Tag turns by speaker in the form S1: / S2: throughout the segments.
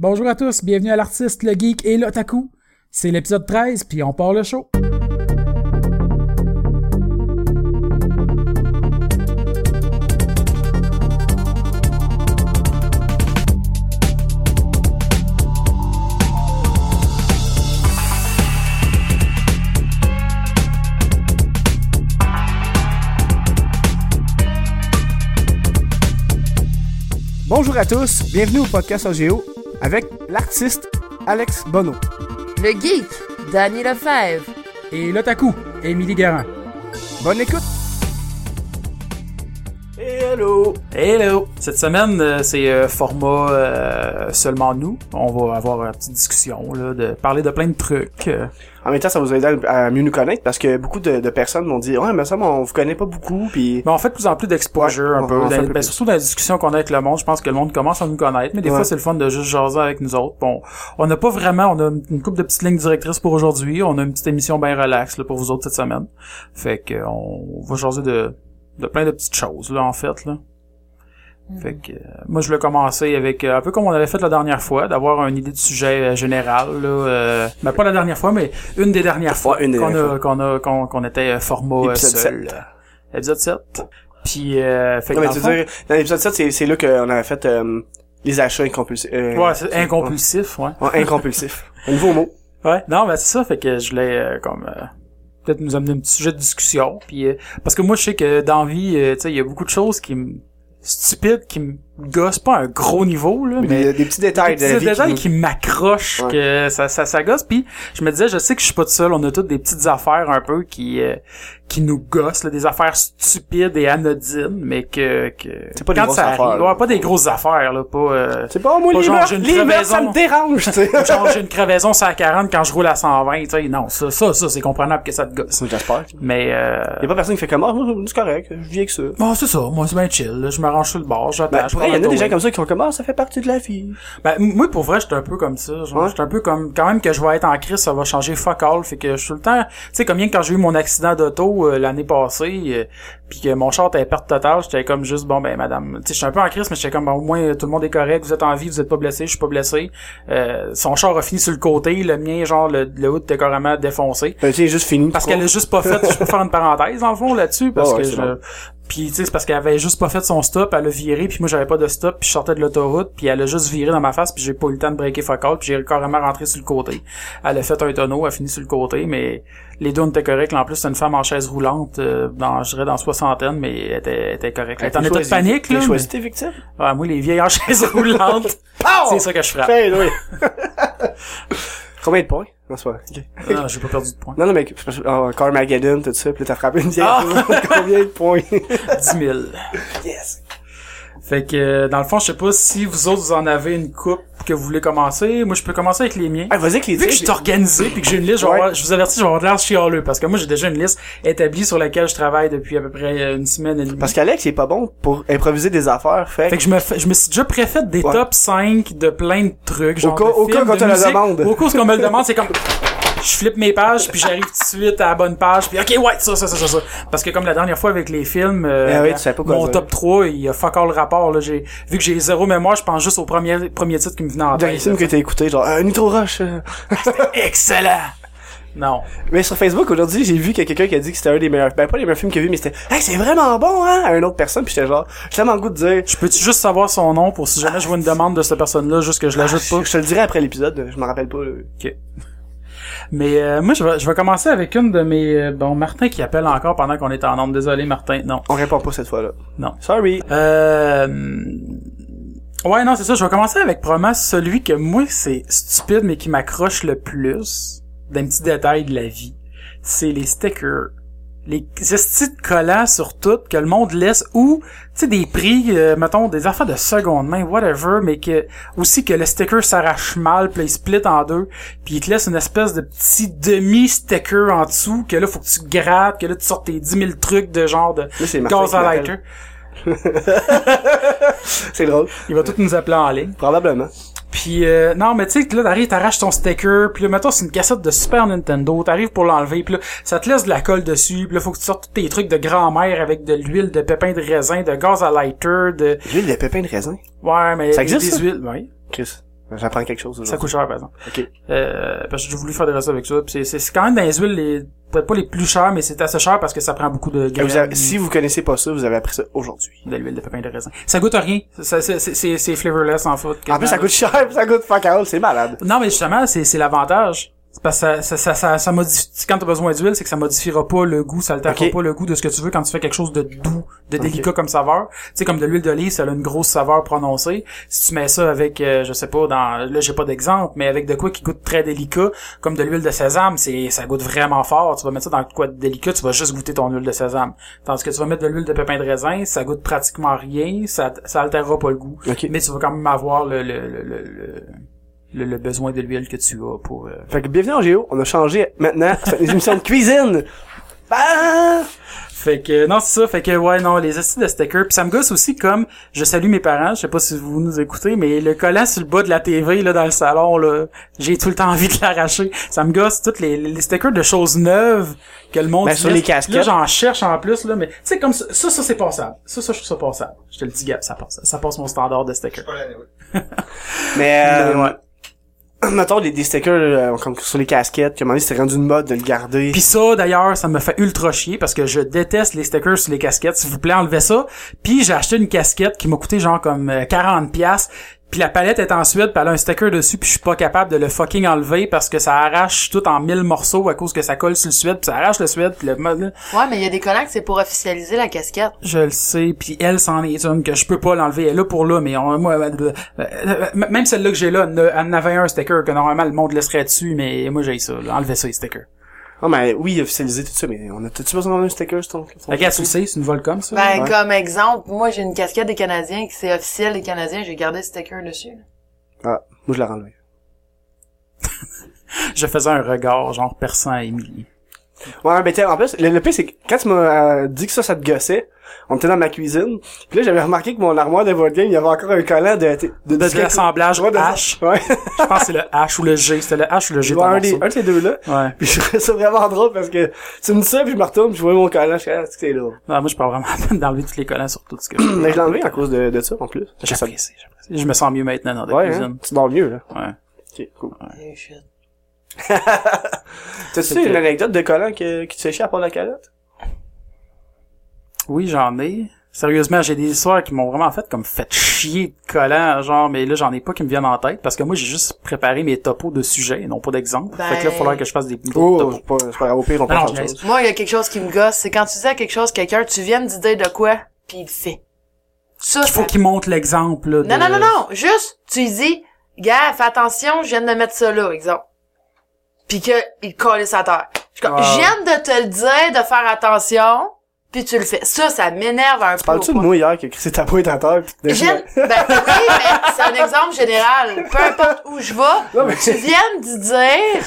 S1: Bonjour à tous, bienvenue à l'artiste, le geek et l'otaku. C'est l'épisode 13, puis on part le show.
S2: Bonjour à tous, bienvenue au podcast OGO avec l'artiste Alex Bonneau.
S3: Le geek, Danny Lefebvre.
S1: Et l'otaku, Émilie Garand.
S2: Bonne écoute!
S4: Hello! Hello! Cette semaine, euh, c'est euh, format euh, seulement nous. On va avoir une petite discussion, là, de parler de plein de trucs. Euh,
S2: En même temps, ça vous aide à mieux nous connaître parce que beaucoup de, de personnes m'ont dit « Ouais, mais ça, on vous connaît pas beaucoup, puis...
S4: Mais on fait de plus en plus d'exposure
S2: Ouais,
S4: un
S2: on-
S4: peu.
S2: on fait
S4: Dans-
S2: un
S4: ben,
S2: peu plus.
S4: surtout dans la discussion qu'on a avec le monde, je pense que le monde commence à nous connaître. Mais des
S2: Ouais.
S4: fois, c'est le fun de juste jaser avec nous autres. Bon, on n'a pas vraiment, on a une une couple de petites lignes directrices pour aujourd'hui. On a une petite émission bien relax là, pour vous autres cette semaine. Fait que euh, on va jaser de, de plein de petites choses là, en fait là. Fait que euh, moi je voulais commencer avec euh, un peu comme on avait fait la dernière fois, d'avoir une idée de sujet euh, général là. euh, ben, pas la dernière fois, mais une des dernières fois
S2: Ouais, une des
S4: qu'on
S2: dernières
S4: a qu'on a qu'on qu'on était euh, format euh,
S2: Épisode
S4: seul.
S2: 7.
S4: Épisode 7. Puis, euh, fait que
S2: Non, mais
S4: dans
S2: tu
S4: le
S2: veux dire, dans l'épisode 7, c'est, c'est là qu'on avait fait euh, les achats incompulsifs.
S4: fond- ouais, c'est incompulsif, ouais.
S2: Ouais, incompulsif. Un nouveau mot.
S4: Ouais, non, ben c'est ça, fait que je voulais euh, comme euh, peut-être nous amener un petit sujet de discussion, puis euh, parce que moi je sais que dans la vie, euh, tu sais, il y a beaucoup de choses qui me stupides qui me gossent pas à un gros niveau là, mais,
S2: Des, des petits détails
S4: des petits
S2: de la vie qui
S4: détails
S2: nous-
S4: qui m'accrochent
S2: Ouais.
S4: que ça ça ça gosse puis je me disais je sais que je suis pas tout seul on a toutes des petites affaires un peu qui euh, qui nous gossent là, des affaires stupides et anodines mais que que
S2: C'est pas des
S4: quand
S2: grosses
S4: ça arrive-
S2: affaires, là.
S4: ouais, pas des grosses affaires là pas euh,
S2: C'est pas moi,
S4: Pas
S2: les
S4: genre,
S2: mœurs,
S4: j'ai une
S2: les mœurs, ça
S4: crevaison.
S2: me dérange, tu sais.
S4: genre j'ai une crevaison sur la 40 quand je roule à 120 tu sais non ça ça ça c'est comprenable que ça te gosse
S2: J'espère.
S4: mais euh...
S2: Y a pas personne qui fait comme « Ah, moi, c'est correct, je vis avec ça. »
S4: bon c'est ça moi c'est bien chill là. je m'arrange sur le bord j'attends
S2: Ben,
S4: je
S2: pour vrai,
S4: prends
S2: y en a
S4: un
S2: des gens
S4: towing.
S2: comme ça qui ont comme « Ah, ça fait partie de la vie.
S4: ben m- moi pour vrai j'étais un peu comme ça genre
S2: Ouais.
S4: j'étais un peu comme quand même que je vais être en crise ça va changer fuck all fait que je suis tout le temps tu sais comme bien que quand j'ai eu mon accident d'auto euh, l'année passée euh, puis que mon char était perte totale j'étais comme juste bon ben madame tu sais j'étais un peu en crise mais j'étais comme bon, au moins euh, tout le monde est correct vous êtes en vie vous êtes pas blessé je suis pas blessé Euh, son char a fini sur le côté le mien genre le, le haut était carrément défoncé »
S2: Ben, tu sais, juste fini.
S4: Parce qu'elle a juste pas fait, je peux faire une parenthèse dans le fond là-dessus parce
S2: Ouais, ouais,
S4: que
S2: c'est
S4: je
S2: bon.
S4: puis tu sais c'est parce qu'elle avait juste pas fait son stop, elle a viré puis moi j'avais pas de stop, puis je sortais de l'autoroute, puis elle a juste viré dans ma face puis j'ai pas eu le temps de breaker fuck all, puis j'ai carrément rentré sur le côté. Elle a fait un tonneau, elle a fini sur le côté mais les deux on était corrects, en plus c'est une femme en chaise roulante euh, dans je dirais dans soixantaine mais elle était elle était correcte. Elle était en état de panique là.
S2: T'as choisi
S4: mais- Oh!
S2: tes victimes?
S4: Ouais, moi les vieilles en chaise roulante, c'est ça que je frappe.
S2: Hey, oui. Ben, Combien de points? Non, c'est pas vrai. Ok.
S4: Ah, j'ai pas perdu de point.
S2: Non, non, mais oh, Carmageddon, tout ça, puis là, t'as frappé une bière.
S4: Ah!
S2: Combien de points?
S4: 10 000.
S2: yes!
S4: Fait que euh, dans le fond, je sais pas si vous autres vous en avez une coupe que vous voulez commencer. Moi, je peux commencer avec les miens.
S2: Ah, vas-y que les
S4: Vu que je
S2: tiens,
S4: suis organisé puis que j'ai une liste, je, vais
S2: Ouais.
S4: avoir- je vous avertis, je vais avoir de l'air chialeux parce que moi j'ai déjà une liste établie sur laquelle je travaille depuis à peu près euh, une semaine et demie.
S2: Parce qu'Alex, il est pas bon pour improviser des affaires, fait,
S4: Fait que je me, fais- je me suis déjà préfait des
S2: Ouais.
S4: top 5 de plein de trucs. Genre
S2: cas-
S4: de
S2: au cas
S4: films,
S2: quand
S4: de
S2: on la
S4: musique.
S2: demande.
S4: Au cas où on me le demande, c'est comme... Je flippe mes pages, puis j'arrive tout de suite à la bonne page, puis ok, ouais, ça, ça, ça, ça, ça. Parce que comme la dernière fois avec les films, euh,
S2: Ah oui, tu savais pas quoi
S4: mon
S2: dire.
S4: top 3, il y a fuck all rapport. Là, j'ai, vu que j'ai zéro mémoire, je pense juste au premier, premier titre qui me venait en
S2: Dernier
S4: tête.
S2: film que
S4: là.
S2: t'as écouté, genre, euh, Nitro Rush. euh.
S4: Excellent! Non.
S2: Mais sur Facebook, aujourd'hui, j'ai vu qu'il y a quelqu'un qui a dit que c'était un des meilleurs, ben pas les meilleurs films qu'il a vu, mais c'était, hey, c'est vraiment bon, hein, à une autre personne, puis j'étais genre, j'ai tellement le goût de dire,
S4: Je peux-tu juste savoir son nom pour si jamais je vois une demande de cette personne-là, juste que Ah, je l'ajoute pas?
S2: je, je te le dirai après l'épisode, je m'en rappelle pas, là.
S4: Mais euh, moi, je vais, je vais commencer avec une de mes... euh, Bon, Martin qui appelle encore pendant qu'on est en nombre. Désolé, Martin. Non.
S2: On répond pas cette fois-là.
S4: Non.
S2: Sorry.
S4: Euh... Ouais, non, c'est ça. Je vais commencer avec probablement celui que moi, c'est stupide, mais qui m'accroche le plus d'un petit détail de la vie. C'est les stickers. Les estis de collants sur tout que le monde laisse ou, tu sais, des prix, euh, mettons, des affaires de seconde main, whatever, mais que, aussi que le sticker s'arrache mal, puis il split en deux, puis il te laisse une espèce de petit demi-sticker en dessous, que là, faut que tu grattes, que là, tu sortes tes 10 000 trucs de genre de
S2: Là, c'est Martin
S4: gaz
S2: qui
S4: à
S2: m'appelle.
S4: lighter.
S2: C'est drôle.
S4: Il va tout nous appeler en ligne.
S2: Probablement.
S4: Puis euh, non, mais tu sais, que là t'arrives, t'arraches ton sticker, puis là mettons c'est une cassette de Super Nintendo, t'arrives pour l'enlever, puis là ça te laisse de la colle dessus, puis là faut que tu sortes tous tes trucs de grand-mère avec de l'huile de pépins de raisin, de gaz à lighter, de
S2: L'huile de pépin de raisin.
S4: ouais mais
S2: Ça existe,
S4: des
S2: ça?
S4: huiles, oui.
S2: Chris. J'apprends quelque chose
S4: Ça
S2: aujourd'hui.
S4: coûte cher, par exemple.
S2: Ok.
S4: Euh, parce que j'ai voulu faire des recettes avec ça. puis c'est- C'est c'est quand même dans les huiles, les, peut-être pas les plus chères, mais c'est assez cher parce que ça prend beaucoup de
S2: Et
S4: graines.
S2: vous avez- si vous connaissez pas ça, vous avez appris ça aujourd'hui.
S4: de l'huile de pépin de raisin. Ça goûte à rien. Ça- ça- C'est c'est- c'est flavorless en fait.
S2: En plus, ça coûte cher, puis ça coûte fuck all, c'est malade.
S4: Non, mais justement, c'est c'est l'avantage. C'est Parce que ça, ça, ça, ça, ça modifie, quand t'as besoin d'huile, c'est que ça modifiera pas le goût, ça altérera
S2: Ok.
S4: pas le goût de ce que tu veux quand tu fais quelque chose de doux, de délicat comme saveur. Tu sais, comme de l'huile d'olive, ça a une grosse saveur prononcée. Si tu mets ça avec, euh, je sais pas, dans, là j'ai pas d'exemple, mais avec de quoi qui goûte très délicat, comme de l'huile de sésame, c'est, ça goûte vraiment fort. Tu vas mettre ça dans quoi de délicat, tu vas juste goûter ton huile de sésame. Tandis que tu vas mettre de l'huile de pépin de raisin, ça goûte pratiquement rien, ça, ça altérera pas le goût.
S2: Ok.
S4: Mais tu vas quand même avoir le, le, le, le, le- le, le besoin de l'huile que tu as pour... euh,
S2: Fait que bienvenue en Géo, on a changé maintenant, c'est une émission de cuisine. Bah!
S4: Fait que, euh, non, c'est ça. Fait que, ouais, non, les acides de stickers. Puis ça me gosse aussi comme, je salue mes parents, je sais pas si vous nous écoutez, mais le collant sur le bas de la TV, là, dans le salon, là, j'ai tout le temps envie de l'arracher. Ça me gosse toutes les, les stickers de choses neuves que le monde...
S2: Ben,
S4: se
S2: sur
S4: laisse.
S2: les casquettes.
S4: Là, j'en cherche en plus, là, mais, tu sais, comme ça, ça, ça, c'est passable. Ça, ça, je trouve ça passable. Je te le dis, Gab, ça passe. Ça passe mon standard de sticker.
S2: Mais,
S4: Mais
S2: euh,
S4: ouais.
S2: mettons, des, des stickers, euh, comme sur les casquettes, que à un moment donné, c'était rendu une mode de le garder.
S4: Puis ça, d'ailleurs, ça me fait ultra chier parce que je déteste les stickers sur les casquettes. S'il vous plaît, enlevez ça. Puis j'ai acheté une casquette qui m'a coûté genre comme euh, 40 pièces. Puis la palette est en Suède, puis elle a un sticker dessus, puis je suis pas capable de le fucking enlever parce que ça arrache tout en mille morceaux à cause que ça colle sur le Suède, puis ça arrache le Suède, puis le modèle.
S3: Ouais, mais il y a des collants que c'est pour officialiser la casquette.
S4: Je le sais, puis elle s'en est une que je peux pas l'enlever. Elle est là pour là, mais on- moi, euh, euh, euh, euh, même celle-là que j'ai là, elle en avait un sticker que normalement le monde laisserait dessus, mais moi j'ai ça. là. Enlevez ça, les stickers.
S2: Non, Ah, mais oui, officialiser tout ça, mais on a tout-tu besoin d'un sticker, sur ton, sur ton-
S4: Regarde, tu le sais, c'est une volcom, ça.
S3: Ben,
S2: Ouais.
S3: comme exemple, moi, j'ai une casquette des Canadiens qui c'est officiel des Canadiens, j'ai gardé le sticker dessus. là.
S2: Ah, moi, je l'ai enlevé.
S4: Je faisais un regard, genre, perçant à Émilie.
S2: Ouais, ben, t'sais, en plus, le, le pire, c'est que quand tu m'as euh, dit que ça, ça te gossait, on était dans ma cuisine, puis là, j'avais remarqué que mon armoire de board game, il y avait encore un collant de... De, de,
S4: De l'assemblage
S2: Ouais, ben, de-
S4: H.
S2: Ouais,
S4: Je pense que c'est le H ou le G. C'était le H ou le G.
S2: Ouais,
S4: ton
S2: un, des,
S4: morceau.
S2: un de ces deux-là.
S4: Ouais.
S2: Puis je trouvais ça vraiment drôle parce que tu me dis ça, puis je me retourne, puis je vois mon collant, je suis ah, c'est que c'est drôle.
S4: Non, moi, je parle vraiment à peine d'enlever tous les collants sur tout ce que je
S2: Mais je l'ai enlevé à cause de, de ça, en plus.
S4: J'apprécie, j'apprécie. Je me sens mieux maintenant dans la
S2: Ouais, hein,
S4: cuisine.
S2: tu dors mieux, là.
S4: Ouais.
S2: Ok, cool.
S3: Eh, shit.
S2: T'as-tu une anecdote de collant que, que tu sais chier à part la calotte?
S4: Oui, j'en ai. Sérieusement, j'ai des histoires qui m'ont vraiment fait comme fait chier de collants, genre, mais là, j'en ai pas qui me viennent en tête parce que moi, j'ai juste préparé mes topos de sujets et non pas d'exemples.
S3: Ben-
S4: Fait que là, il faudrait que je fasse des des
S2: Oh,
S4: topos.
S2: c'est pas, c'est pas grave, au pire, on
S4: Ah non,
S2: parle
S4: je
S2: d'autre chose.
S3: Moi, il y a quelque chose qui me gosse, c'est quand tu dis à quelque chose, quelqu'un, tu viens me dire de quoi, puis il le fait. Ça,
S4: Il faut
S3: ça-
S4: qu'ils montrent l'exemple, là.
S3: Non,
S4: de-
S3: non, non, non, juste, tu lui dis, gars, fais attention, je viens de mettre ça là, exemple. Puis que, il colle sa terre. Je suis comme,
S4: Ah.
S3: je viens de te le dire, de faire attention, puis tu le fais. Ça, ça m'énerve un peu.
S2: Parles-tu
S3: au
S2: de
S3: point.
S2: moi hier que Chris est à bout à terre? puis que-
S3: J'aime- Ben oui, mais c'est un exemple général. Peu importe où je vais,
S2: Non, mais-
S3: tu viens de dire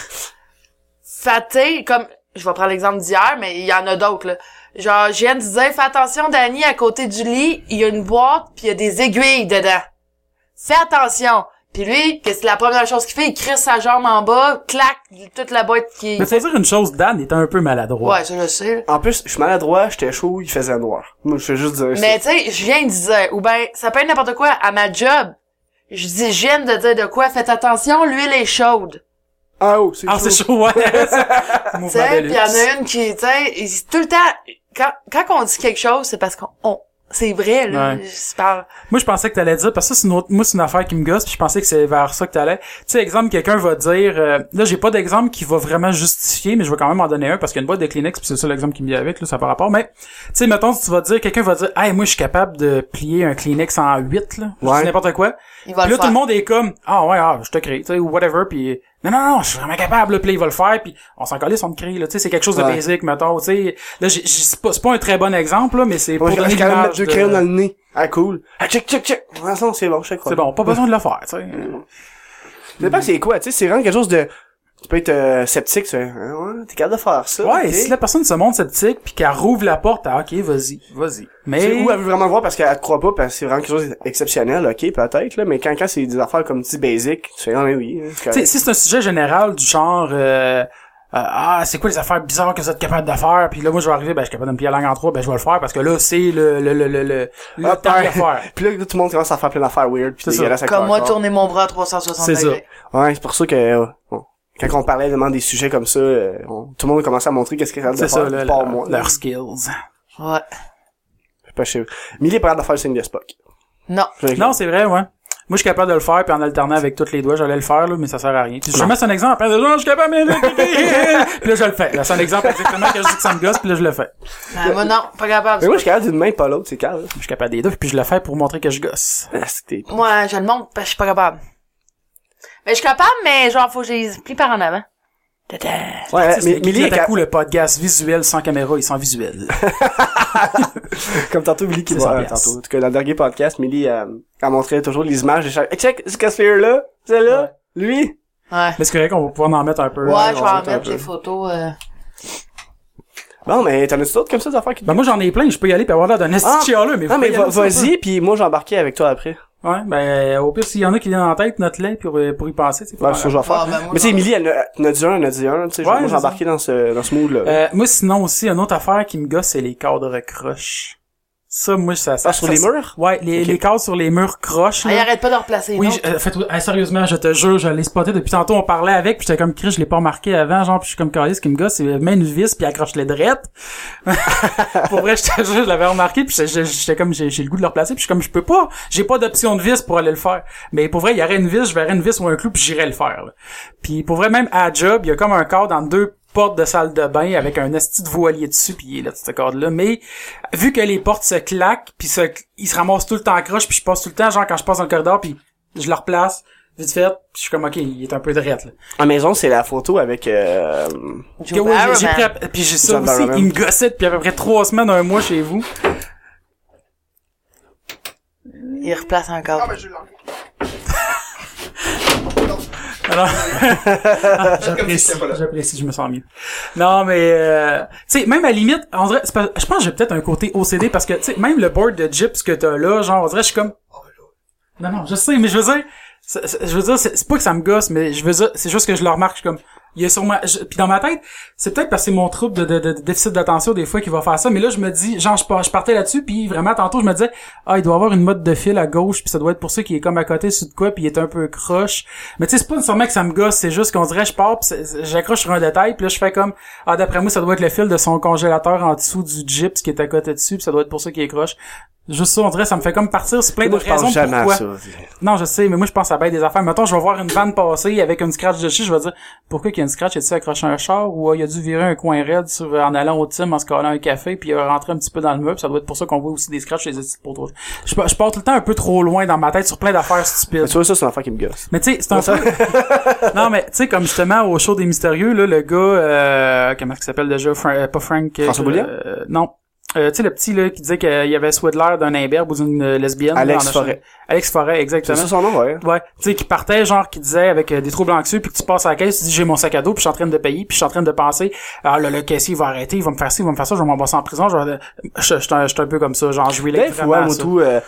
S3: faté comme je vais prendre l'exemple d'hier, mais il y en a d'autres là. Genre, je viens de dire fais attention, Dani, à côté du lit, il y a une boîte puis il y a des aiguilles dedans. Fais attention. Puis lui, que c'est la première chose qu'il fait, il crisse sa jambe en bas, claque toute la boîte qui.
S4: Mais faut dire une chose, Dan était un peu maladroit.
S3: Ouais, ça je sais. là.
S2: En plus, je suis maladroit, j'étais chaud, il faisait noir. Moi, je fais juste dire ça.
S3: Mais tu sais, je viens de dire, ou ben, ça peut être n'importe quoi, à ma job, je dis, je viens de dire de quoi, faites attention, l'huile est chaude.
S2: Ah, oh, c'est
S4: Ah, c'est chaud, ouais.
S3: Tu sais, pis y en a une qui, tu sais, il- tout le temps, quand, quand on dit quelque chose, c'est parce qu'on, on- c'est vrai, là,
S4: Ouais.
S3: je parle.
S4: Moi, je pensais que t'allais dire, parce que ça, c'est une autre, moi, c'est une affaire qui me gosse, puis je pensais que c'est vers ça que t'allais. Tu sais, exemple, quelqu'un va dire, euh, là, j'ai pas d'exemple qui va vraiment justifier, mais je vais quand même en donner un, parce qu'il y a une boîte de Kleenex, puis c'est ça l'exemple qui me vient avec, là, ça par rapport. Mais, tu sais, mettons, tu vas dire, quelqu'un va dire, hey, moi, je suis capable de plier un Kleenex en 8, là. Je dis
S2: Ouais.
S4: n'importe quoi.
S3: Il va
S4: Puis
S3: le
S4: là,
S3: faire.
S4: tout le monde est comme, ah, ouais, ah, je te crée, tu sais, ou whatever, puis non, non, non, je suis vraiment capable, là, puis là, il va le faire, puis on s'en calisse, on te crée, là, tu sais, c'est quelque chose de
S2: Ouais.
S4: basic, mettons, tu sais. Là, j'ai- j'ai- c'est pas, c'est pas un très bon exemple, là, mais c'est pour
S2: Moi, je
S4: donner
S2: reste quand même mettre
S4: l'image
S2: deux
S4: de-
S2: crayons dans le nez. Ah, cool. Ah, check, check, check. De toute façon, c'est bon, je sais quoi.
S4: C'est bon, pas besoin de le faire, tu sais.
S2: Ça dépend c'est quoi, tu sais, c'est vraiment quelque chose de... Tu peux être euh, sceptique, tu sais. Hein, ouais, t'es capable de faire ça.
S4: Ouais,
S2: ok.
S4: si la personne se montre sceptique puis qu'elle rouvre la porte, ah, ok, vas-y, vas-y.
S2: Tu sais,
S4: Mais
S2: Ou elle veut vraiment le voir parce qu'elle te croit pas, parce que c'est vraiment quelque chose d'exceptionnel, ok, peut-être, là, mais quand, quand c'est des affaires comme tu dis, basic, tu fais, non, mais ah, oui, hein, c'est
S4: tu sais,
S2: correct.
S4: si c'est un sujet général du genre, euh, ah, c'est quoi les affaires bizarres que vous êtes capable de faire? Puis là, moi, je vais arriver, ben, je suis capable de me plier la langue en trois, ben, je vais le faire parce que là, c'est le, le, le, le, le, le
S2: Ah,
S4: temps de le
S2: ben,
S4: faire.
S2: Puis là, tout le monde commence à faire plein d'affaires weird. Puis
S4: C'est ça.
S2: dégueulasse avec
S3: Comme
S2: leur
S3: moi,
S2: corps.
S3: tourner mon bras à 360
S4: C'est ça.
S3: degrés.
S2: Ouais, c'est pour ça que euh, bon, quand on parlait vraiment des sujets comme ça, euh, on- tout le monde commençait à montrer qu'est-ce qu'ils étaient capables de
S4: C'est ça,
S2: faire.
S4: là,
S2: pas
S4: leur-
S2: moi.
S4: leurs skills.
S3: Ouais.
S2: Je sais Pas chez eux. Millie est pas capable de faire le signe de Spock.
S3: Non.
S2: Je-
S4: Non, c'est vrai, ouais. Moi, je suis capable de le faire, puis en alternant avec tous les doigts, j'allais le faire, là, mais ça sert à rien. Puis je te mets un exemple, puis je suis capable, mais... puis là, je le fais. Là, c'est un exemple exactement que je dis que ça me gosse, puis là, je le fais.
S3: Ben, moi, non, pas capable.
S2: Mais moi, je suis capable d'une main, pas l'autre, c'est calme.
S4: Je suis capable des deux, puis je le fais pour montrer que je gosse.
S2: Ah, c'était-
S3: Moi, je le montre parce que je suis pas capable. Mais je suis capable, mais genre, faut que je les plie par en avant. Tata.
S2: Ouais,
S4: Ça, c'est
S2: Euh, mais
S4: qui
S2: Millie
S4: dit
S2: est
S4: à
S2: capable.
S4: coup le podcast visuel sans caméra et sans visuel.
S2: Comme tantôt, Millie qui
S4: C'est
S2: voit
S4: son
S2: euh,
S4: pièce.
S2: tantôt. En tout cas, dans le dernier podcast, Millie, euh, elle montrait toujours les images de chaque, hey, check, ce casse-là, celle-là, lui.
S3: Ouais.
S4: mais c'est correct qu'on va pouvoir en mettre un peu.
S3: Ouais,
S2: Ouais,
S3: je
S2: on
S3: vais en
S2: monte un
S3: mettre
S2: peu.
S3: des photos. euh.
S2: Bon, mais t'en as-tu d'autres comme ça, des affaires qui te
S4: Ben moi j'en ai plein, je peux y aller puis avoir l'air d'un esti
S2: Ah,
S4: de chialeux, mais
S2: Non,
S4: vous pouvez
S2: mais
S4: Ben, y
S2: va-
S4: aller sans ça.
S2: vas-y, puis moi, j'embarquais avec toi après.
S4: Ouais, ben au pire s'il y en a qui viennent en tête, notre lait pour, euh, pour y passer, c'est
S2: Ouais,
S4: pas
S2: c'est ce que je
S4: grave.
S2: vais faire.
S3: Ah, ben, moi,
S2: mais tu sais,
S3: j'en-
S2: Emily, elle en a- elle en a dit un, elle en a dit un, tu sais,
S4: Ouais,
S2: moi,
S4: c'est
S2: j'ai embarqué dans ce, dans ce mood-là.
S4: euh, moi sinon aussi une autre affaire qui me gosse c'est les cadres croches. Ça moi ça ça
S2: Ah, sur
S4: ça-
S2: les murs?
S4: Ouais, les
S2: Ok.
S4: les cadres sur les murs croches.
S3: Ah, il
S4: là.
S3: arrête pas de replacer.
S4: Oui,
S3: non?
S4: je- euh, fait, euh, sérieusement, je te jure, je l'ai spoté depuis tantôt, on parlait avec, puis j'étais comme Chris, je l'ai pas remarqué avant, genre, puis je suis comme Carlis, ce qui me gosse, c'est euh, mets une vis, puis accroche les drettes. pour vrai, je te jure, je l'avais remarqué, puis j'étais j'étais comme, j'ai j'ai le goût de le replacer, puis je suis comme, je peux pas, j'ai pas d'option de vis pour aller le faire. Mais pour vrai, il y aurait une vis, je verrais une vis ou un clou, puis j'irais le faire. là. Puis pour vrai, même à job, il y a comme un cadre dans deux portes de salle de bain avec un esti de voilier dessus puis il est là ce cadre là mais vu que les portes se claquent puis se ils se ramassent tout le temps croche puis je passe tout le temps genre quand je passe dans le corridor puis je le replace vite fait puis je suis comme ok il est un peu drette là
S2: En maison, c'est la photo avec, euh,
S3: Joe
S4: Que ouais, j'ai- j'ai
S3: Barrowman.
S4: pris à- puis j'ai ça
S2: John
S4: aussi
S2: Barrowman.
S4: il me gossait depuis à peu près trois semaines un mois chez vous
S3: Il replace
S4: Ah,
S3: encore.
S4: alors j'apprécie j'apprécie je me sens mieux non mais euh, tu sais même à la limite on dirait c'est pas- je pense que j'ai peut-être un côté OCD parce que tu sais même le board de gyps que t'as là genre on dirait je suis comme non non je sais mais je veux dire c'est- c'est- je veux dire c'est c'est pas que ça me gosse mais je veux dire c'est juste que je le remarque je suis comme il y a sûrement je- puis dans ma tête c'est peut-être parce que c'est mon trouble de, de- de- de déficit d'attention des fois qui va faire ça mais là je me dis genre je, par- je partais là-dessus puis vraiment tantôt je me disais ah il doit avoir une mode de fil à gauche puis ça doit être pour ça qu'il est comme à côté sur de quoi puis il est un peu croche mais tu sais c'est pas nécessairement que ça me gosse c'est juste qu'on dirait je pars puis c'est- c'est- j'accroche sur un détail puis là je fais comme ah d'après moi ça doit être le fil de son congélateur en dessous du gyps qui est à côté dessus puis ça doit être pour ça qu'il est croche juste ça on dirait ça me fait comme partir sur plein de
S2: moi, je
S4: raisons
S2: pense jamais à
S4: pourquoi
S2: ça.
S4: non, je sais, mais moi, je pense à bien des affaires. Mettons, je vais voir une vanne passer avec une scratch dessus, je vais dire, pourquoi qu'il y a une scratch? Y a-tu accroché un char ou euh, il a dû virer un coin raide sur, euh, en allant au team, en se collant un café, puis il a rentré un petit peu dans le meuble, ça doit être pour ça qu'on voit aussi des scratchs chez les pour trop. Je, pa- je pars tout le temps un peu trop loin dans ma tête sur plein d'affaires stupides.
S2: Mais Tu vois, ça, c'est l'affaire qui me gosse.
S4: Mais tu sais, c'est un peu... non, mais tu sais, comme justement au show des mystérieux, là, le gars, euh, comment il s'appelle déjà, Fra- euh, pas Frank... euh,
S2: François Boulian?
S4: euh, Non. Euh, tu sais, le petit là qui disait qu'il avait soit de l'air d'un imberbe ou d'une euh, lesbienne.
S2: Alex
S4: là, en-
S2: Forêt.
S4: Alex Forêt,
S2: C'est
S4: exactement.
S2: ça son nom, ouais.
S4: Ouais, tu sais, qui partait, genre, qui disait avec euh, des troubles anxieux, puis que tu passes à la caisse, tu dis j'ai mon sac à dos, puis je suis en train de payer, puis je suis en train de penser, ah là, le caissier il va arrêter, il va me faire ci, il va me faire ça, je vais m'embrasser en prison, je vais- je je suis un, je suis un peu comme ça, genre, je relate
S2: Des
S4: vraiment
S2: fois,
S4: à
S2: moi,
S4: ça.
S2: tout, euh,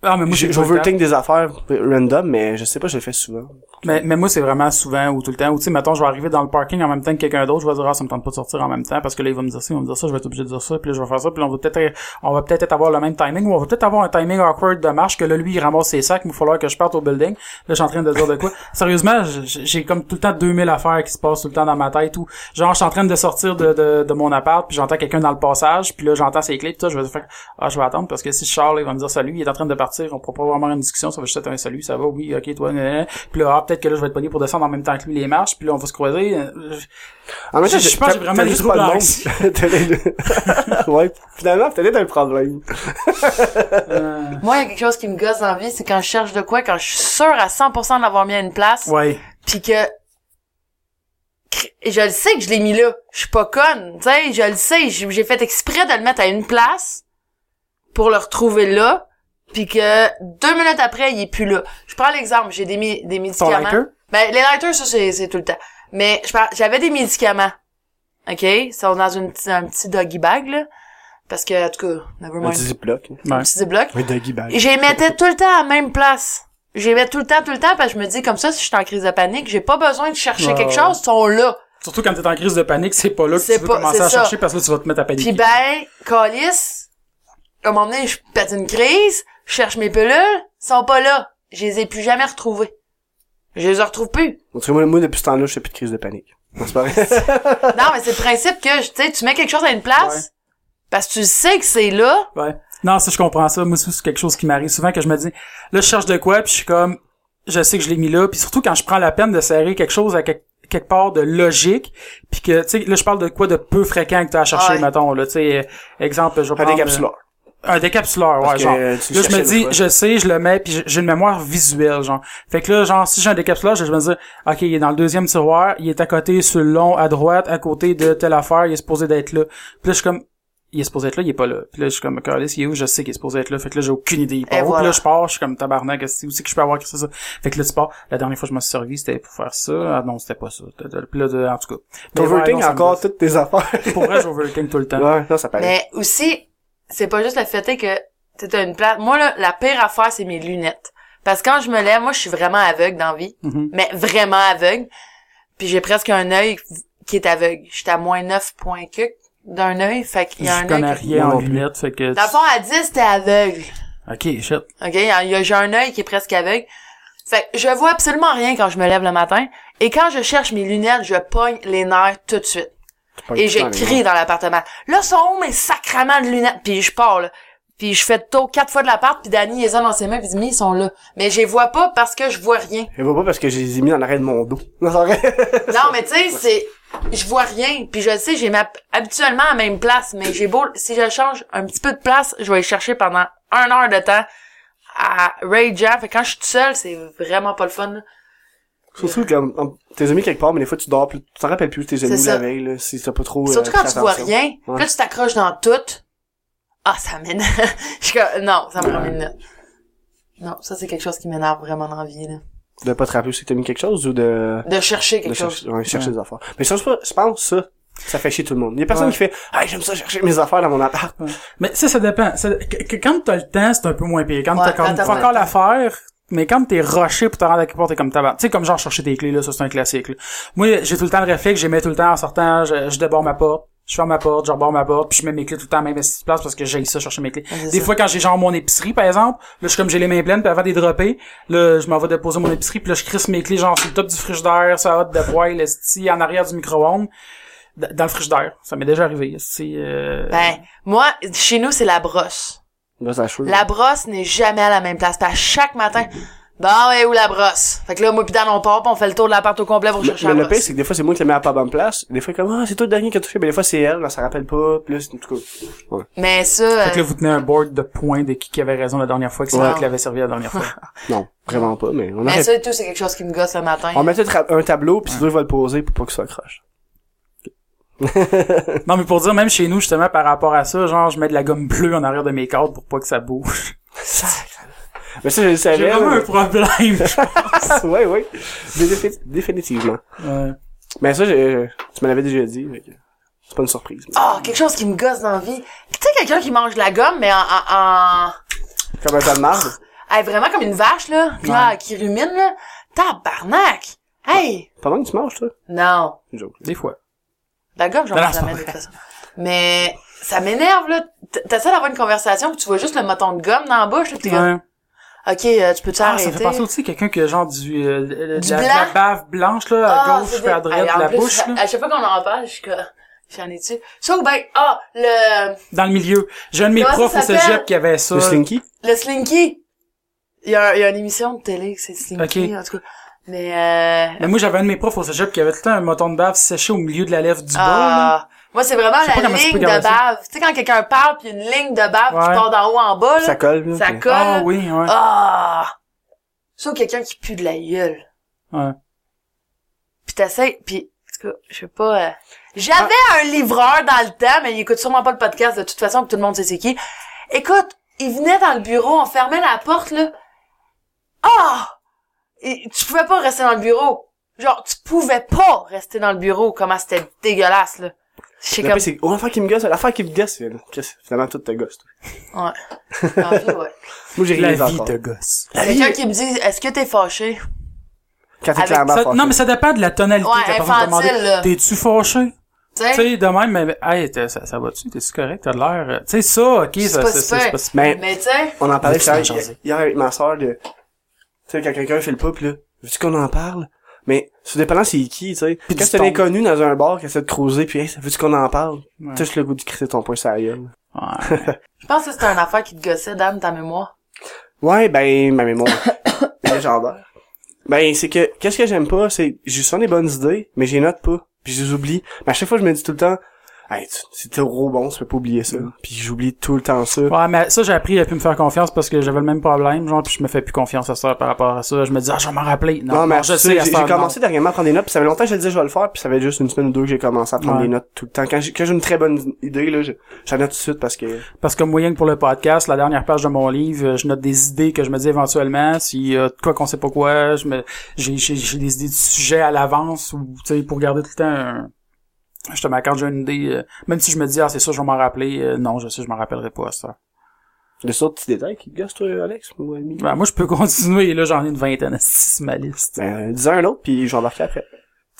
S4: Ah, mais moi, j'ai tout le temps.
S2: j'overthink des affaires random, mais je sais pas, je le fais souvent.
S4: Mais, mais moi, c'est vraiment souvent ou tout le temps. Ou tu sais, mettons, je vais arriver dans le parking en même temps que quelqu'un d'autre, je vais dire, ah, ça me tente pas de sortir en même temps parce que là, il va me dire ça, il va me dire ça, je vais être obligé de dire ça, puis là, je vais faire ça, puis là, on va peut-être, être- on va peut-être avoir le même timing, ou on va peut-être avoir un timing awkward de marche que là, lui, il ramasse ses sacs, mais il va falloir que je parte au building. Là, je suis en train de dire de quoi. Sérieusement, j- j- j'ai comme tout le temps 2000 affaires qui se passent tout le temps dans ma tête ou, genre, je suis en train de sortir de, de, de mon appart, puis j'entends quelqu'un dans le passage, puis là, j'entends ses clés, puis ça, je vais faire, ah, je vais attendre parce que si je sors, là, il va me dire salut, il est en train de partir, on pourra pas vraiment avoir une discussion, ça va juste être un salut, ça va, oui, ok, toi, nan, nan, nan. puis là, ah, peut-être que là, je vais être pogné pour descendre en même temps que lui les marches, puis là, on va se croiser. euh, je-
S2: En même temps,
S4: Je- je pense que j'ai
S2: t'as-
S4: vraiment
S2: t'as
S4: des
S2: juste
S4: troubles
S2: pas le
S4: anxieux.
S2: monde. T'as les- ouais, finalement, peut-être un problème.
S4: euh,
S3: Moi, il y a quelque chose qui me gosse dans la vie, c'est quand je cherche de quoi, quand je suis sûre à 100% de l'avoir mis à une place,
S4: Ouais.
S3: pis que je le sais que je l'ai mis là. Je suis pas conne, tu sais, je le sais, j'ai j'ai fait exprès de le mettre à une place pour le retrouver là, puis que deux minutes après, il est plus là. Je prends l'exemple, j'ai des, mi- des
S4: Ton
S3: médicaments.
S4: lighter?
S3: Ben, les lighters, ça, c'est, c'est tout le temps. Mais je par- j'avais des médicaments. OK? Ils sont dans une, petite- un petit doggy bag, là. Parce que, en tout cas, never
S2: Un
S3: mind.
S2: petit ziploc.
S4: Ouais.
S3: Un petit ziploc.
S2: Oui, Dougie Bag.
S3: Et je les mettais tout le temps à la même place. Je les mets tout le temps, tout le temps, parce que je me dis, comme ça, si je suis en crise de panique, j'ai pas besoin de chercher
S4: Ouais,
S3: quelque
S4: ouais.
S3: chose, ils sont là.
S4: Surtout quand t'es en crise de panique, c'est pas là que
S3: C'est
S4: tu veux
S3: pas-
S4: commencer
S3: c'est
S4: à
S3: ça.
S4: chercher parce que là, tu vas te mettre à paniquer.
S3: Puis ben, Calis, à un moment donné, je pète une crise, je cherche mes pelules, ils sont pas là. Je les ai plus jamais retrouvées. Je les retrouve plus.
S2: En tout cas, moi, moi, depuis ce temps-là, je fais plus de crise de panique. Non, c'est pas vrai.
S3: non, mais c'est le principe que, tu sais, tu mets quelque chose à une place,
S4: Ouais.
S3: parce que tu sais que c'est là.
S4: Ouais. Non, ça, je comprends ça. Moi, ça, c'est quelque chose qui m'arrive souvent que je me dis, là, je cherche de quoi, puis je suis comme, je sais que je l'ai mis là, puis surtout quand je prends la peine de serrer quelque chose à quelque, quelque part de logique, puis que, tu sais, là, je parle de quoi de peu fréquent que t'as à chercher,
S3: Ouais.
S4: mettons, là, tu sais, euh, exemple, je vais
S2: Un
S4: prendre,
S2: décapsuleur.
S4: euh, Un décapsuleur, ouais,
S2: Parce que,
S4: genre.
S2: euh, tu le
S4: là, je me
S2: cherchais
S4: dis,
S2: l'autre fois.
S4: je sais, je le mets, puis j'ai- j'ai une mémoire visuelle, genre. Fait que là, genre, si j'ai un décapsuleur, je vais me dire, OK, il est dans le deuxième tiroir, il est à côté, sur le long, à droite, à côté de telle affaire, il est supposé d'être là. Puis là, je suis comme, il est supposé être là, il est pas là. Puis là, je suis comme, Carlis, il est où? Je sais qu'il est supposé être là. Fait que là, j'ai aucune idée. Il part
S3: Et
S4: où? Puis
S3: voilà.
S4: là, je pars, je suis comme, tabarnak, c'est où c'est que je peux avoir que c'est ça? Fait que là, tu pars. La dernière fois, que je me suis servi, c'était pour faire ça. Ah non, c'était pas ça. Puis là, de- en tout cas. Mais ouais,
S2: T'overthink
S4: non, ça me
S2: encore
S4: gosse.
S2: toutes tes affaires.
S4: Pour vrai, j'overthink tout le temps.
S2: ouais, non, ça paraît.
S3: Mais aussi, c'est pas juste le fait est que t'es à une place. Moi, là, la pire affaire, c'est mes lunettes. Parce que quand je me lève, moi, je suis vraiment aveugle dans la vie.
S4: Mhm.
S3: Mais vraiment aveugle. Puis j'ai presque un œil qui est aveugle. J'étais à moins 9 points que d'un œil. Fait qu'il y a
S4: Je
S3: un
S4: connais
S3: œil. qui-
S4: rien
S2: Moi
S4: en
S2: non plus.
S4: lunettes, fait que...
S3: Dans le fond, à 10, t'es aveugle.
S4: Ok, shit.
S3: OK? Il y a- il y a- J'ai un œil qui est presque aveugle. Fait que je vois absolument rien quand je me lève le matin. Et quand je cherche mes lunettes, je pogne les nerfs tout de suite. Et j'ai crié dans l'appartement. Là, sont où mes sacrements de lunettes? Puis je pars, là. Puis je fais le tour quatre fois de l'appart, puis Danny les a dans ses mains, puis il dit, mais ils sont là. Mais je les vois pas parce que je vois rien.
S2: Je vois pas parce que je les ai mis en arrêt de mon dos. Non, c'est vrai.
S3: Non, mais tu sais, c'est, je vois rien. Puis je le sais, j'ai ma, habituellement à la même place, mais j'ai beau, si je change un petit peu de place, je vais les chercher pendant un heure de temps à rager. Fait que quand je suis toute seule, c'est vraiment pas le fun. là.
S2: Surtout comme, en- t'es amis quelque part, mais des fois, tu dors plus, tu t'en rappelles plus tes amis
S3: ça.
S2: la veille, là, si t'as pas trop. euh,
S3: Surtout quand
S2: fait
S3: tu vois
S2: attention.
S3: rien.
S2: Ouais.
S3: Là, tu t'accroches dans tout. Ah, ça m'énerve. Je suis comme, non, ça me prend une minute. Non, ça, c'est quelque chose qui m'énerve vraiment dans la vie, là.
S2: De pas te rappeler si t'as mis quelque chose ou de.
S3: De chercher
S2: de
S3: quelque chose.
S2: chercher, ouais, chercher
S4: Ouais.
S2: des affaires. Mais je pense pas, je pense ça, ça fait chier tout le monde. Il y a personne
S4: Ouais.
S2: qui fait, ah, j'aime ça chercher mes affaires dans mon appart.
S4: Mais ça, ça dépend. Ça- que- que- quand t'as le temps, c'est un peu moins pire. Quand
S3: Ouais,
S4: t'as comme,
S3: quand t'as
S4: faut
S3: le
S4: encore
S3: temps.
S4: la faire, mais quand t'es rushé pour te rendre à quelque part, t'es comme tabac. Tu sais, comme genre chercher tes clés, là, ça c'est un classique, là. Moi, j'ai tout le temps le réflexe, j'ai mets tout le temps en sortant, je, je déborde ma porte. Je ferme ma porte, je rebord ma porte, puis je mets mes clés tout le temps à la même petite place parce que j'ai ça chercher mes clés.
S3: Ouais, c'est
S4: Des
S3: ça.
S4: fois, quand j'ai genre mon épicerie, par exemple, là, je suis comme j'ai les mains pleines, puis avant d'y dropper, là, je m'en vais déposer mon épicerie, puis là, je crisse mes clés genre sur le top du frigidaire, sur la hotte de poêle, esti, en arrière du micro-ondes, d- dans le frigidaire. Ça m'est déjà arrivé, esti, euh,
S3: Ben, moi, chez nous, c'est la brosse.
S2: Là, ça chaud.
S3: La brosse n'est jamais à la même place. Puis à chaque matin, bon, et où la brosse? Fait que là, moi pis Dan, on part, puis on fait le tour de l'appart au complet pour
S2: Mais,
S3: chercher
S2: mais
S3: la
S2: le pire,
S3: brosse.
S2: c'est que des fois, c'est moi qui la mets à pas bonne place. Des fois, comme, ah, c'est toi le dernier que tu fais. Mais des fois, c'est elle, mais ça rappelle pas. Puis là, c'est, en tout cas. Ouais.
S3: Mais ça, euh,
S4: Fait que là, vous tenez un board de points de qui qui avait raison la dernière fois, qui c'est
S3: Ouais.
S4: moi qui l'avait servi la dernière fois.
S2: Non, vraiment pas, mais on
S3: mais
S2: arrête.
S3: ça et tout, c'est quelque chose qui me gosse le matin.
S2: On met tout ra- un tableau, puis tu va le poser pour pas que ça accroche.
S4: non, mais pour dire, même chez nous, justement, par rapport à ça, genre, je mets de la gomme bleue en arrière de mes cordes pour pas que ça bouge.
S2: Mais ça, je le savais.
S4: J'ai vraiment un
S2: là.
S4: problème.
S2: ouais, ouais. Dé- défi- définitivement.
S4: Ouais.
S2: Mais Ben ça, je- je- tu me l'avais déjà dit. fait que C'est pas une surprise. mais-
S3: Ah, quelque chose qui me gosse dans la vie. Tu sais, quelqu'un qui mange de la gomme, mais en... en, en...
S2: Comme un tas de marde.
S3: Hey, vraiment comme une vache, là, là, qui rumine, là. Tabarnak! Hey!
S2: Pendant que tu manges, toi.
S3: Non.
S2: C'est une joke.
S4: Des fois.
S3: La gomme, j'en
S4: Non, non,
S3: mange
S4: c'est
S3: jamais de
S4: pas
S3: toute façon. Mais ça m'énerve, là. T- T'essaies d'avoir une conversation, puis tu vois juste le moton de gomme dans la bouche, là, pis t'es comme,
S4: Ouais.
S3: OK, euh, tu peux-tu
S4: Ah,
S3: arrêter?
S4: ça fait penser aussi à quelqu'un qui a genre du, euh, de,
S3: Du
S4: la, de
S3: blanc.
S4: la bave blanche, là, à
S3: Ah,
S4: gauche,
S3: c'est
S4: puis à
S3: des-
S4: droite
S3: Hey, en
S4: de la
S3: plus,
S4: bouche, là.
S3: À chaque fois qu'on en parle, je suis comme, j'en ai-tu? Ça ou ben, ah, le,
S4: Dans le milieu. J'ai un de mes
S3: Comment ça
S4: profs au
S3: s'appelle?
S4: cégep qui avait ça.
S2: Le slinky?
S3: le Slinky. Il y a, il y a une émission de télé que c'est Slinky,
S4: Ok.
S3: en tout cas. Mais, euh,
S4: Mais moi, j'avais un de mes profs au cégep qui avait tout le temps un moton de bave séché au milieu de la lèvre du bas, là.
S3: ah, moi, c'est vraiment
S4: Je sais pas
S3: la
S4: comment tu peux
S3: ligne de
S4: garder ça.
S3: bave. Tu sais, quand quelqu'un parle pis il y a une ligne de bave qui
S4: Ouais.
S3: part d'en haut en bas, là.
S2: Ça colle, là.
S3: ça
S2: mais-
S3: colle.
S4: Ah oui, ouais.
S3: Ah! Ça ou quelqu'un qui pue de la gueule.
S4: Ouais.
S3: Pis t'essayes, pis, en tout cas, je sais pas... euh, J'avais un livreur dans le temps, mais il écoute sûrement pas le podcast, de toute façon, que tout le monde sait c'est qui. Écoute, il venait dans le bureau, on fermait la porte, là. Ah! Et tu pouvais pas rester dans le bureau. Genre, tu pouvais pas rester dans le bureau, comment c'était dégueulasse, là. J'étais
S2: Le
S3: comme...
S2: pire, c'est oh, l'affaire qui me gosse, l'affaire qui me gosse, c'est Qu'est-ce- finalement tout te gosse. toi.
S3: Ouais. Dans la vie, ouais.
S2: Moi j'ai rien
S4: La
S2: les
S4: vie
S2: enfants.
S4: de gosse.
S3: Quelqu'un qui me dit, est-ce que t'es fâché?
S2: Quand t'es
S3: Avec-
S2: clairement
S4: Ça-
S2: fâché.
S4: non, mais ça dépend de la tonalité
S3: Ouais,
S4: que la personne
S3: infantile,
S4: demandait.
S3: là. Hein?
S4: T'es-tu fâché?
S3: Tu
S4: Tu
S3: sais,
S4: sais, de même, mais, hey, t'es- ça, ça va-tu? T'es-tu correct? T'as de l'air, euh, tu sais, ça, ok, ça,
S3: pas
S4: ça- ça-
S3: super.
S4: c'est pas super.
S2: Mais
S3: mais tu sais,
S2: Ben, on en parlait
S4: Veux-tu en
S2: hier,
S4: jaser?
S2: hier avec ma soeur de... Tu sais, quand quelqu'un fait le pas, pis là, veux-tu qu'on en parle? Mais, c'est dépendant c'est qui, tu sais.
S4: Puis
S2: Quand
S4: du
S2: c'est
S4: ton.
S2: l'inconnu dans un bar qui essaie de croiser, pis hey, veux-tu qu'on en parle?
S4: Ouais.
S2: Touche le goût du crisser ton poing sur la gueule.
S4: Ouais.
S3: je pense que c'est un affaire qui te gossait, Dan, ta mémoire.
S2: Ouais, ben, ma mémoire. légendaire. Ben, c'est que, qu'est-ce que j'aime pas, c'est, j'ai souvent des bonnes idées, mais j'ai note pas. Puis je les oublie. Mais à chaque fois, je me dis tout le temps, hey, tu- c'est trop bon, tu peux pas oublier ça. Puis j'oublie tout le temps ça.
S4: Ouais, mais ça, j'ai appris à plus me faire confiance parce que j'avais le même problème, genre, puis je me fais plus confiance à ça par rapport à ça. Je me dis, ah, je vais m'en rappeler. Non,
S2: Non, mais
S4: non, je sais, à
S2: j'ai
S4: cette
S2: j'ai
S4: heure, non.
S2: commencé dernièrement à prendre des notes, puis ça fait longtemps que je le disais je vais le faire, puis ça fait juste une semaine ou deux que j'ai commencé à prendre
S4: Ouais.
S2: des notes tout le temps. Quand j'ai quand j'ai une très bonne idée, là, je- j'en note tout de suite parce que...
S4: Parce que moyen que pour le podcast, la dernière page de mon livre, euh, je note des idées que je me dis éventuellement, si euh, de quoi qu'on sait pas quoi, je me j'ai j'ai j'ai des idées de sujets à l'avance ou tu sais pour garder tout le temps un- justement quand j'ai une idée euh, même si je me dis ah c'est ça je vais m'en rappeler euh, non je sais je m'en rappellerai pas ça.
S2: De sorte de petits détails qui te gossent, toi, Alex, ou ami?
S4: Ben, moi je peux continuer là j'en ai une vingtaine esti, c'est ma liste.
S2: Ben, dis un autre, puis je vais embarquer après.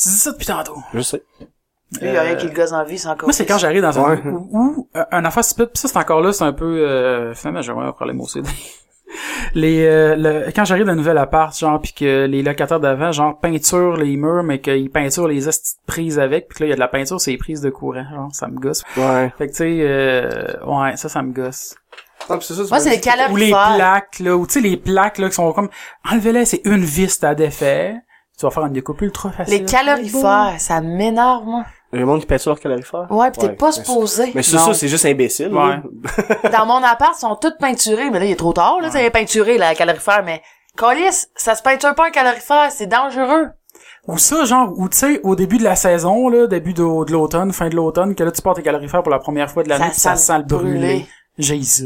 S4: Tu dis ça depuis tantôt.
S2: Je sais.
S3: Lui, il y a rien qui le gosse dans la vie, c'est encore.
S4: Euh, Moi, c'est quand j'arrive dans un...
S2: Ouais.
S4: Ou, ou, euh, un affaire stupide, pis ça, c'est encore là, c'est un peu... Euh, finalement, j'ai vraiment un problème aussi. les, euh, le- quand j'arrive dans un nouvel appart, genre, puis que les locataires d'avant, genre, peinture les murs, mais qu'ils peinturent les estis de prises avec, puis que là, il y a de la peinture, c'est les prises de courant, genre, ça me gosse.
S2: Ouais.
S4: Fait que, tu sais, euh, ouais, ça, ça me gosse.
S2: Non, Ah, puis c'est ça, tu
S3: Moi,
S2: me
S3: c'est
S2: dis-
S3: les calorifères.
S4: Ou les plaques, là, ou tu sais, les plaques, là, qui sont comme... Enlevez-les, c'est une vis, t'as défait. Tu vas faire une découpe ultra facile.
S3: Les calorifères, ça m'énerve, moi.
S2: Le monde qui pète sur leur calorifère.
S3: Ouais, pis t'es
S2: Ouais,
S3: pas
S2: ben,
S3: supposé.
S2: Mais c'est
S4: Non.
S2: ça, c'est juste imbécile.
S4: Ouais.
S2: là.
S3: Dans mon appart, ils sont toutes peinturées, mais là, il est trop tard, là, c'est peinturé, là, à calorifère, mais Colis, ça se peinture pas un calorifère, c'est dangereux.
S4: Ou ça, genre, ou tu sais, au début de la saison, là, début de, de l'automne, fin de l'automne, que là, tu portes tes calorifères pour la première fois de l'année,
S3: Ça
S4: pis ça
S3: sent
S4: sent le brûler.
S3: brûler.
S4: J'ai ça.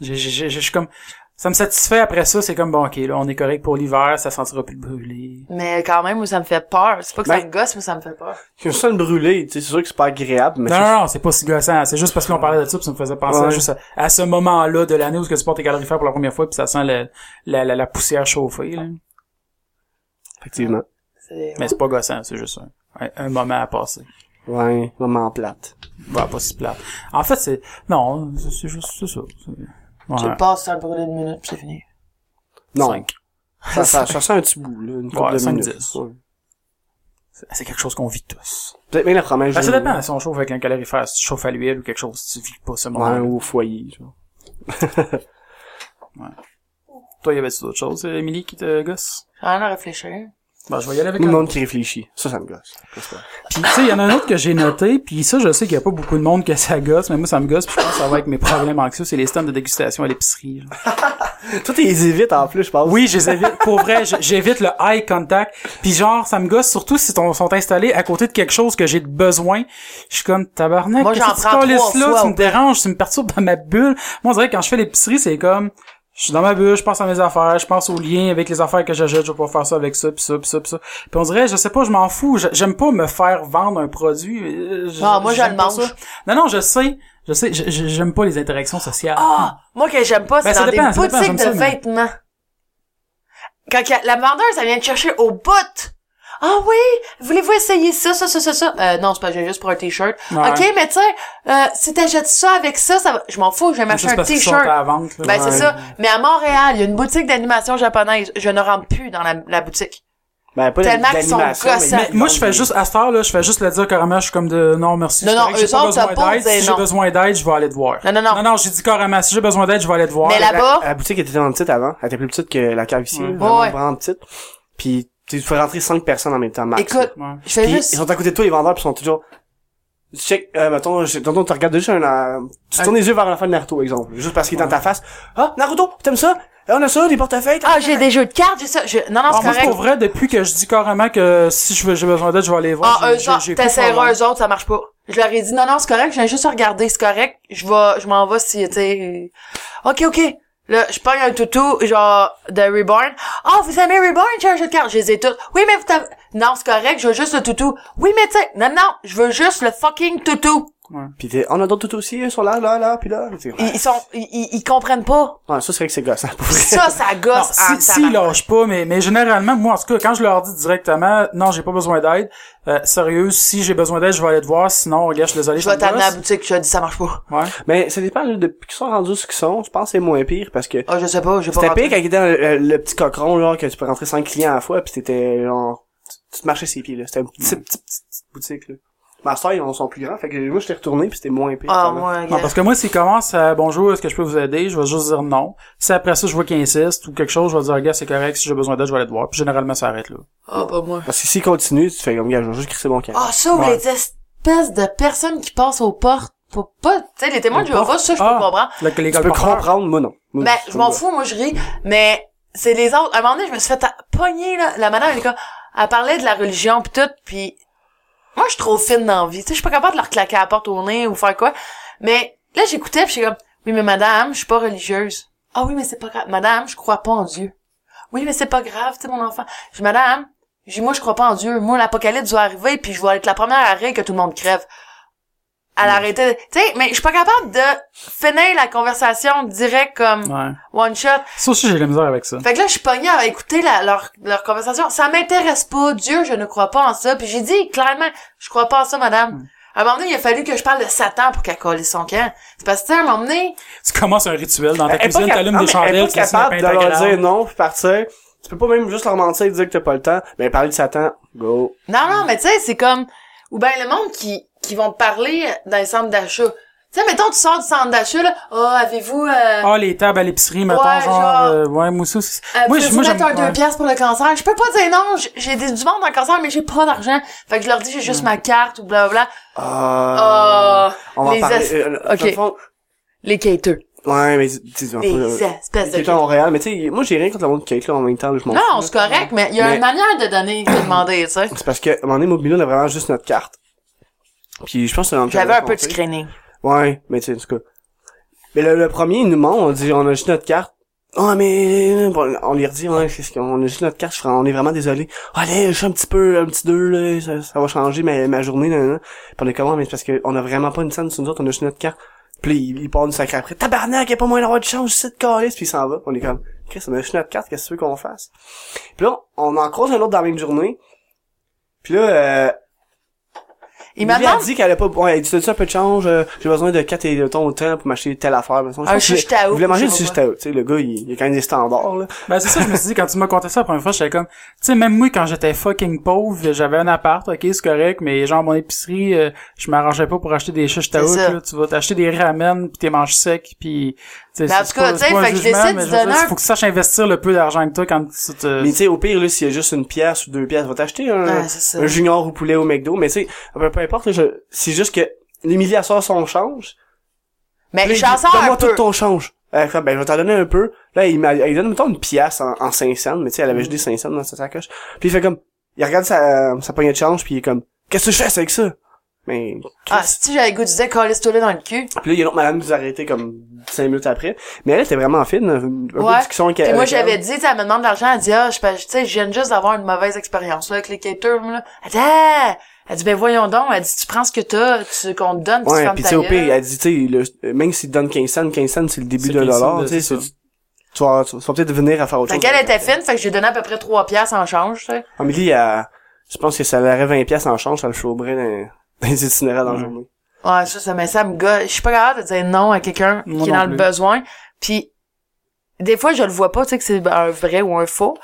S4: J'ai- j'ai- j'ai- Je suis comme, ça me satisfait après ça, c'est comme, bon, ok, là, on est correct pour l'hiver, ça sentira plus le brûler.
S3: Mais quand même, moi, ça me fait peur. C'est pas que ça
S2: Ben-
S3: me gosse, mais ça me fait peur.
S2: Ils sont le brûler, tu sais, c'est sûr que c'est pas agréable, mais
S4: Non,
S2: c'est-
S4: non, non, c'est pas si gossant, c'est juste parce qu'on parlait de ça, pis ça me faisait penser à
S2: Ouais.
S4: juste à, à ce moment-là de l'année où est-ce que tu portes tes calorifères pour la première fois, puis ça sent le- la, la, la poussière chauffée, là.
S2: effectivement.
S3: C'est-
S4: Mais c'est pas gossant, c'est juste un, un- un moment à passer.
S2: Ouais, maman plate.
S4: Bah, pas si plate. En fait, c'est, non, c'est- c'est juste, c'est ça. C'est-
S3: Tu
S4: Ouais.
S3: le passes, ça le brûler une minute, pis c'est fini.
S2: Non,
S4: Cinq.
S2: ça, ça, ça sent un petit bout, là, une couple
S4: Ouais,
S2: de
S4: cinq,
S2: minutes.
S4: dix.
S2: Ouais.
S4: Ben, C'est quelque chose qu'on vit tous.
S2: Peut-être même la promesse.
S4: Ben, ça
S2: journée.
S4: dépend. Si on chauffe avec un calorifère, si tu chauffes à l'huile ou quelque chose, tu vis pas ce moment
S2: Ouais, ou au foyer, genre.
S4: Toi, y avait-tu d'autres choses, euh, Émilie, qui te gosse?
S3: J'ai rien à réfléchir.
S4: Bon, je vais y aller avec
S2: Tout le
S4: un
S2: monde qui réfléchit. Ça, ça me gosse. Qu'est-ce que-
S4: Puis, tu sais, il y en a un autre que j'ai noté, puis ça, je sais qu'il y a pas beaucoup de monde que ça gosse, mais moi, ça me gosse, puis je pense que ça va avec mes problèmes anxieux, c'est les stands de dégustation à l'épicerie. là.
S2: Toi, t'es évite en plus, je pense.
S4: Oui, je les évite. Pour vrai, je- j'évite le eye contact, puis genre, ça me gosse surtout si on sont installés à côté de quelque chose que j'ai de besoin. Je suis comme, tabarnak,
S3: Moi,
S4: qu'est-ce
S3: j'en
S4: que tu
S3: prends
S4: colles
S3: trois
S4: là,
S3: fois
S4: tu
S3: au
S4: me déranges, tu me perturbes dans ma bulle. Moi, on dirait que quand je fais l'épicerie, c'est comme, je suis dans ma bulle, je pense à mes affaires, je pense aux liens avec les affaires que j'achète, je vais pouvoir faire ça avec ça, puis ça, puis ça, puis ça. Puis on dirait, je sais pas, je m'en fous, je- j'aime pas me faire vendre un produit. euh, je-
S3: Ah, moi, je
S4: j'aime
S3: le
S4: pas
S3: mange.
S4: ça. Non, non, je sais, je sais, je- je- j'aime pas les interactions sociales.
S3: Ah! Moi, que j'aime pas, c'est
S4: Ben, ça
S3: dans
S4: dépend,
S3: des
S4: ça dépend,
S3: boutiques de
S4: j'aime ça, mais-
S3: vêtements. Quand qu'il y a- la vendeuse, elle vient te chercher au bout. Ah oui! Voulez-vous essayer ça, ça, ça, ça, ça? Euh, non, c'est pas j'ai juste pour un t-shirt.
S4: Ouais.
S3: OK, mais tu sais, euh, si t'achètes ça avec ça, ça va... Je m'en fous, je vais
S4: Mais ça,
S3: m'acheter
S4: c'est
S3: un
S4: parce qu'ils sont à
S3: t-shirt.
S4: la vente, là.
S3: Ben,
S2: Ouais.
S3: c'est ça. Mais à Montréal, il y a une boutique d'animation japonaise. Je ne rentre plus dans la, la boutique.
S2: Ben, pas
S3: Tellement qu'ils sont
S2: d'animation,
S3: gossants.
S2: mais-
S4: Mais moi, je fais juste, à cette heure-là, je fais juste le dire carrément, je suis comme de, non, merci,
S3: Non,
S4: je
S3: non,
S4: correct, j'ai
S3: eux
S4: pas
S3: autres,
S4: besoin
S3: ça
S4: d'aide,
S3: pose
S4: si
S3: des
S4: j'ai
S3: noms.
S4: besoin d'aide, je vais aller te voir.
S3: Non, non, non.
S4: Non, non, j'ai dit carrément, si j'ai besoin d'aide, je vais aller te voir.
S3: Mais
S2: La-
S3: là-bas-
S2: La, boutique était tellement petite avant. Elle était plus petite que la cave ici.
S4: Ouais.
S2: Vraiment,
S3: Ouais.
S2: vraiment petite. Puis, tu fais rentrer cinq personnes en même
S4: Ah,
S2: temps, max.
S3: Écoute,
S4: Ouais.
S3: je fais
S2: Puis,
S3: juste...
S2: ils sont à côté de toi, les vendeurs, puis ils sont toujours... Check, euh, mettons, je- tonton, tu regardes juste un... euh, tu tournes les yeux vers la fin de Naruto, exemple. Juste parce qu'il est dans ta face. Ah, Naruto, t'aimes ça? Eh, on a ça, des portefeuilles.
S3: Ah, j'ai des jeux de cartes, j'ai ça. je- Non, non,
S4: Ah,
S3: c'est
S4: moi,
S3: correct.
S4: pour vrai, depuis que je dis carrément que si je veux- j'ai besoin d'aide, je vais aller voir.
S3: Ah,
S4: j'ai-
S3: eux
S4: j'ai-
S3: autres,
S4: j'ai
S3: t'essaieras
S4: compris.
S3: eux autres, ça marche pas. Je leur ai dit, non, non, c'est correct, je viens juste regarder, c'est correct, je vais, je m'en vais si, tu sais, euh, ok, ok. Là, je prends un toutou, genre, de Reborn. Ah, vous aimez Reborn? J'ai un jeu de cartes. Je les ai toutes. Oui, mais vous t'avez- Non, c'est correct, je veux juste le toutou. Oui, mais tu sais, non, non, je veux juste le fucking toutou.
S2: Pis t'es, on a d'autres tout aussi, ils sont là, là, là, pis là. T'sais,
S3: Ils, ils sont, ils- ils, ils comprennent pas.
S2: Ouais, ça, c'est vrai que c'est gossant, pour vrai.
S3: Ça, ça gosse.
S4: Non, si,
S3: en
S4: si
S3: tabarnak.
S4: lâche pas, mais, mais généralement, moi, en tout cas, quand je leur dis directement, non, j'ai pas besoin d'aide, euh, sérieux, si j'ai besoin d'aide, je vais aller te voir, sinon, regarde, je suis désolé,
S3: je vais
S4: ça me
S3: t'amener à la
S4: gosse.
S3: boutique, je te dis, ça marche pas.
S4: Ouais.
S2: Mais ça dépend, là, depuis qu'ils sont rendus ce qu'ils sont, je pense que c'est moins pire, parce que
S3: Ah, je sais pas, j'ai pas
S2: c'était
S3: rentré.
S2: pire quand ils étaient dans le, le petit cochon, genre, que tu peux rentrer 5 clients à la fois, pis t'étais, genre, tu- tu te marchais ses pieds, là. C'était une petite, petite, petite, petite boutique, là. Master, ils en sont plus grands, fait que moi, j'étais retourné, pis c'était moins pire.
S3: Ah,
S2: vraiment.
S3: moi,
S4: Non, parce que moi, s'ils commencent à, bonjour, est-ce que je peux vous aider, je vais juste dire non. Si après ça, je vois qu'ils insistent ou quelque chose, je vais dire, regarde, c'est correct, si j'ai besoin d'aide, je vais aller te voir. Puis généralement, ça arrête, là.
S3: Ah, pas moi.
S2: Parce que s'ils continuent, tu fais comme, gars, je vais juste crisser mon camp.
S3: Ah, ça, ou
S4: Ouais.
S3: les espèces de personnes qui passent aux portes. Faut pas, tu sais, les témoins
S4: Aux
S3: de Jéhovah,
S4: portes?
S3: ça, je peux
S4: Ah.
S3: comprendre.
S4: Là, que les
S2: tu
S4: gars
S2: peux
S4: le portent.
S2: comprendre, moi, non. Moi,
S3: Ben, je m'en
S2: pas.
S3: fous, moi, je ris. Mais, c'est les autres. À un moment donné, je me suis fait ta- pogner, là. La madame, elle est comme, elle parlait de la religion pis tout, pis moi, je suis trop fine dans la vie. Tu sais, je suis pas capable de leur claquer à la porte au nez ou faire quoi. Mais, là, j'écoutais pis j'étais comme, oui, mais madame, je suis pas religieuse. Ah oui, mais c'est pas grave. Madame, je crois pas en Dieu. Oui, mais c'est pas grave, tu sais, mon enfant. Je dis, madame, je dis, moi, je crois pas en Dieu. Moi, l'apocalypse va arriver puis je vais être la première à rire que tout le monde crève. Elle arrêtait, tu sais, mais je suis pas capable de finir la conversation direct comme
S4: Ouais.
S3: one shot.
S4: Ça aussi, j'ai de la misère avec ça.
S3: Fait que là, je suis pognée à écouter la- leur, leur conversation. Ça m'intéresse pas. Dieu, je ne crois pas en ça. Puis j'ai dit, clairement, je crois pas en ça,
S4: Mm.
S3: madame. À un moment donné, il a fallu que je parle de Satan pour qu'elle colle son camp. C'est parce que, tu sais, à un moment donné,
S4: Tu commences un rituel dans ta
S2: Elle est pas
S4: cuisine,
S2: cap-
S4: t'allumes
S2: non,
S4: des
S2: mais elle est
S4: chandelles,
S2: pas
S4: tu dessines un
S2: capable de leur dire
S4: pentagramme.
S2: non, puis partir. Tu peux pas même juste leur mentir et dire que t'as pas le temps. Mais parler de Satan, go.
S3: non,
S4: Mm.
S3: non, mais tu sais, c'est comme, ou ben le monde qui, qui vont te parler dans les centres d'achat. Tu sais, mettons, tu sors du centre d'achat, là. Ah, avez-vous, euh,
S4: Ah, les tables à l'épicerie, mettons,
S3: Ouais,
S4: genre,
S3: genre-
S4: euh, ouais, moi aussi, aussi.
S3: Euh,
S4: moi,
S3: peux-tu
S4: je- moi,
S3: mettre
S4: j'aime-
S3: un deux
S4: ouais.
S3: piastres pour le cancer. Je peux pas dire non, j- j'ai des- du monde dans le cancer, mais j'ai pas d'argent. Fait que je leur dis, j'ai juste
S4: Mm.
S3: ma carte ou blablabla.
S2: Ah.
S3: Ah,
S2: on va en
S3: les
S2: parler.
S3: as-
S2: euh, dans le
S3: ok.
S2: fond-
S3: les quêteux.
S2: ouais, mais dis-moi.
S3: Les espèces de
S2: Quelqu'un euh, à Montréal, mais tu sais, moi j'ai rien contre le monde cake là en même temps, je m'en
S3: Non,
S2: fous.
S3: c'est correct, mais il y a
S2: Mais-
S3: une manière de donner, de demander, tu sais.
S2: C'est parce que, à un moment donné, Mobilo, on a vraiment juste notre carte. Puis je pense que c'est dans le
S3: J'avais un peu de
S2: conseil.
S3: screening.
S2: Ouais, mais tu sais, en tout cas. Mais le, le premier, il nous montre, on dit, on a juste notre carte. Ah, mais, bon, on lui redit, ouais, c'est ce qu'on a juste notre carte, je ferai- on est vraiment désolé. Allez, je suis un petit peu, un petit deux, là, ça, ça va changer ma, ma journée, là, là. Puis on est comment, mais c'est parce qu'on a vraiment pas une scène sur nous autres, on a juste notre carte. Puis là, il, il part nous sacrer après, tabarnak, y a pas moyen d'avoir de change, c'est de calice, puis il s'en va. On est comme, Chris, on a juste notre carte, qu'est-ce que tu veux qu'on fasse? Puis là, on en croise un autre dans la même journée. Puis là, euh,
S3: Il m'a
S2: Lily a
S3: demandé,
S2: dit qu'elle a pas, ouais, elle dit, t'as-tu un peu de change, euh, j'ai besoin de 4 et de ton autant pour m'acheter telle affaire, mais
S3: Un shish tao,
S2: Il voulait manger
S3: Ah, je
S2: du
S3: sais
S2: shish
S3: pas.
S2: tao, tu sais, le gars, il, il a quand même des standards, là.
S4: Ben, c'est ça, je me suis dit, quand tu m'as conté ça la première fois, j'étais comme, tu sais, même moi, quand j'étais fucking pauvre, j'avais un appart, ok, c'est correct, mais genre, mon épicerie, euh, je m'arrangeais pas pour acheter des chiches taouk,
S3: ça.
S4: là. Tu vas t'acheter des ramen, pis tes manches secs, pis, tu sais,
S3: Mais Ben, en tout cas, tu sais, fait que je décide de donner un-
S4: Faut que tu saches investir le peu d'argent que t'as quand tu te...
S2: Mais tu sais, au pire, là, s'il y a juste une pièce ou deux pièces, va t'acheter un,
S3: Euh, Ouais, c'est ça.
S2: un junior ou poulet au McDo, mais tu sais, peu, peu importe, là, je- c'est juste que, l'Emilie, elle sort son change. Là,
S3: mais
S2: il dit,
S3: Eh, j'en sors un
S2: Donne-moi tout
S3: peu.
S2: ton change. Elle fait, ben, je vais t'en donner un peu. Là, il m'a, il donne, mettons, une pièce en, en 5 cents, mais tu sais, elle avait juste
S3: Mm.
S2: des 5 cents dans sa sacoche. Puis il fait comme, il regarde sa, sa poignée de change, puis il est comme, qu'est-ce que je fais avec ça? Mais,
S3: Ah, si j'avais le goût, tu disais, colle-toi-là dans le
S2: Puis
S3: cul.
S2: là, il y a l'autre madame qui nous a arrêté comme cinq minutes après. Mais elle était vraiment fine. Un peu
S3: Ouais.
S2: de discussion avec
S3: Puis
S2: elle.
S3: moi, j'avais dit, tu sais, elle me demande de l'argent, elle dit, ah, je sais pas, tu sais, je viens juste d'avoir une mauvaise expérience, là, avec les caters, là. Elle dit, ah! Elle dit, ben, voyons donc, elle dit, tu prends ce que t'as, tu, qu'on te donne, puis tu
S2: Ouais,
S3: fermes
S2: pis tu
S3: ta
S2: sais, au pire,
S3: gueule.
S2: elle dit, tu sais, le- même s'il te donne 15 cents, 15 cents, c'est le début
S4: C'est
S2: de
S4: 15
S2: dollar,
S4: cents,
S2: tu sais,
S4: c'est
S2: c'est- tu vas, tu vas peut-être venir à faire autre
S3: Fait
S2: chose.
S3: qu'elle était fine, fait que j'ai donné à peu près trois pièces en change, tu sais.
S2: Amélie, elle- je pense que ça leur aurait 20 pièces en change, ça le chaubrait dans, dans les itinéraires dans la
S4: Ouais.
S2: journée.
S3: Ouais, ça, ça, mais ça me gosse. Je suis pas capable de dire non à quelqu'un qui est
S4: Moi
S3: dans
S4: non
S3: le
S4: plus.
S3: besoin. Puis, des fois, je le vois pas, tu sais, que c'est un vrai ou un faux.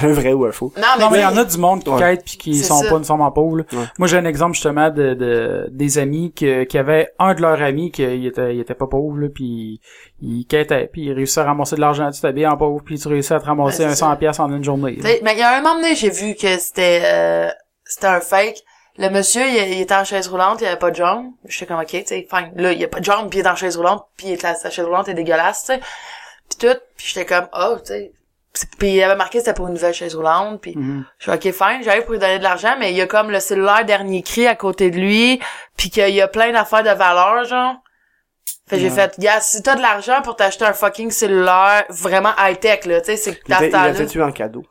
S2: Un vrai ou un faux.
S3: Non, Ah, mais,
S4: Non, mais il y
S3: tu-
S4: en a du monde qui
S2: Ouais.
S4: quête puis qui
S3: C'est
S4: sont
S3: ça.
S4: pas nécessairement pauvres. là.
S2: Ouais.
S4: Moi, j'ai un exemple justement de, de des amis que, qui avaient un de leurs amis qui il était, il était pas pauvre, là, puis il quêtait, puis il réussissait à ramasser de l'argent, tu t'habilles en pauvre, puis tu réussis à te ramasser
S3: Ouais, c'est
S4: un 100 pièces en une journée. là.
S3: Tu sais, mais il y a un moment donné, j'ai vu que c'était euh, c'était un fake. Le monsieur, il, il était en chaise roulante, il avait pas de jambe. J'étais comme, ok, tu sais, fine. Là, il a pas de jambe, puis il est en chaise roulante, puis il est- la- sa chaise roulante est dégueulasse, tu sais. Puis tout, puis j'étais comme, oh, tu sais. C'est- Puis il avait marqué que c'était pour une nouvelle chaise roulante, puis
S4: Mhm.
S3: je suis ok, fine, j'arrive pour lui donner de l'argent, mais il y a comme le cellulaire dernier cri à côté de lui, puis qu'il y a plein d'affaires de valeur, genre. Fait que j'ai
S4: Ouais.
S3: fait, gars, si t'as de l'argent pour t'acheter un fucking cellulaire vraiment high-tech, là, tu sais, c'est que
S2: Il
S3: t'as
S2: était- il
S3: t'as-
S2: l'avait tué en cadeau.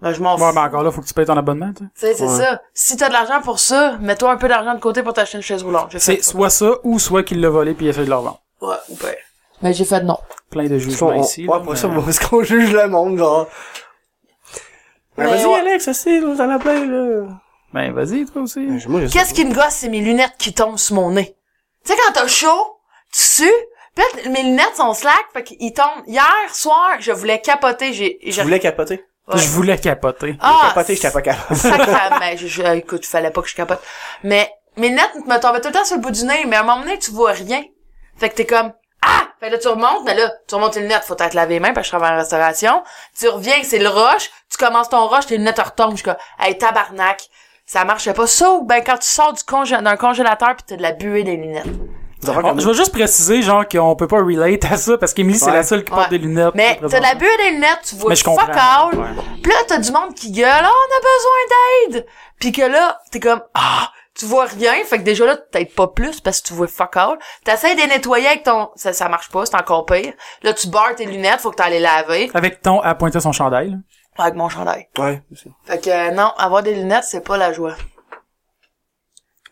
S3: Ben, je m'en fous.
S4: Ouais, mais encore là, faut que tu payes ton abonnement, tu sais.
S3: Tu sais, c'est
S2: Ouais.
S3: ça. Si t'as de l'argent pour ça, mets-toi un peu d'argent de côté pour t'acheter une chaise roulante. J'ai fait
S4: C'est soit ça, ou soit qu'il l'a volé puis il essaie de le revendre.
S3: ça. Ouais, ou ben. Mais j'ai fait non.
S4: Plein de
S2: Ils
S4: jugements
S2: font- on-
S4: ici.
S2: ouais,
S4: là,
S2: pour
S4: mais-
S2: ça, on- est-ce qu'on juge le monde, genre? Ben,
S3: Mais
S2: vas-y,
S3: ouais.
S2: Alex, aussi, nous en a plein, là.
S4: Ben, vas-y, toi aussi.
S2: Ben, moi, je sais
S3: Qu'est-ce
S2: pas.
S3: qui me gosse, c'est mes lunettes qui tombent sur mon nez. Tu sais, quand t'as chaud, tu sues, pis là, mes lunettes sont slack, fait qu'ils tombent. Hier soir, je voulais capoter, j'ai...
S2: Je voulais capoter.
S3: Ouais.
S4: Je voulais capoter.
S3: Ah,
S2: capoter, j'étais pas capable.
S3: Sacrament, Ben, je, je, écoute, fallait pas que je capote. Mais mes lunettes me tombaient tout le temps sur le bout du nez, mais à un moment donné, tu vois rien. Fait que t'es comme, ah! Fait que là, tu remontes, mais là, tu remontes tes lunettes, faut t'être lavé les mains, parce que je travaille en restauration. Tu reviens, c'est le rush, tu commences ton rush, tes lunettes retombent, je suis comme, hey, tabarnak. Ça marchait pas. Ça ou ben quand tu sors du congé- d'un congélateur pis t'as de la buée des lunettes.
S2: Des
S3: Ah,
S2: affaires
S4: Bon,
S2: comme-
S4: je vais juste préciser, genre, qu'on peut pas relate à ça, parce qu'Émilie, c'est
S2: Ouais.
S4: la seule qui porte
S3: Ouais.
S4: des lunettes.
S3: Mais t'as de la
S4: présentement.
S3: buée des lunettes, tu vois
S4: Mais je
S3: fuck
S4: comprends.
S3: all.
S4: Ouais.
S3: Pis là, t'as du monde qui gueule, Ah, on a besoin d'aide! Puis que là, t'es comme, ah, tu vois rien, fait que déjà là, t'aides pas plus parce que tu vois fuck all. T'essayes de les nettoyer avec ton, ça, ça marche pas, c'est encore pire. Là, tu barres tes lunettes, faut que t'ailles les laver
S4: Avec ton à pointer son chandail. là.
S3: avec mon chandail.
S2: Ouais.
S3: Fait que euh, non, avoir des lunettes, c'est pas la joie.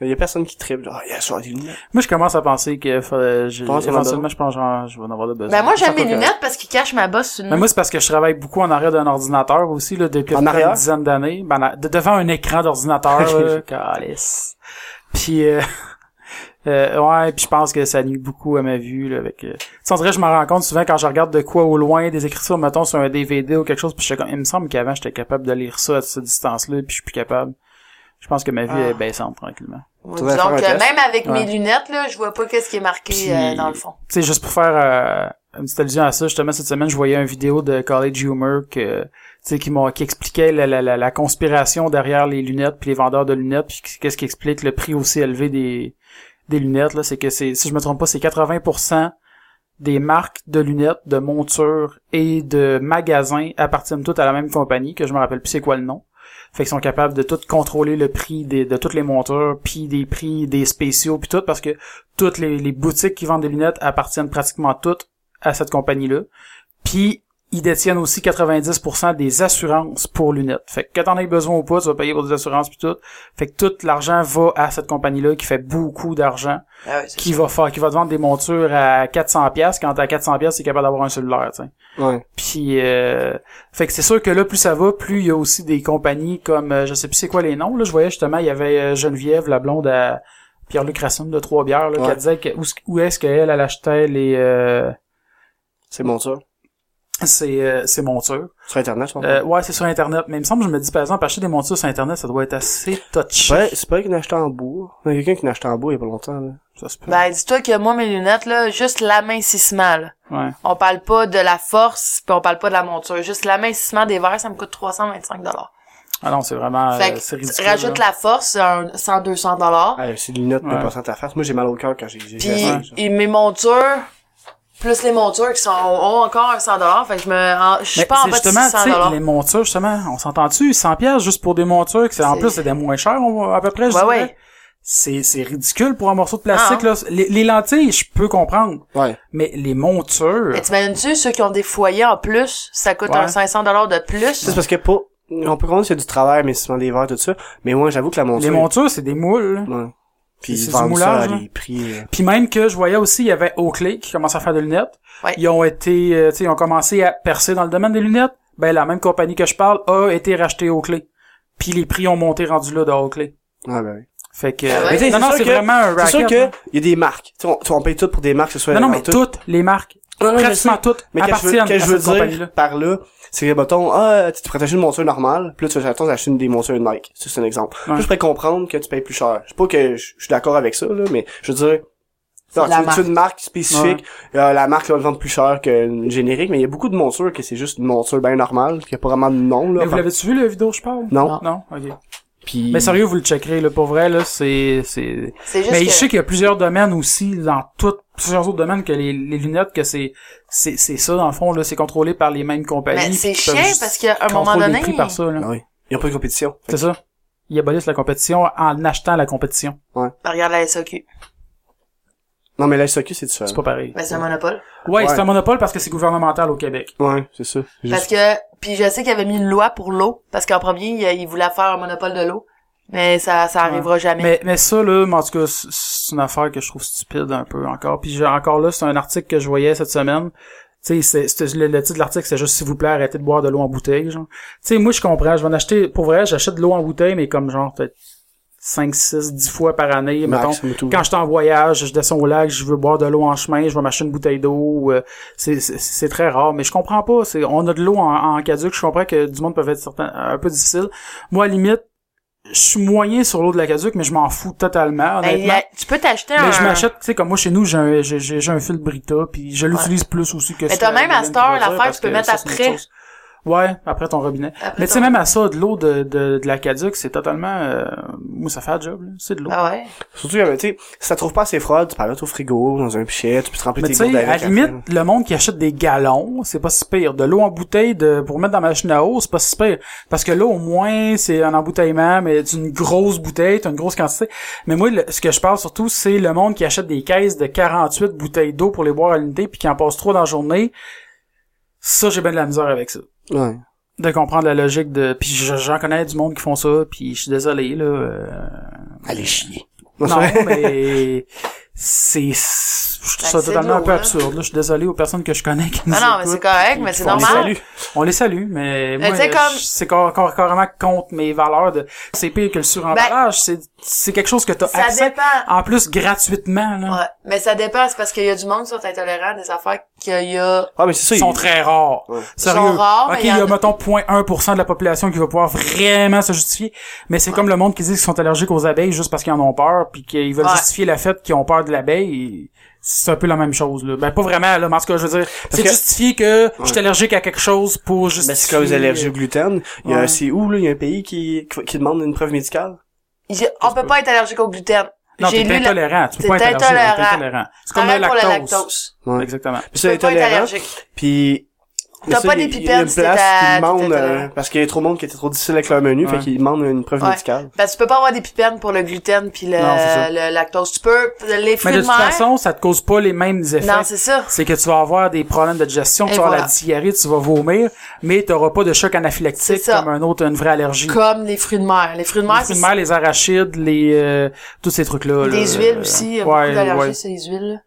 S2: Il y a personne qui tripe, genre, il y a soir des lunettes.
S4: Moi, je commence à penser que faudrait- je-
S2: Pense qu'on en a
S4: éventuellement, je pense genre, je vais en avoir de besoin.
S3: Ben moi, j'aime
S2: pas
S3: mes
S2: correct.
S3: lunettes parce qu'ils cachent ma bosse sur le
S4: Mais Ben, moi, c'est parce que je travaille beaucoup en arrière d'un ordinateur aussi, là, depuis
S2: En
S4: à peu près
S2: arrière?
S4: une dizaine d'années. Ben, en a- de- devant un écran d'ordinateur, là, calice. Puis, euh, euh, ouais, puis je pense que ça nuit beaucoup à ma vue, là, avec... euh, tu sais, on dirait que je m'en rends compte souvent quand je regarde de quoi au loin, des écritures, mettons, sur un DVD ou quelque chose, puis je suis comme, il me semble qu'avant, j'étais capable de lire ça à cette distance-là, puis je suis plus capable. Je pense que ma vue
S3: Ah.
S4: est baissante, tranquillement.
S3: Moi,
S2: Faudrait
S3: disons
S2: faire un
S3: que
S2: test.
S3: euh, même avec mes
S4: Ouais.
S3: lunettes, là, je vois pas qu'est-ce qui est marqué
S4: Puis-
S3: euh, dans le fond.
S4: tu sais, juste pour faire euh, une petite allusion à ça, justement, cette semaine, je voyais une vidéo de College Humor que, tu sais, qui, m'a- qui expliquait la, la, la, la conspiration derrière les lunettes, puis les vendeurs de lunettes, puis qu'est-ce qui explique le prix aussi élevé des, des lunettes, là, c'est que c'est, si je me trompe pas, c'est 80% des marques de lunettes, de montures et de magasins appartiennent toutes à la même compagnie, que je me rappelle plus c'est quoi le nom. Fait qu'ils sont capables de tout contrôler le prix des, de toutes les montures, puis des prix des spéciaux, puis tout, parce que toutes les, les boutiques qui vendent des lunettes appartiennent pratiquement toutes à cette compagnie-là. Puis, ils détiennent aussi 90% des assurances pour lunettes. Fait que quand t'en as besoin ou pas, tu vas payer pour des assurances puis tout. Fait que tout l'argent va à cette compagnie-là qui fait beaucoup d'argent,
S3: Ah ouais, c'est
S4: qui va faire, qui va te vendre des montures à 400 pièces quand à 400 pièces, t'es capable d'avoir un cellulaire, tu sais.
S2: Ouais.
S4: Puis, euh, fait que c'est sûr que là, plus ça va, plus il y a aussi des compagnies comme, euh, je sais plus c'est quoi les noms, là, je voyais justement, il y avait euh, Geneviève, la blonde à Pierre-Luc Racine de Trois-Bières, là,
S2: Ouais.
S4: qui disait que, où, s- où est-ce qu'elle, elle achetait les, euh,
S2: C'est bon, ça.
S4: ses, euh, ses montures.
S2: Sur Internet, je pense.
S4: Euh, ouais, c'est sur Internet, mais il me semble, je me dis, par exemple, acheter des montures sur Internet, ça doit être assez touchy.
S2: Ouais, c'est pas qu'il en a acheté en bout. Il y a quelqu'un qui en a acheté en bout il y a pas longtemps, là.
S4: Ça se peut.
S3: Ben, dis-toi que moi, mes lunettes, là, juste l'amincissement, là.
S4: Ouais.
S3: On parle pas de la force, puis on parle pas de la monture. Juste l'amincissement des verres, ça me coûte 325 dollars.
S4: Ah non, c'est vraiment, euh,
S3: fait que
S4: c'est
S3: tu
S4: ridicule.
S3: rajoutes
S4: là.
S3: la force, c'est un 100, 200 dollars.
S2: Ah, c'est des lunettes
S4: Ouais.
S2: de passant ta face. Moi, j'ai mal au cœur quand j'ai j'ai
S3: Puis
S2: la face, genre.
S3: et mes montures, plus les montures qui sont ont encore un 100 dollars, fait que je me, en- je suis
S4: Mais
S3: pas en
S4: c'est
S3: bas de
S4: justement,
S3: 600
S4: tu sais,
S3: dollars.
S4: les montures, justement, on s'entend-tu, 100 pièces juste pour des montures, que c'est, en
S3: C'est-
S4: plus, c'est des moins chers, on- à peu près, je
S3: Ouais,
S4: dirais.
S3: ouais.
S4: c'est c'est ridicule pour un morceau de plastique
S3: Ah,
S4: là. Les, les lentilles, je peux comprendre,
S2: Ouais.
S4: mais les montures.
S3: Mais t'imagines-tu, ceux qui ont des foyers en plus, ça coûte
S4: Ouais.
S3: un 500 dollars de plus.
S2: C'est parce que pour, on peut comprendre qu'il y a du travail, mais souvent des verres, tout ça. Mais moi, j'avoue que la monture.
S4: Les montures, c'est des moules.
S2: Ouais. Puis
S4: C'est
S2: ils
S4: du
S2: vendent ça à
S4: moulage, hein.
S2: des prix, euh,
S4: Puis même que je voyais aussi, il y avait Oakley qui commençait à faire des lunettes.
S3: Ouais.
S4: Ils ont été, euh, tu sais, ils ont commencé à percer dans le domaine des lunettes. Ben la même compagnie que je parle a été rachetée Oakley. Puis les prix ont monté rendu là de Oakley.
S2: ouais, ben oui.
S4: Fait que
S3: Ah ouais?
S2: Mais tu sais,
S4: non non,
S2: sûr
S4: c'est
S2: que-
S4: vraiment un racket.
S2: C'est sûr
S3: hein.
S4: là.
S2: que il y a des marques. Tu sais, on, tu sais, on paye tout pour des marques, que ce soit
S4: Non non, mais
S2: Antunes.
S4: toutes les marques,
S2: Non, non, je
S4: pratiquement
S2: sais.
S4: toutes
S2: Mais qu'est-ce que je
S4: appartiennent
S2: veux- qu'est-ce que je
S4: à
S2: veux
S4: cette compagnie
S2: dire
S4: là.
S2: par là, c'est que, mettons, ah, tu pourrais t'acheter une monture normale, puis là, tu vas t'attendre à acheter une des montures Nike. Ça, C'est un exemple.
S4: Ouais.
S2: Là, je pourrais comprendre que tu payes plus cher. Je sais pas que je je suis d'accord avec ça, là, mais je veux dire, non,
S3: de la
S2: tu veux-tu une marque spécifique, euh, la marque va le vendre plus cher que générique, mais il y a beaucoup de montures que c'est juste une monture bien normale, qui a pas vraiment de nom, là.
S4: Mais vous
S2: Enfin,
S4: l'avez-tu vu la vidéo que je parle
S2: Non.
S4: Non, ok.
S2: Puis...
S4: Mais sérieux, vous le checkerez là pour vrai là, c'est c'est
S3: C'est juste
S4: Mais
S3: que-
S4: je sais qu'il y a plusieurs domaines aussi, dans tout, plusieurs autres domaines que les, les lunettes, que c'est, c'est, c'est ça, dans le fond, là, c'est contrôlé par les mêmes compagnies.
S3: Mais
S4: puis
S3: c'est
S4: qui
S3: chiant
S4: peuvent juste
S3: parce qu'à un moment
S4: contrôler les
S3: donné,
S4: prix par ça, là.
S2: Ah oui. Il y a pas de compétition.
S4: C'est ça. Ils abolissent la compétition en achetant la compétition.
S3: ben, regarde la SAQ.
S2: Non, mais la SAQ, c'est différent.
S4: C'est pas pareil.
S3: Mais ben, c'est un monopole.
S4: Ouais, c'est
S2: Ouais.
S4: un monopole parce que c'est gouvernemental au Québec.
S2: Ouais, c'est ça. Juste-
S3: Parce que, puis je sais qu'il avait mis une loi pour l'eau, parce qu'en premier, il, il voulait faire un monopole de l'eau, mais ça, ça arrivera jamais.
S4: Mais, mais ça, là, mais en tout cas, c- c'est une affaire que je trouve stupide un peu encore. Puis j'ai- encore là, c'est un article que je voyais cette semaine. Tu sais, c'est- c'était- le, le titre de l'article, c'est juste « S'il vous plaît, arrêtez de boire de l'eau en bouteille », genre. Tu sais, moi, je comprends. Je vais en acheter... Pour vrai, j'achète de l'eau en bouteille, mais comme genre, peut-être 5, 6, 10 fois par année,
S2: Max,
S4: mettons.
S2: moto.
S4: Quand je suis en voyage, je descends au lac, je veux boire de l'eau en chemin, je vais m'acheter une bouteille d'eau. euh, c'est- c'est c'est très rare, mais je comprends pas. c'est- On a de l'eau en, en caduc, je comprends que du monde peut être certain, un peu difficile. Moi, à la limite, je suis moyen sur l'eau de la caduc, mais je m'en fous totalement,
S3: Ben, il y
S4: honnêtement.
S3: a- tu peux t'acheter un...
S4: mais je m'achète, tu sais, comme moi chez nous, j'ai un, j'ai- j'ai j'ai un fil Brita, puis je l'utilise plus aussi que
S3: Mais t'as même à cette heure, l'affaire, tu peux mettre après.
S4: chose. Ouais, après ton robinet.
S3: Après
S4: mais tu sais,
S3: ton-
S4: même à ça, de l'eau de, de, de la caduc, c'est totalement... Euh, moi, ça fait un job, là. C'est de l'eau.
S3: Ah ouais?
S2: Surtout, euh, tu sais, si ça trouve pas assez froide, tu peux la mettre au frigo, dans un pichet, tu peux te remplir
S4: Mais
S2: tes
S4: tu
S2: gourdes
S4: sais, à
S2: avec.
S4: la limite, le monde qui achète des gallons, c'est pas si pire. De l'eau en bouteille de, pour mettre dans ma machine à eau, c'est pas si pire. Parce que là, au moins, c'est un embouteillement, mais c'est une grosse bouteille, t'as une grosse quantité. Mais moi, le- ce que je parle surtout, c'est le monde qui achète des caisses de 48 bouteilles d'eau pour les boire à l'unité, puis qui en passe trois dans la journée. Ça, j'ai bien de la misère avec ça.
S2: Ouais.
S4: De comprendre la logique de... Puis je- j'en connais du monde qui font ça, puis je suis désolé, là... euh,
S2: Allez chier.
S4: non, mais c'est je trouve ça
S3: Accès de
S4: totalement un peu
S3: l'eau, là.
S4: absurde. là. Je suis désolé aux personnes que je connais qui nous
S3: hein. Non, Ah non, mais
S4: écoutent.
S3: c'est correct, mais c'est
S4: On les
S3: normal.
S4: salue. On les salue, mais moi,
S3: Mais tu sais,
S4: je-
S3: comme-
S4: c'est car- car- carrément contre mes valeurs de c'est pire que le suremballage, c'est c'est quelque chose que t'as
S3: Ben, Ça
S4: accès
S3: dépend.
S4: en plus gratuitement là.
S3: Ouais. Mais ça dépend, c'est parce qu'il y a du monde qui sont intolérants à des affaires qu'il y a...
S2: Ah, mais c'est ça,
S4: Ils
S2: il-
S4: sont très rares. Sérieux.
S3: Ils sont rares,
S4: OK,
S3: mais
S4: il y
S3: y
S4: a,
S3: en a-
S4: mettons, 0.1% de la population qui va pouvoir vraiment se justifier. Mais c'est comme le monde qui dit qu'ils sont allergiques aux abeilles juste parce qu'ils en ont peur, puis qu'ils veulent
S3: Ouais.
S4: justifier le fait qu'ils ont peur de l'abeille. C'est un peu la même chose, là. Ben, pas vraiment, là, mais en tout cas, je veux dire, c'est
S2: que-
S4: justifié que je suis allergique à quelque chose pour justifier...
S2: Ben, c'est comme les allergies au gluten. Il y a,
S4: Ouais.
S2: c'est où, là? Il y a un pays qui, qui, qui demande une preuve médicale?
S3: J'ai- On peut pas être allergique au gluten.
S4: Non,
S3: J'ai
S4: t'es
S3: lu la-
S4: intolérant. Tu peux
S3: T'es
S4: pas être allergique,
S3: intolérant.
S4: t'es intolérant. C'est comme
S3: Pareil
S4: la
S3: pour
S4: lactose.
S3: la lactose.
S2: Ouais.
S4: Exactement.
S2: Puis
S3: Tu
S2: ça,
S3: peux pas être
S2: intolérant,
S3: allergique.
S2: Puis...
S3: T'as
S2: ça,
S3: pas
S2: il-
S3: des
S2: il y a
S3: pipettes
S2: une
S3: si t'es
S2: place
S3: à-
S2: qui demande,
S3: t'es à-
S2: euh, parce qu'il y a trop de monde qui était trop difficile avec leur menu,
S4: Ouais.
S2: fait qu'ils demandent une preuve
S3: Ouais.
S2: médicale.
S3: Parce que tu peux pas avoir des pipènes pour le gluten puis le,
S4: Non, c'est ça.
S3: le lactose. Tu peux, les
S4: Mais
S3: fruits
S4: de
S3: de,
S4: toute
S3: mer.
S4: façon, ça te cause pas les mêmes effets.
S3: non, c'est ça.
S4: c'est que tu vas avoir des problèmes de digestion,
S3: Et
S4: tu vas avoir la
S3: voilà.
S4: diarrhée, tu vas vomir, mais tu n'auras pas de choc
S3: C'est
S4: anaphylactique
S3: ça.
S4: comme un autre, une vraie allergie.
S3: Comme les fruits de mer. Les fruits de
S4: les
S3: mer,
S4: fruits de
S3: c'est-
S4: mer, les arachides, les euh, tous ces trucs-là. là,
S3: Des huiles
S4: euh,
S3: aussi, il y a
S4: ouais,
S3: beaucoup d'allergies
S4: ouais.
S3: sur les huiles. là.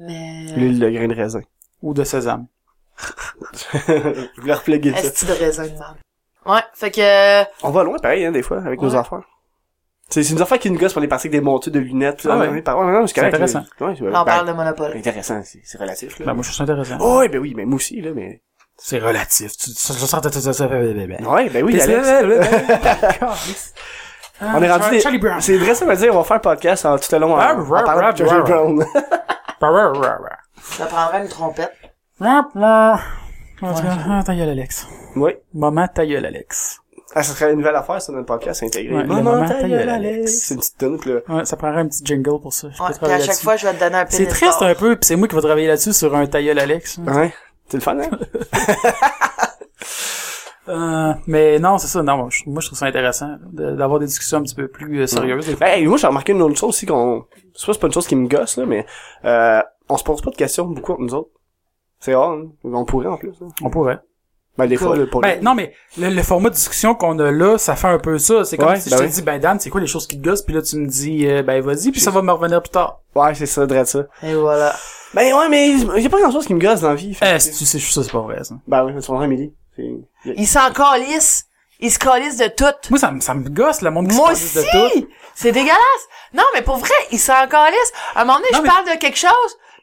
S3: Mais... euh,
S2: L'huile de grain de raisin.
S4: Ou de sésame.
S2: Je voulais repléguer ça.
S3: Est-ce de raisin de marde? Ouais, fait que... euh,
S2: On va loin, pareil, hein, des fois, avec nos
S3: Ouais.
S2: affaires. C'est c'est une affaire qui nous gosse, on est parti avec des montées de lunettes.
S4: Ah
S2: là,
S4: ouais.
S2: on est par- non, non, c'est correct,
S4: intéressant.
S2: mais- Ouais,
S3: on parle de monopole.
S2: Intéressant, c'est c'est relatif, là.
S4: Ben, moi, je trouve ça intéressant.
S2: Oh, ouais, ben oui, mais moi aussi, là, mais...
S4: C'est relatif. Tu- ça- ça- ça- ça- ça- ça- ça-
S2: Ouais, ben oui,
S4: Qu'est-ce
S2: Alex.
S4: que- Ah,
S2: On est rendu des-
S4: Charlie Brown.
S2: C'est vrai, ça veut dire, on va faire un podcast en, tout le long en,
S4: Ah,
S2: en
S4: rah,
S2: parlant
S4: rah,
S2: de Charlie
S4: rah.
S2: Brown.
S3: Ça prendrait une trompette.
S4: Ah, ta gueule, Alex.
S2: oui.
S4: Maman, ta gueule, Alex.
S2: Ah, ça serait une nouvelle affaire, ça, dans le podcast intégré.
S4: Ouais, le moment ta gueule, Alex.
S2: C'est une petite tonne, là.
S4: Ouais, ça prendrait un petit jingle pour ça. Je peux
S3: Ouais, puis
S4: travailler
S3: à chaque
S4: là-dessus.
S3: fois, je vais te donner un pénis
S4: C'est triste
S3: d'or.
S4: un peu, pis c'est moi qui vais travailler là-dessus sur un tailleul Alex.
S2: Ouais. C'est le fun, hein?
S4: Euh, mais non, c'est ça, non, moi je, moi, je trouve ça intéressant de- d'avoir des discussions un petit peu plus euh, sérieuses.
S2: Ben, hey, moi, j'ai remarqué une autre chose aussi qu'on... Je sais pas, c'est pas une chose qui me gosse, là, mais... Euh, on se pose pas de questions, beaucoup, nous autres. C'est rare, hein? On pourrait, en plus. Hein.
S4: On pourrait.
S2: Ben, des fois, là, pour...
S4: Ben, non, mais le, le format de discussion qu'on a là, ça fait un peu ça. C'est comme
S2: Ouais,
S4: si
S2: ben
S4: je te
S2: oui.
S4: dis, ben Dan, c'est quoi les choses qui te gossent? Puis là, tu me dis, euh, ben vas-y, puis ça va me revenir plus tard.
S2: Ouais, c'est ça, de ça.
S3: Et voilà.
S2: Ben, ouais, mais y a pas grand-chose qui me gosse dans la vie.
S4: Eh,
S2: fait-
S4: si tu sais, je suis sûr, c'est pas vrai, ça.
S2: Ben, oui, c'est Amélie. C'est...
S3: Ils s'en calissent. Ils se calissent de tout.
S4: Moi, ça, me- ça me gosse, le monde qui
S3: Moi
S4: se passe de tout.
S3: aussi! C'est dégueulasse! Non, mais pour vrai, ils s'en calissent. À un moment donné,
S4: Non,
S3: je
S4: mais-
S3: parle de quelque chose,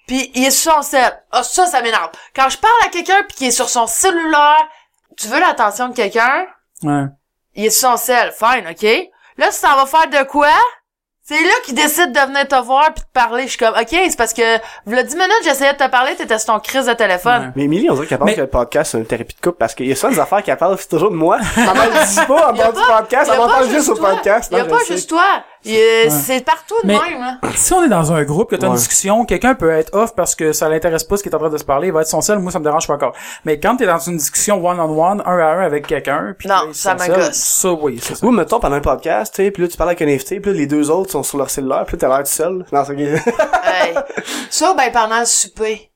S3: puis il est sur son cell. Ah, ça, ça m'énerve. Quand je parle à quelqu'un puis qu'il est sur son cellulaire, tu veux l'attention de quelqu'un,
S4: Ouais.
S3: il est sur son cell. Fine, OK? Là, tu t'en vas faire de quoi? C'est là qu'il décide de venir te voir puis de parler. Je suis comme, OK, c'est parce que, v'là 10 minutes, j'essayais de te parler, t'étais sur ton crise de téléphone.
S2: Mais Émilie, on dirait qu'elle pense
S4: Mais-
S2: que le podcast, c'est une thérapie de couple, parce qu'il y a souvent des affaires qu'elle parle, c'est toujours de moi. Elle m'en dit pas en
S3: Il y
S2: bas
S3: a
S2: du
S3: pas-
S2: podcast,
S3: il y a
S2: elle
S3: pas
S2: m'entend juste au
S3: toi.
S2: podcast.
S3: Il y a
S2: Non, je
S3: pas
S2: sais.
S3: juste toi. Il est- C'est partout de
S4: Mais-
S3: même. hein.
S4: Si on est dans un groupe, que t'as une
S2: Ouais.
S4: discussion, quelqu'un peut être off parce que ça l'intéresse pas ce qui est en train de se parler, il va être son seul, moi ça me dérange pas encore. Mais quand t'es dans une discussion one-on-one, un à un avec quelqu'un, puis
S3: Non,
S4: qu'il est
S3: ça
S4: son seul,
S3: m'agace.
S4: Ça, oui, c'est ça.
S2: Ou mettons pendant le podcast, tu sais, puis là tu parles avec un invité, puis là les deux autres sont sur leur cellulaire, puis là, t'as l'air tout seul. Non, c'est ok.
S3: Hey. Ça, ben, pendant le souper.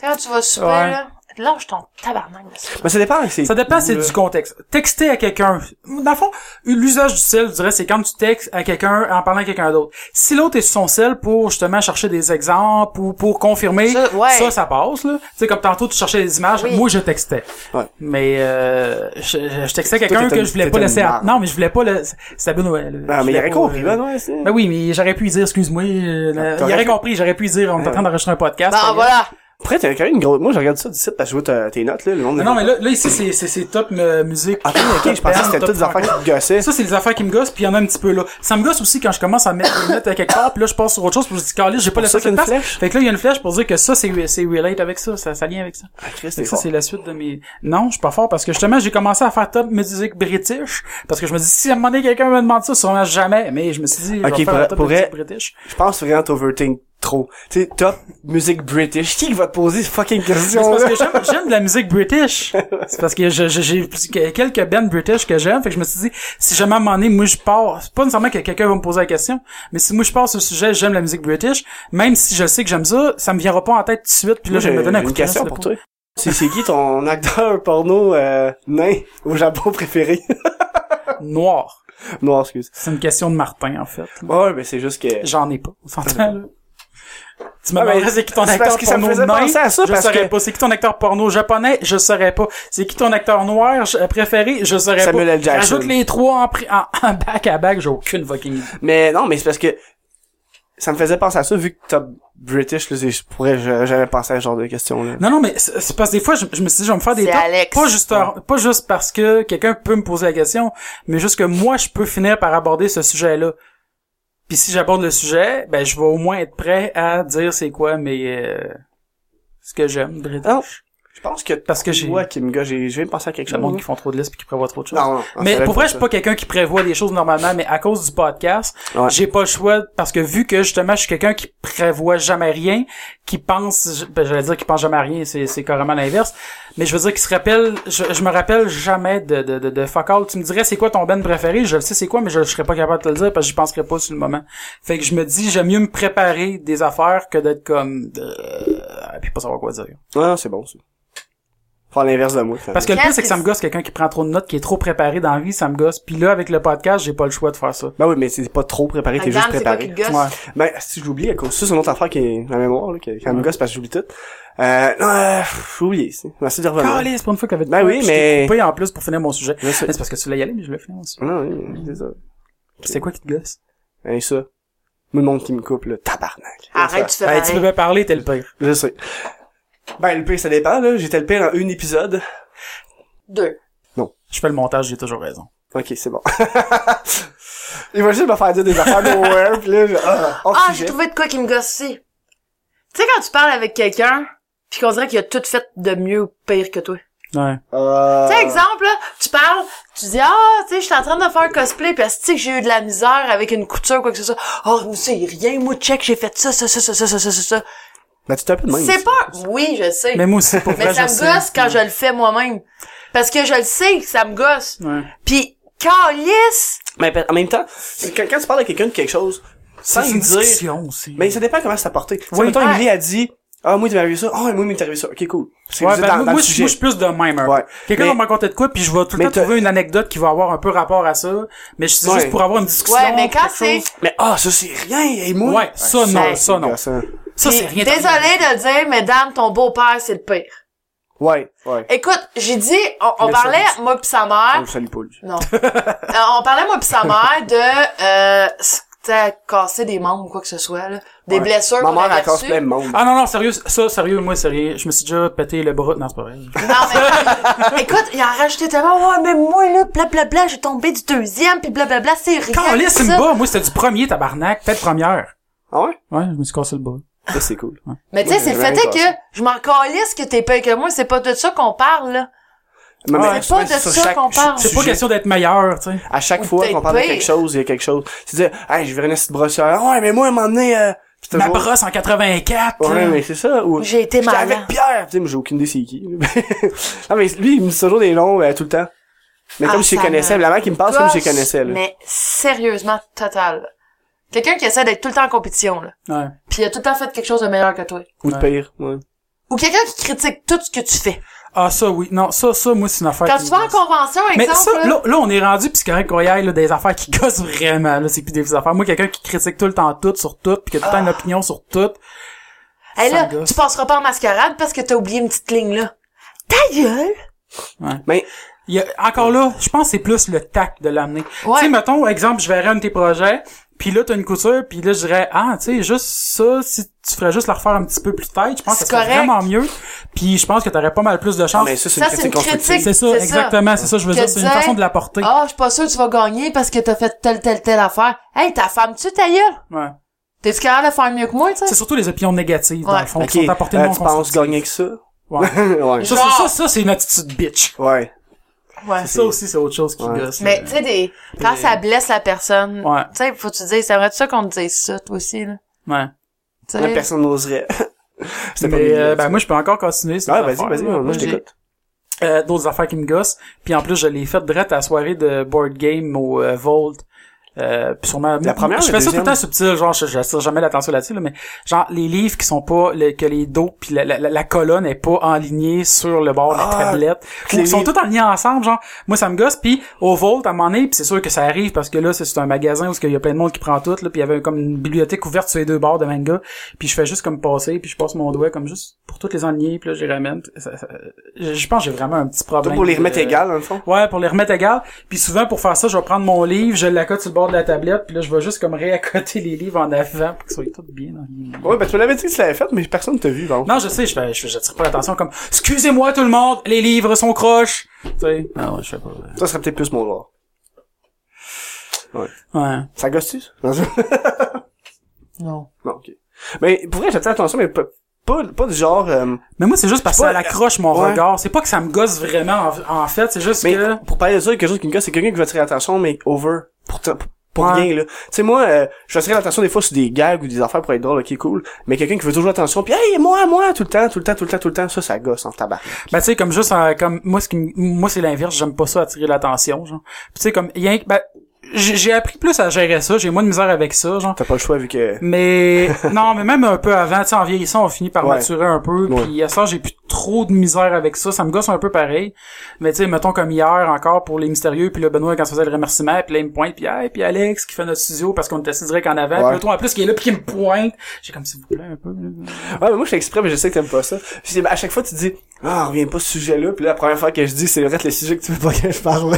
S3: Tu sais, quand tu vas souper,
S4: Ouais.
S3: là, lâche ton tabarnak de souper.
S2: Mais ça dépend. Ah, c'est-
S4: Ça dépend, c'est
S2: Là.
S4: du contexte. Texter à quelqu'un. Dans le fond, l'usage du sel, je dirais, c'est quand tu textes à quelqu'un en parlant à quelqu'un d'autre. Si l'autre est sur son sel pour justement chercher des exemples ou pour confirmer,
S3: Ça, ouais.
S4: ça, ça passe, là. Tu sais, comme tantôt, tu cherchais des images,
S3: Oui.
S4: moi, je textais.
S2: Ouais.
S4: Mais, euh, je, je- je textais quelqu'un
S2: t'étais
S4: que
S2: une-
S4: je voulais pas
S2: t'étais une
S4: laisser à...
S2: marde.
S4: Non, mais je voulais pas le... C'était Ben Noël. là.
S2: Ah,
S4: Je
S2: mais il
S4: voulais
S2: aurait
S4: pas,
S2: compris,
S4: euh,
S2: ben ouais, c'est.
S4: Ben oui, mais j'aurais pu lui dire, excuse-moi, euh,
S2: Ah,
S4: il
S2: t'aurais
S4: aurait
S2: pu- Ah. Bah,
S4: compris, j'aurais pu lui dire, on est en train d'enregistrer un podcast.
S3: Bon,
S4: regarde.
S3: voilà.
S2: Après, t'avais quand même une grosse. Moi, je regarde ça d'ici parce que je vois ta- tes notes, là, le monde.
S4: Mais Non, mais là, là ici, c'est, c'est, c'est top euh, musique.
S2: Ah, Ok, ok, je pensais que c'était
S4: Top
S2: toutes des
S4: franco.
S2: affaires qui te gossaient.
S4: Ça, c'est les affaires qui me gossent, puis il y en a un petit peu là. Ça me gosse aussi quand je commence à mettre des notes à quelque part, puis là, je passe sur autre chose, puis je dis, Carlis, j'ai pas
S2: Pour
S4: laissé
S2: ça qu'il
S4: cette
S2: y a une
S4: place.
S2: flèche?
S4: Fait que là, il y a une flèche pour dire que ça, c'est, c'est relate avec ça, ça, ça lien avec ça.
S2: Ah, Chris,
S4: Fait
S2: t'es
S4: que ça,
S2: fort.
S4: c'est la suite de mes... Non, je suis pas fort, parce que justement, j'ai commencé à faire top musique british, parce que je me dis, si à un moment donné, quelqu'un me demande ça, sûrement jamais, mais je me suis dit, je
S2: Ok,
S4: vais faire
S2: pour-
S4: la top
S2: pour
S4: musique
S2: vrai-
S4: british.
S2: Je pense vraiment que t'overthink trop. Tu sais, top, musique british. Qui va te poser ces fucking
S4: Mais C'est
S2: questions
S4: parce
S2: là?
S4: que j'aime, j'aime de la musique british. C'est parce que je- je- j'ai que- quelques bands british que j'aime. Fait que je me suis dit, si jamais à un moment donné, moi je pars, c'est pas nécessairement que quelqu'un va me poser la question, mais si moi je pars sur le sujet, j'aime la musique british, même si je sais que j'aime ça, ça me viendra pas en tête tout de suite, puis là je vais me donner un coup
S2: une
S4: de pression
S2: question
S4: de
S2: pour
S4: peau.
S2: toi. C'est c'est qui ton acteur porno euh, nain au Japon préféré?
S4: Noir.
S2: Noir, excuse.
S4: C'est une question de Martin, en fait.
S2: Ouais, mais c'est juste que...
S4: J'en ai pas, on s'entend, là. Tu me
S2: Ah, mais
S4: demanderais c'est qui ton
S2: c'est
S4: acteur
S2: parce que ça me
S4: porno
S2: faisait
S4: nain?
S2: penser à ça,
S4: je
S2: parce
S4: saurais
S2: que-
S4: pas. C'est qui ton acteur porno japonais? Je saurais pas. C'est qui ton acteur noir j- euh, préféré? Je saurais
S2: Samuel
S4: pas.
S2: L. Jackson.
S4: J'ajoute les trois en, pri- en, en back à back, j'ai aucune fucking idée.
S2: Mais non, mais c'est parce que... Ça me faisait penser à ça, vu que top british, là, c'est- je pourrais je- jamais penser à ce genre de questions là.
S4: Non, non, mais c'est c'est parce que des fois, je, je me suis dit, je vais me faire des
S3: C'est
S4: tops,
S3: Alex.
S4: Pas juste, en- pas juste parce que quelqu'un peut me poser la question, mais juste que moi, je peux finir par aborder ce sujet-là. Puis si j'aborde le sujet, ben, je vais au moins être prêt à dire c'est quoi mes, euh, ce que j'aime, British.
S2: Non, Ah, Je pense que...
S4: Parce que j'ai-
S2: Ouais, Kim Ga, j'ai j'ai pensé à quelque
S4: Le
S2: chose.
S4: monde
S2: là.
S4: qui font trop de listes puis qui prévoit trop de choses.
S2: Non, non, non, ça
S4: mais
S2: va
S4: pour
S2: pas
S4: vrai, je
S2: ça.
S4: suis pas quelqu'un qui prévoit des choses normalement, mais à cause du podcast,
S2: Ouais.
S4: j'ai pas le choix parce que vu que justement je suis quelqu'un qui prévoit jamais rien, qui pense, ben, j'allais dire qui pense jamais à rien, c'est c'est carrément l'inverse, mais je veux dire qu'il se rappelle, je, je me rappelle jamais de de de, de fuck all. Tu me dirais c'est quoi ton band préféré, je le sais c'est quoi, mais je, je serais pas capable de te le dire parce que j'y penserais pas sur le moment. Fait que je me dis j'aime mieux me préparer des affaires que d'être comme euh, puis pas savoir quoi dire.
S2: Non, non, Ah, c'est bon, ça. Faire l'inverse de moi.
S4: Parce que le
S3: Qu'est-ce
S4: pire, c'est que ça me gosse quelqu'un qui prend trop de notes, qui est trop préparé dans la vie, ça me gosse. Puis là, avec le podcast, j'ai pas le choix de faire ça.
S2: Ben oui, mais c'est pas trop préparé, t'es juste
S3: Regarde, c'est quoi qui
S2: préparé.
S3: te gosse?
S4: Ouais.
S2: Ben, si j'oublie à cause ça, c'est une autre affaire qui est ma mémoire, là, qui qui me gosse parce que j'oublie tout. Euh, non, euh, pff, j'ai oublié, c'est. Merci de revenir.
S4: Calais, c'est pour une fois que t'avais
S2: Ben
S4: de quoi,
S2: oui,
S4: puis je t'ai
S2: mais-
S4: coupé en plus pour finir mon sujet.
S2: Je sais.
S4: Mais C'est parce que tu l'as y aller, mais je l'ai fini mon sujet.
S2: Non, oui, c'est ça.
S4: C'est quoi qui te gosse?
S2: Ben, ça. Moi, le monde qui me coupe, le tabarnak.
S3: Arrête, tu
S2: Ça.
S3: fais
S4: Ben, tu
S3: pareil.
S4: peux pas parler, t'es le pire.
S2: Je sais. Ben, le pire, ça dépend, là. J'étais le pire dans un épisode.
S3: Deux.
S4: Je fais le montage, j'ai toujours raison.
S2: Ok, c'est bon. Il va juste me faire dire des affaires nowhere, pis là, je... Ah, hors
S3: Ah, j'ai
S2: sujet.
S3: trouvé de quoi qui me gosse aussi. Tu sais, quand tu parles avec quelqu'un, puis qu'on dirait qu'il a tout fait de mieux ou pire que toi.
S4: Ouais.
S2: Euh,
S3: Tu sais, exemple, là, tu parles, tu dis, ah, tu sais, je suis en train de faire un cosplay, puis tu sais que j'ai eu de la misère avec une couture, quoi que ce soit. Oh, vous savez rien, moi, check, j'ai fait ça, ça, ça, ça, ça, ça, ça, ça, ça.
S2: Ben, tu t'es un peu de même.
S3: C'est pas, oui, je sais.
S4: Mais moi aussi, pour
S3: Mais
S4: vrai,
S3: ça
S4: je
S3: me
S4: sais.
S3: gosse quand je le fais moi-même. Parce que je le sais que ça me gosse.
S4: Ouais.
S3: Puis, calice!
S2: Mais ben, en même temps, c'est quand, quand tu parles à quelqu'un de quelque chose, sans
S4: C'est
S2: lui
S4: une
S2: dire...
S4: discussion aussi.
S2: Mais ça dépend comment c'est apporté. Oui,
S4: Oui.
S2: mettons,
S3: Ouais.
S2: Emily a dit, ah, moi, il m'est arrivé ça. Ah, moi, il m'est arrivé ça. Ok, cool. C'est
S4: Ouais,
S2: juste
S4: ben,
S2: dans,
S4: moi,
S2: dans
S4: moi,
S2: le
S4: je suis- moi,
S2: sujet.
S4: je suis plus de même. un peu.
S2: Ouais.
S4: Quelqu'un
S2: Mais-
S4: va me raconter de quoi, puis je vais tout le
S2: Mais
S4: temps
S2: t'as-
S4: trouver une anecdote qui va avoir un peu rapport à ça. Mais je suis
S2: Ouais.
S4: juste pour avoir une discussion.
S3: Ouais, mais quand
S4: quelque
S3: c'est-
S4: chose.
S2: Mais ah, ça, c'est rien. Et moi...
S4: Ouais, ça,
S2: c'est-
S4: non, ça,
S2: c'est
S4: non.
S2: gossant.
S4: Ça, c'est
S3: Puis,
S4: rien.
S3: Désolé de le dire, mais Dan, ton beau-père, c'est le pire.
S2: Ouais, ouais.
S3: Écoute, j'ai dit, on, on
S2: Mais ça,
S3: parlait, moi pis sa
S2: On
S4: Ah,
S3: mère,
S2: le salue pas, lui.
S3: non. Euh, on parlait, moi pis sa mère, de, euh, c'était casser des membres ou quoi que ce soit, là. Des
S2: Ouais.
S3: blessures
S2: Ma
S3: qu'on
S2: mère,
S3: avait
S2: elle casse
S3: reçues.
S2: plein de monde.
S4: Ah non, non, sérieux, ça, sérieux, moi, sérieux. Je me suis déjà pété le bras. Non, c'est pas vrai.
S3: Non, mais, écoute, il en rajoutait tellement, ouais, mais moi, là, blablabla, j'ai tombé du deuxième, pis blablabla, c'est rien.
S4: Quand on
S3: pis
S4: laisse une
S3: ça.
S4: bas, moi, c'était du premier tabarnak, peut-être première.
S2: Ah ouais?
S4: Ouais, je me suis cassé le bras.
S2: Ça, c'est cool.
S3: Mais tu sais,
S2: Oui,
S3: c'est le
S2: j'ai
S3: fait
S2: rien
S3: est que je m'en calisse que t'es pire que moi, c'est pas de ça qu'on parle, là.
S2: Mais
S4: Ouais,
S2: mais
S3: c'est pas de
S2: sur
S3: ça
S2: chaque-
S3: qu'on parle.
S4: C'est pas
S2: sujet.
S4: question d'être meilleur, tu sais.
S2: À chaque
S3: Ou
S2: fois
S3: peut-être
S2: qu'on parle de
S3: pire.
S2: quelque chose, il y a quelque chose. Tu dis, hey, je vais une petite brossière. Ah Ouais, mais moi, à un moment donné, euh, pis
S4: Ma
S2: toujours-
S4: brosse en 84.
S2: Ouais,
S4: hein.
S2: mais c'est ça. Ou...
S3: J'ai été
S2: J'étais
S3: malade.
S2: avec Pierre. Tu sais, mais j'ai aucune idée c'est qui. non, mais lui, il me dit toujours des noms, euh, tout le temps. Mais
S3: Ah,
S2: comme je les
S3: ça
S2: connaissais,
S3: me
S2: la mère qui me passe Ah, comme je les
S3: gosse,
S2: connaissais, là.
S3: Mais sérieusement, total. Quelqu'un qui essaie d'être tout le temps en compétition, là.
S4: Ouais.
S3: Puis il a tout le temps fait quelque chose de meilleur que toi.
S2: Ou de pire, ouais.
S3: Ou quelqu'un qui critique tout ce que tu fais.
S4: Ah, ça, oui. Non, ça, ça, moi, c'est une affaire
S3: Quand
S4: qui
S3: tu
S4: me
S3: vas en
S4: gosse.
S3: convention, exemple,
S4: Mais ça,
S3: là,
S4: là, là, on est rendu, pis c'est correct qu'on y aille, là, des affaires qui gossent vraiment, là, c'est plus des affaires. Moi, quelqu'un qui critique tout le temps tout, sur tout, pis qui a tout le temps une opinion sur tout.
S3: hey,
S4: ça
S3: là,
S4: me gosse.
S3: tu passeras pas en mascarade parce que t'as oublié une petite ligne, là. Ta gueule!
S2: Mais,
S4: Il y a- encore là, je pense que c'est plus le tact de l'amener.
S3: Ouais.
S4: Tu sais, mettons, exemple, je verrais un de tes projets, puis là, t'as une couture, puis là, je dirais, ah, tu sais, juste ça, si tu ferais juste la refaire un petit peu plus tête, je pense que
S3: C'est
S4: ça serait
S3: correct.
S4: vraiment mieux, puis je pense que t'aurais pas mal plus de chance.
S2: mais ça, c'est
S3: ça,
S2: une critique constructive.
S4: C'est ça,
S3: c'est ça.
S4: exactement, c'est ça, je veux
S3: Que
S4: dire, c'est une
S3: dire-
S4: façon de la porter.
S3: Ah, je suis pas sûr que tu vas gagner parce que t'as fait telle, telle, telle affaire. Hey, ta femme, tu ta gueule?
S4: Ouais.
S3: T'es-tu capable de faire mieux que moi, tu
S4: C'est
S3: sais?
S4: surtout les opinions négatives, dans
S3: Ouais.
S4: le fond,
S2: Ok,
S4: qui sont apportées
S2: euh,
S4: non
S2: tu penses gagner que ça?
S4: Ouais.
S2: ouais.
S4: Ça, c'est- ça, ça, c'est une attitude bitch.
S2: Ouais.
S3: Ouais.
S4: Ça aussi, c'est autre chose qui
S2: Ah, Ouais.
S4: gosse.
S3: Mais,
S4: là.
S3: tu sais, des, quand
S4: Et-
S3: ça blesse la personne,
S4: Ouais.
S3: tu sais, faut-tu dire, c'est vrai ça qu'on te dise ça, toi aussi, là?
S4: Ouais.
S3: Tu
S2: La
S3: sais.
S2: personne n'oserait. C'était pas
S4: Mais,
S2: mes
S4: euh,
S2: idées,
S4: ben,
S2: ça.
S4: moi, je peux encore continuer. cette
S2: Ah, vas-y,
S4: affaire.
S2: vas-y, moi, je
S4: j'ai-
S2: t'écoute.
S4: euh, d'autres affaires qui me gossent. Puis en plus, je l'ai faite direct à la soirée de board game au euh, Vault. Euh, puis sûrement,
S2: La première ou
S4: je
S2: la
S4: fais ça tout le
S2: deuxième?
S4: temps subtil, genre je j'attire jamais l'attention là-dessus, là, mais genre les livres qui sont pas le- que les dos puis la, la, la- la colonne est pas enlignée sur le bord de la
S2: Ah,
S4: tablette,
S2: que
S4: ou
S2: les
S4: ils sont
S2: livres-
S4: tous alignés ensemble, genre moi ça me gosse. Puis au Vault à un moment donné, puis c'est sûr que ça arrive parce que là c'est c'est un magasin où il y a plein de monde qui prend tout, là, puis il y avait comme une bibliothèque ouverte sur les deux bords de manga, puis je fais juste comme passer, puis je passe mon doigt comme juste pour toutes les enligner, puis là je les ramène. Ça- ça- je je pense que j'ai vraiment un petit problème.
S2: Toi, pour les remettre
S4: euh,
S2: égales, dans le fond.
S4: Ouais, pour les remettre égales. Puis souvent, pour faire ça, je vais prendre mon livre, je l'accote sur le bord de la tablette, puis là, je vais juste comme réaccoter les livres en avant pour qu'ils soient tous bien. dans-
S2: Ouais, ben, tu me l'avais dit que tu l'avais fait, mais personne t'a vu, bon.
S4: Non, je sais, je fais, je j'attire pas l'attention comme « Excusez-moi tout le monde, les livres sont croches! » Tu sais. Ah ouais, je sais pas.
S2: Ça serait peut-être plus mon genre.
S4: Ouais.
S2: Ça gosse-tu? ça? Non, ça-
S3: Non.
S2: non, ok. Mais, pour vrai, j'attire attention, mais pas, pas, pas du genre, euh,
S4: Mais moi, c'est juste parce que
S2: C'est
S4: ça
S2: pas- euh,
S4: l'accroche, mon
S2: Ouais.
S4: regard. C'est pas que ça me gosse vraiment, en, en fait. C'est juste
S2: Mais
S4: que...
S2: pour parler de ça, quelque chose qui me gosse, c'est quelqu'un qui veut attirer l'attention, mais over. Pour, t- pour- pour
S4: Ouais.
S2: rien, là. Tu sais, moi, euh, je vais attirer l'attention des fois sur des gags ou des affaires pour être drôle, ok, cool. Mais quelqu'un qui veut toujours attention, puis hey, moi, moi, tout le temps, tout le temps, tout le temps, tout le temps, ça, ça gosse en tabac.
S4: Ben tu sais comme juste euh, comme moi ce qui m- moi c'est l'inverse, j'aime pas ça attirer l'attention genre. Puis tu sais comme y a un- ben, j'ai j'ai appris plus à gérer ça, j'ai moins de misère avec ça genre.
S2: T'as pas le choix vu que...
S4: Mais non, mais même un peu avant, tu sais, en vieillissant, on finit par
S2: Ouais.
S4: maturer un peu.
S2: Ouais.
S4: Puis à ça, j'ai plus trop de misère avec ça. Ça me gosse un peu pareil. Mais tu sais, mettons comme hier encore pour les mystérieux, puis là Benoît quand il faisait le remerciement, puis là il me pointe, puis hey, puis Alex qui fait notre studio parce qu'on était assis direct en avant,
S2: Ouais.
S4: puis le toi en plus qui est là, puis qui me pointe. J'ai comme s'il vous plaît un peu.
S2: Ah, mais moi, je fais exprès, mais je sais que t'aimes pas ça. Puis c'est- à chaque fois, tu dis, ah, reviens pas à ce sujet-là, puis là, la première fois que je dis, c'est vrai que le sujet que tu veux pas que je parle.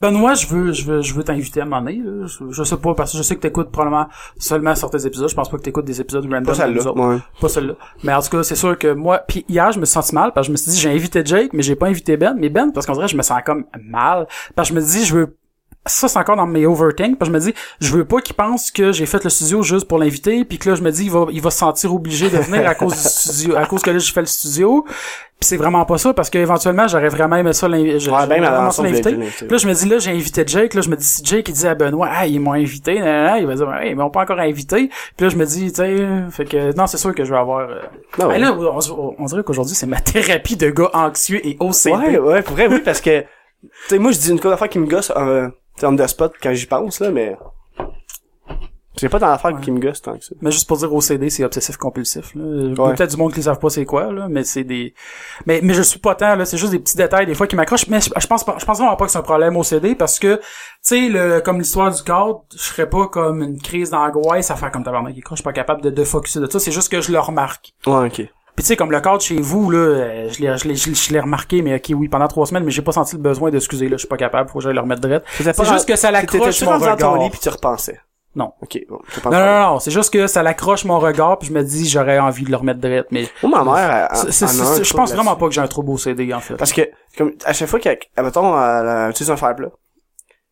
S4: Benoît, je veux, je veux, je veux t'inviter à un moment donné, là. Je, je sais pas parce que je sais que t'écoutes probablement seulement certains épisodes. Je pense pas que t'écoutes des épisodes random.
S2: pas
S4: comme nous
S2: celle-là.
S4: autres.
S2: Ouais.
S4: Pas celle-là. Mais en tout cas, c'est sûr que moi, puis hier, je me suis senti mal parce que je me suis dit, j'ai invité Jake, mais j'ai pas invité Ben. Mais Ben, parce qu'on dirait, je me sens comme mal. Parce que je me dis, je veux, ça, c'est encore dans mes overthink. Parce que je me dis, je veux pas qu'il pense que j'ai fait le studio juste pour l'inviter. Puis que là, je me dis, il va, il va se sentir obligé de venir à cause du studio, à cause que là, j'ai fait le studio. Puis c'est vraiment pas ça parce que éventuellement, j'aurais vraiment aimé ça l'inviter.
S2: Ouais, ben, mais
S4: vraiment
S2: avant
S4: ça
S2: ça,
S4: l'inviter.
S2: vous l'avez dit,
S4: Puis là, je me dis, là, j'ai invité Jake. Là, je me dis, si Jake, il dit à Benoît, ah, ils m'ont invité, nan, nan, nan, il va dire, ah, ils m'ont pas encore invité. Puis là, je me dis, tu sais, euh, fait que, non, c'est sûr que je vais avoir, euh,
S2: Ah ouais.
S4: Ah, là, on, on- on dirait qu'aujourd'hui, c'est ma thérapie de gars anxieux et OCD.
S2: Ouais, ouais, pour vrai, oui, parce que, tu sais, moi, je dis une couple d'affaires qui me gosse, euh, tu sais, on the spot quand j'y pense, là, mais. J'ai pas tant d'affaires qui me gosse tant que ça.
S4: Mais juste pour dire OCD, c'est obsessif compulsif. Là. Il y a
S2: Ouais.
S4: Peut-être du monde qui ne savent pas c'est quoi, là, mais c'est des. Mais mais je suis pas tant là, c'est juste des petits détails des fois qui m'accrochent. Mais je, je pense pas, je pense vraiment pas que c'est un problème OCD parce que tu sais le comme l'histoire du cadre, je serais pas comme une crise d'angoisse à faire comme tabarnak. écoute, Je suis pas capable de de focuser de ça. C'est juste que je le remarque.
S2: Ouais, ok.
S4: Puis tu sais comme le cadre chez vous là, euh, je l'ai je l'ai je l'ai- je l'ai remarqué, mais ok oui pendant trois semaines, mais j'ai pas senti le besoin d'excuser là. Je suis pas capable. Faut que j'aille le remettre direct. C'est juste que ça l'accroche
S2: T'étais-tu
S4: mon
S2: rendu dans
S4: regard.
S2: ton lit puis tu repensais?
S4: Non.
S2: Ok, bon, t'as pas
S4: Non, non, non, c'est juste que ça l'accroche mon regard, puis je me dis j'aurais envie de le remettre direct, mais
S2: Moi, ma mère, elle-
S4: C'est-
S2: elle-
S4: c'est-
S2: elle en a un
S4: c'est- Je
S2: trouble
S4: pense vraiment
S2: là-dessus.
S4: pas que j'ai un trop beau CD en fait.
S2: Parce que, comme, à chaque fois qu'elle, mettons, elle, elle utilise un fer plat.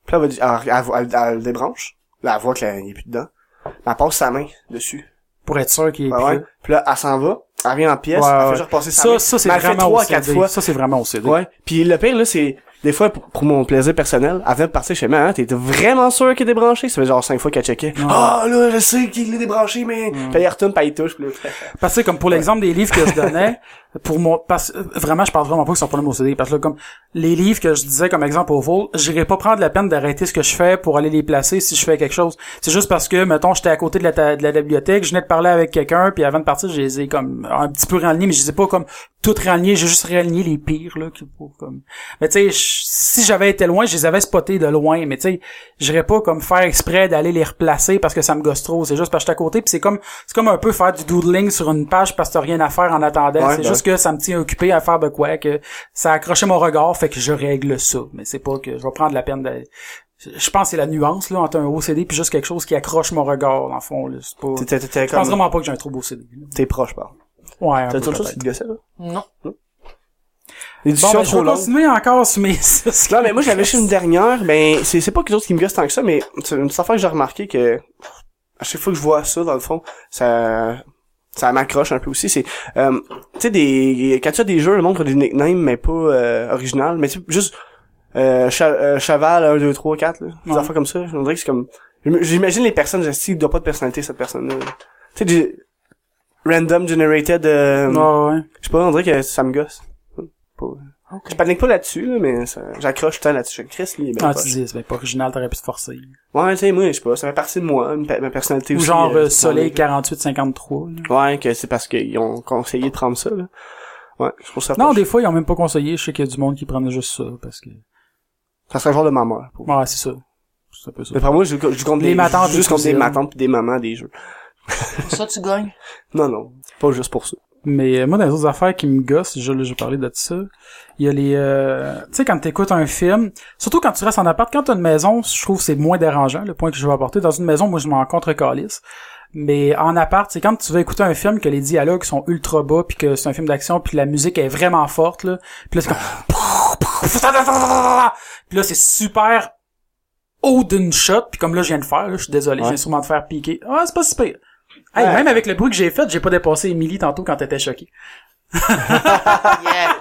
S2: Puis là, elle va dire, elle, elle- elle- elle le débranche. Là, elle voit qu'il n'y a plus dedans. Mais Elle passe sa main dessus.
S4: pour être sûr qu'il est
S2: Ouais, ouais.
S4: plus.
S2: Puis là, elle s'en va, elle revient en pièce,
S4: Ouais,
S2: elle fait
S4: ouais.
S2: juste repasser sa
S4: Ça,
S2: main.
S4: ça, c'est
S2: Mais elle fait
S4: vraiment
S2: trois,
S4: au
S2: quatre
S4: CD.
S2: fois.
S4: Ça, c'est vraiment au CD.
S2: Ouais. Puis le pire, là, c'est... Des fois, pour, pour mon plaisir personnel, avant de partir chez moi, hein, t'es vraiment sûr qu'il est débranché? Ça fait genre cinq fois qu'elle checkait. Ah, là, je sais qu'il est débranché, mais... Puis elle y retourne, puis elle y touche, puis là...
S4: Parce que comme pour l'exemple des livres que je donnais, pour mon parce euh, vraiment je parle vraiment pas que c'est un problème au CD parce que là, comme les livres que je disais comme exemple au vol, j'irai pas prendre la peine d'arrêter ce que je fais pour aller les placer si je fais quelque chose. C'est juste parce que mettons j'étais à côté de la, ta- de la bibliothèque, je venais de parler avec quelqu'un puis avant de partir, je les ai comme un petit peu réalignés mais je les ai pas comme tout réalignés, j'ai juste réaligné les pires là qui pour comme mais tu sais je- si j'avais été loin, je les avais spotés de loin mais tu sais j'irais pas comme faire exprès d'aller les replacer parce que ça me gosse trop, c'est juste parce que j'étais à côté puis c'est comme c'est comme un peu faire du doodling sur une page parce que t'as rien à faire en attendant.
S2: Ouais,
S4: c'est
S2: ouais.
S4: juste que ça me tient occupé à faire de quoi, que ça a accroché mon regard, fait que je règle ça. Mais c'est pas que je vais prendre la peine de... Je pense que c'est la nuance, là, entre un OCD puis juste quelque chose qui accroche mon regard, dans le fond, là. C'est pas...
S2: T'es- T'es t'es
S4: Je pense
S2: comme...
S4: vraiment pas que j'ai un trouble OCD. là.
S2: T'es proche, par
S4: Ouais, un
S2: T'as
S4: peu,
S2: d'autres choses qui
S4: peut-être.
S2: te gossaient, là?
S3: Non.
S4: Bon,
S2: L'édition
S4: ben, je
S2: trop
S4: vais
S2: longue.
S4: continuer encore sur mes...
S2: Non, mais moi, j'avais chez une dernière, ben, c'est, c'est pas quelque chose qui me gosse tant que ça, mais c'est une petite affaire que j'ai remarqué que, à chaque fois que je vois ça, dans le fond, ça, ça m'accroche un peu aussi, c'est, euh, tu sais, des, quand tu as des jeux, le monde a des nicknames, mais pas, euh, original, mais tu sais, juste, euh, cha- euh, Chaval, 1, 2, 3, 4, là, des
S4: Ouais.
S2: affaires comme ça, on dirait que c'est comme, j'imagine les personnes, je sais, il doit pas de personnalité, cette personne-là. Tu sais, du random generated, euh,
S4: Ouais, ouais.
S2: je sais pas, on dirait que ça me gosse. Pas- Je panique pas là-dessus, là, mais ça... j'accroche tout le temps là-dessus. Chris, lui, il est bien
S4: Ah,
S2: poche.
S4: tu dis, c'est ben, pas original, t'aurais pu te forcer.
S2: Ouais, tu sais, moi, je sais pas, ça fait partie de moi, ma, ma personnalité
S4: Ou
S2: aussi.
S4: genre,
S2: euh,
S4: euh, Soleil
S2: dans
S4: 48-53, là.
S2: les- Ouais, que c'est parce qu'ils ont conseillé de prendre ça, là. Ouais, je trouve ça
S4: Non,
S2: poche.
S4: des fois, ils ont même pas conseillé. Je sais qu'il y a du monde qui prenait juste ça, parce que...
S2: Ça serait le genre de maman, pour...
S4: Ouais, c'est ça. C'est un peu ça.
S2: Mais par moi, je, je compte
S4: Des
S2: les
S4: matantes, des
S2: juste contre des
S4: cousines.
S2: matants pis des mamans des jeux.
S3: Pour ça, tu gagnes.
S2: Non, non, c'est pas juste pour ça.
S4: Mais euh, moi, dans les autres affaires qui me gossent, je, là, j'ai parlé de ça, il y a les... euh, tu sais, quand t'écoutes un film, surtout quand tu restes en appart, quand t'as une maison, je trouve que c'est moins dérangeant, le point que je veux apporter. Dans une maison, moi, je m'en contre calice Mais en appart, c'est quand tu vas écouter un film que les dialogues sont ultra bas, puis que c'est un film d'action, puis la musique est vraiment forte, là. Puis là, c'est comme... Puis là, c'est super haut d'une shot, puis comme là, je viens de faire, là, je suis désolé,
S2: Ouais.
S4: je viens sûrement de faire piquer. Ah, c'est pas si pire. Hey,
S2: Ouais.
S4: même avec le bruit que j'ai fait, j'ai pas dépassé Émilie tantôt quand t'étais choquée.
S3: Yeah.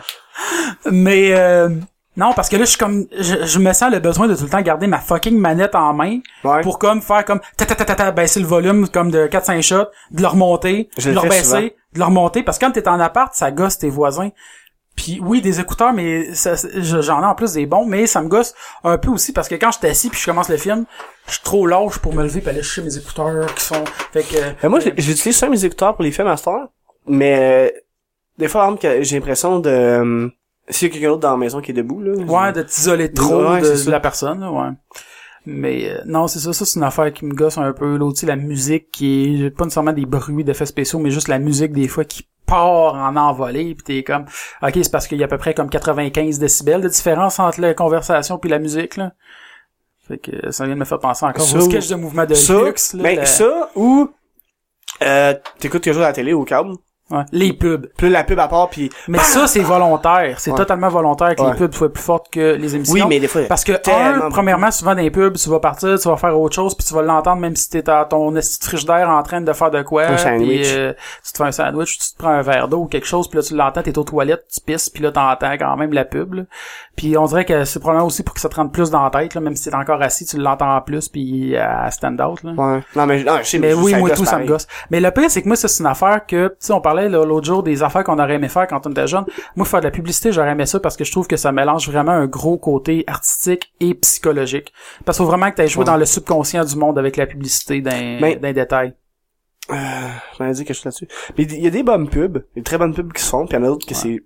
S4: Mais euh, non, parce que là, je suis comme, je, je me sens le besoin de tout le temps garder ma fucking manette en main
S2: Ouais.
S4: pour comme faire comme ta ta ta ta ta baisser le volume comme de 4-5 shots, de le remonter,
S2: Je
S4: de
S2: le
S4: le
S2: fais
S4: rebaisser,
S2: souvent.
S4: de le remonter. Parce que quand t'es en appart, ça gosse tes voisins. Puis oui, des écouteurs, mais ça- ça- je- j'en ai en plus des bons, mais ça me gosse un peu aussi parce que quand je suis assis puis je commence le film, je suis trop lâche pour me lever puis aller chercher mes écouteurs qui sont. Fait que
S2: Ben, moi, je- j'utilise ça mes écouteurs pour les films à cette heure, mais euh, des fois, par exemple, que j'ai l'impression de... euh, S'il y a quelqu'un d'autre dans la maison qui est debout, là...
S4: Ouais, de t'isoler trop
S2: Ouais,
S4: de,
S2: c'est ça.
S4: de la personne, là, ouais. Mais euh, non, c'est ça, ça c'est une affaire qui me gosse un peu. L'autre, c'est la musique qui est pas nécessairement des bruits d'effets spéciaux, mais juste la musique des fois qui part en envolée, puis t'es comme, ok, c'est parce qu'il y a à peu près comme 95 décibels de différence entre la conversation puis la musique, là. Fait que euh, ça vient de me faire penser encore
S2: Ça
S4: au
S2: ou-
S4: sketch de mouvement de
S2: ça,
S4: luxe, là,
S2: ben,
S4: la-
S2: ça ou euh, t'écoutes quelque chose à la télé au câble,
S4: ouais, les pubs.
S2: puis là, la pub à part, puis
S4: Mais ça, c'est volontaire. C'est
S2: Bah! Ouais.
S4: totalement volontaire que
S2: Ouais.
S4: les pubs soient plus fortes que les émissions.
S2: oui, mais des fois
S4: Parce que,
S2: tellement-
S4: un, premièrement, souvent dans les pubs, tu vas partir, tu vas faire autre chose, puis tu vas l'entendre même si t'es à ton esti de frigidaire en train de faire de quoi.
S2: Un sandwich.
S4: puis, euh, tu te fais un sandwich, tu te prends un verre d'eau ou quelque chose, puis là, tu l'entends, t'es aux toilettes, tu pisses, puis là, t'entends quand même la pub. là. Puis on dirait que c'est probablement aussi pour que ça te rentre plus dans la tête, là, même si t'es encore assis, tu l'entends en plus, puis à stand-out. là.
S2: ouais. non mais non, je sais,
S4: Mais
S2: je-
S4: oui,
S2: ça
S4: moi
S2: gosse
S4: tout, ça me
S2: pareil.
S4: gosse. Mais le pire, c'est que moi, ça, c'est une affaire que, tu sais, on parlait là, l'autre jour des affaires qu'on aurait aimé faire quand on était jeune. Moi, faire de la publicité, j'aurais aimé ça parce que je trouve que ça mélange vraiment un gros côté artistique et psychologique. Parce qu'il faut vraiment que tu joué
S2: Ouais.
S4: dans le subconscient du monde avec la publicité d'un
S2: Mais-
S4: d'un détail.
S2: Je m'en ai dit quelque chose là-dessus. Mais il y a des bonnes pubs, des très bonnes pubs qui se font, puis il y en a d'autres que c'est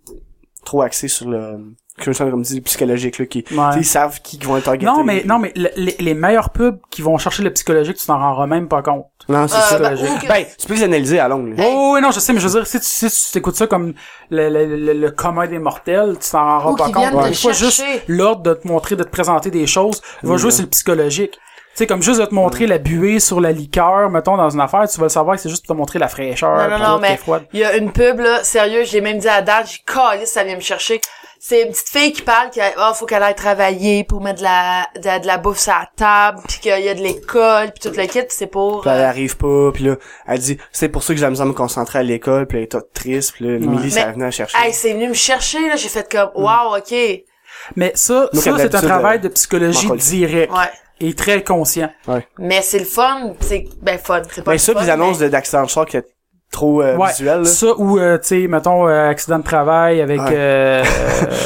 S2: trop axé sur le comme ça, comme dit le psychologique là, qui tu
S4: Ouais.
S2: sais, ils savent qui, qui vont être targetés.
S4: Non, mais non, mais le- les, les meilleurs pubs qui vont chercher le psychologique, tu t'en rends même pas compte.
S2: non, c'est
S3: Euh,
S2: ça.
S3: ben,
S2: Ben,
S3: ou que-
S2: tu peux les analyser à longue. là.
S3: Hey.
S4: Oh oui, non, je sais, mais je veux dire, si tu, si tu t'écoutes ça comme le, le, le, le commun des mortels, tu t'en rends
S3: Ou
S4: pas
S3: qu'ils
S4: compte.
S3: viennent te
S4: Des fois, juste
S3: chercher.
S4: l'ordre de te montrer, de te présenter des choses, va
S2: Ouais.
S4: jouer sur le psychologique. Tu sais, comme juste de te
S2: Mm.
S4: montrer la buée sur la liqueur, mettons, dans une affaire, tu vas le savoir que c'est juste pour te montrer la fraîcheur.
S3: Non, non,
S4: puis
S3: non,
S4: l'autre qui est
S3: mais
S4: froide.
S3: il y a une pub, là, sérieux, j'ai même dit à Dan, j'ai calé, ça vient me chercher. c'est une petite fille qui parle qu'il faut qu'elle aille travailler pour mettre de la, de, de la bouffe sur la table, puis qu'il y a de l'école, puis tout le kit, puis c'est pour... euh,
S2: Puis elle arrive pas, puis là, elle dit, c'est pour ça que j'ai la misère à me concentrer à l'école, puis elle est toute triste, puis là, Millie, ça
S3: Mais-
S2: venait à chercher. Mm.
S3: Hey, c'est venu me chercher, là, j'ai fait comme, wow, ok, ouais.
S4: Mais ça,
S2: Nous,
S4: ça
S2: comme
S4: c'est un
S2: d'habitude,
S4: travail
S2: euh,
S4: de psychologie
S2: Marcoli.
S4: direct et très conscient.
S3: Mais c'est le fun, c'est, ben, fun, c'est pas
S2: mais
S3: le
S2: ça,
S3: fun,
S2: les annonces
S3: mais-
S2: de d'accident de char qui est trop euh,
S4: Ouais,
S2: visuel, là.
S4: ça ou euh, tu sais mettons euh, accident de travail avec
S2: Ouais.
S4: euh,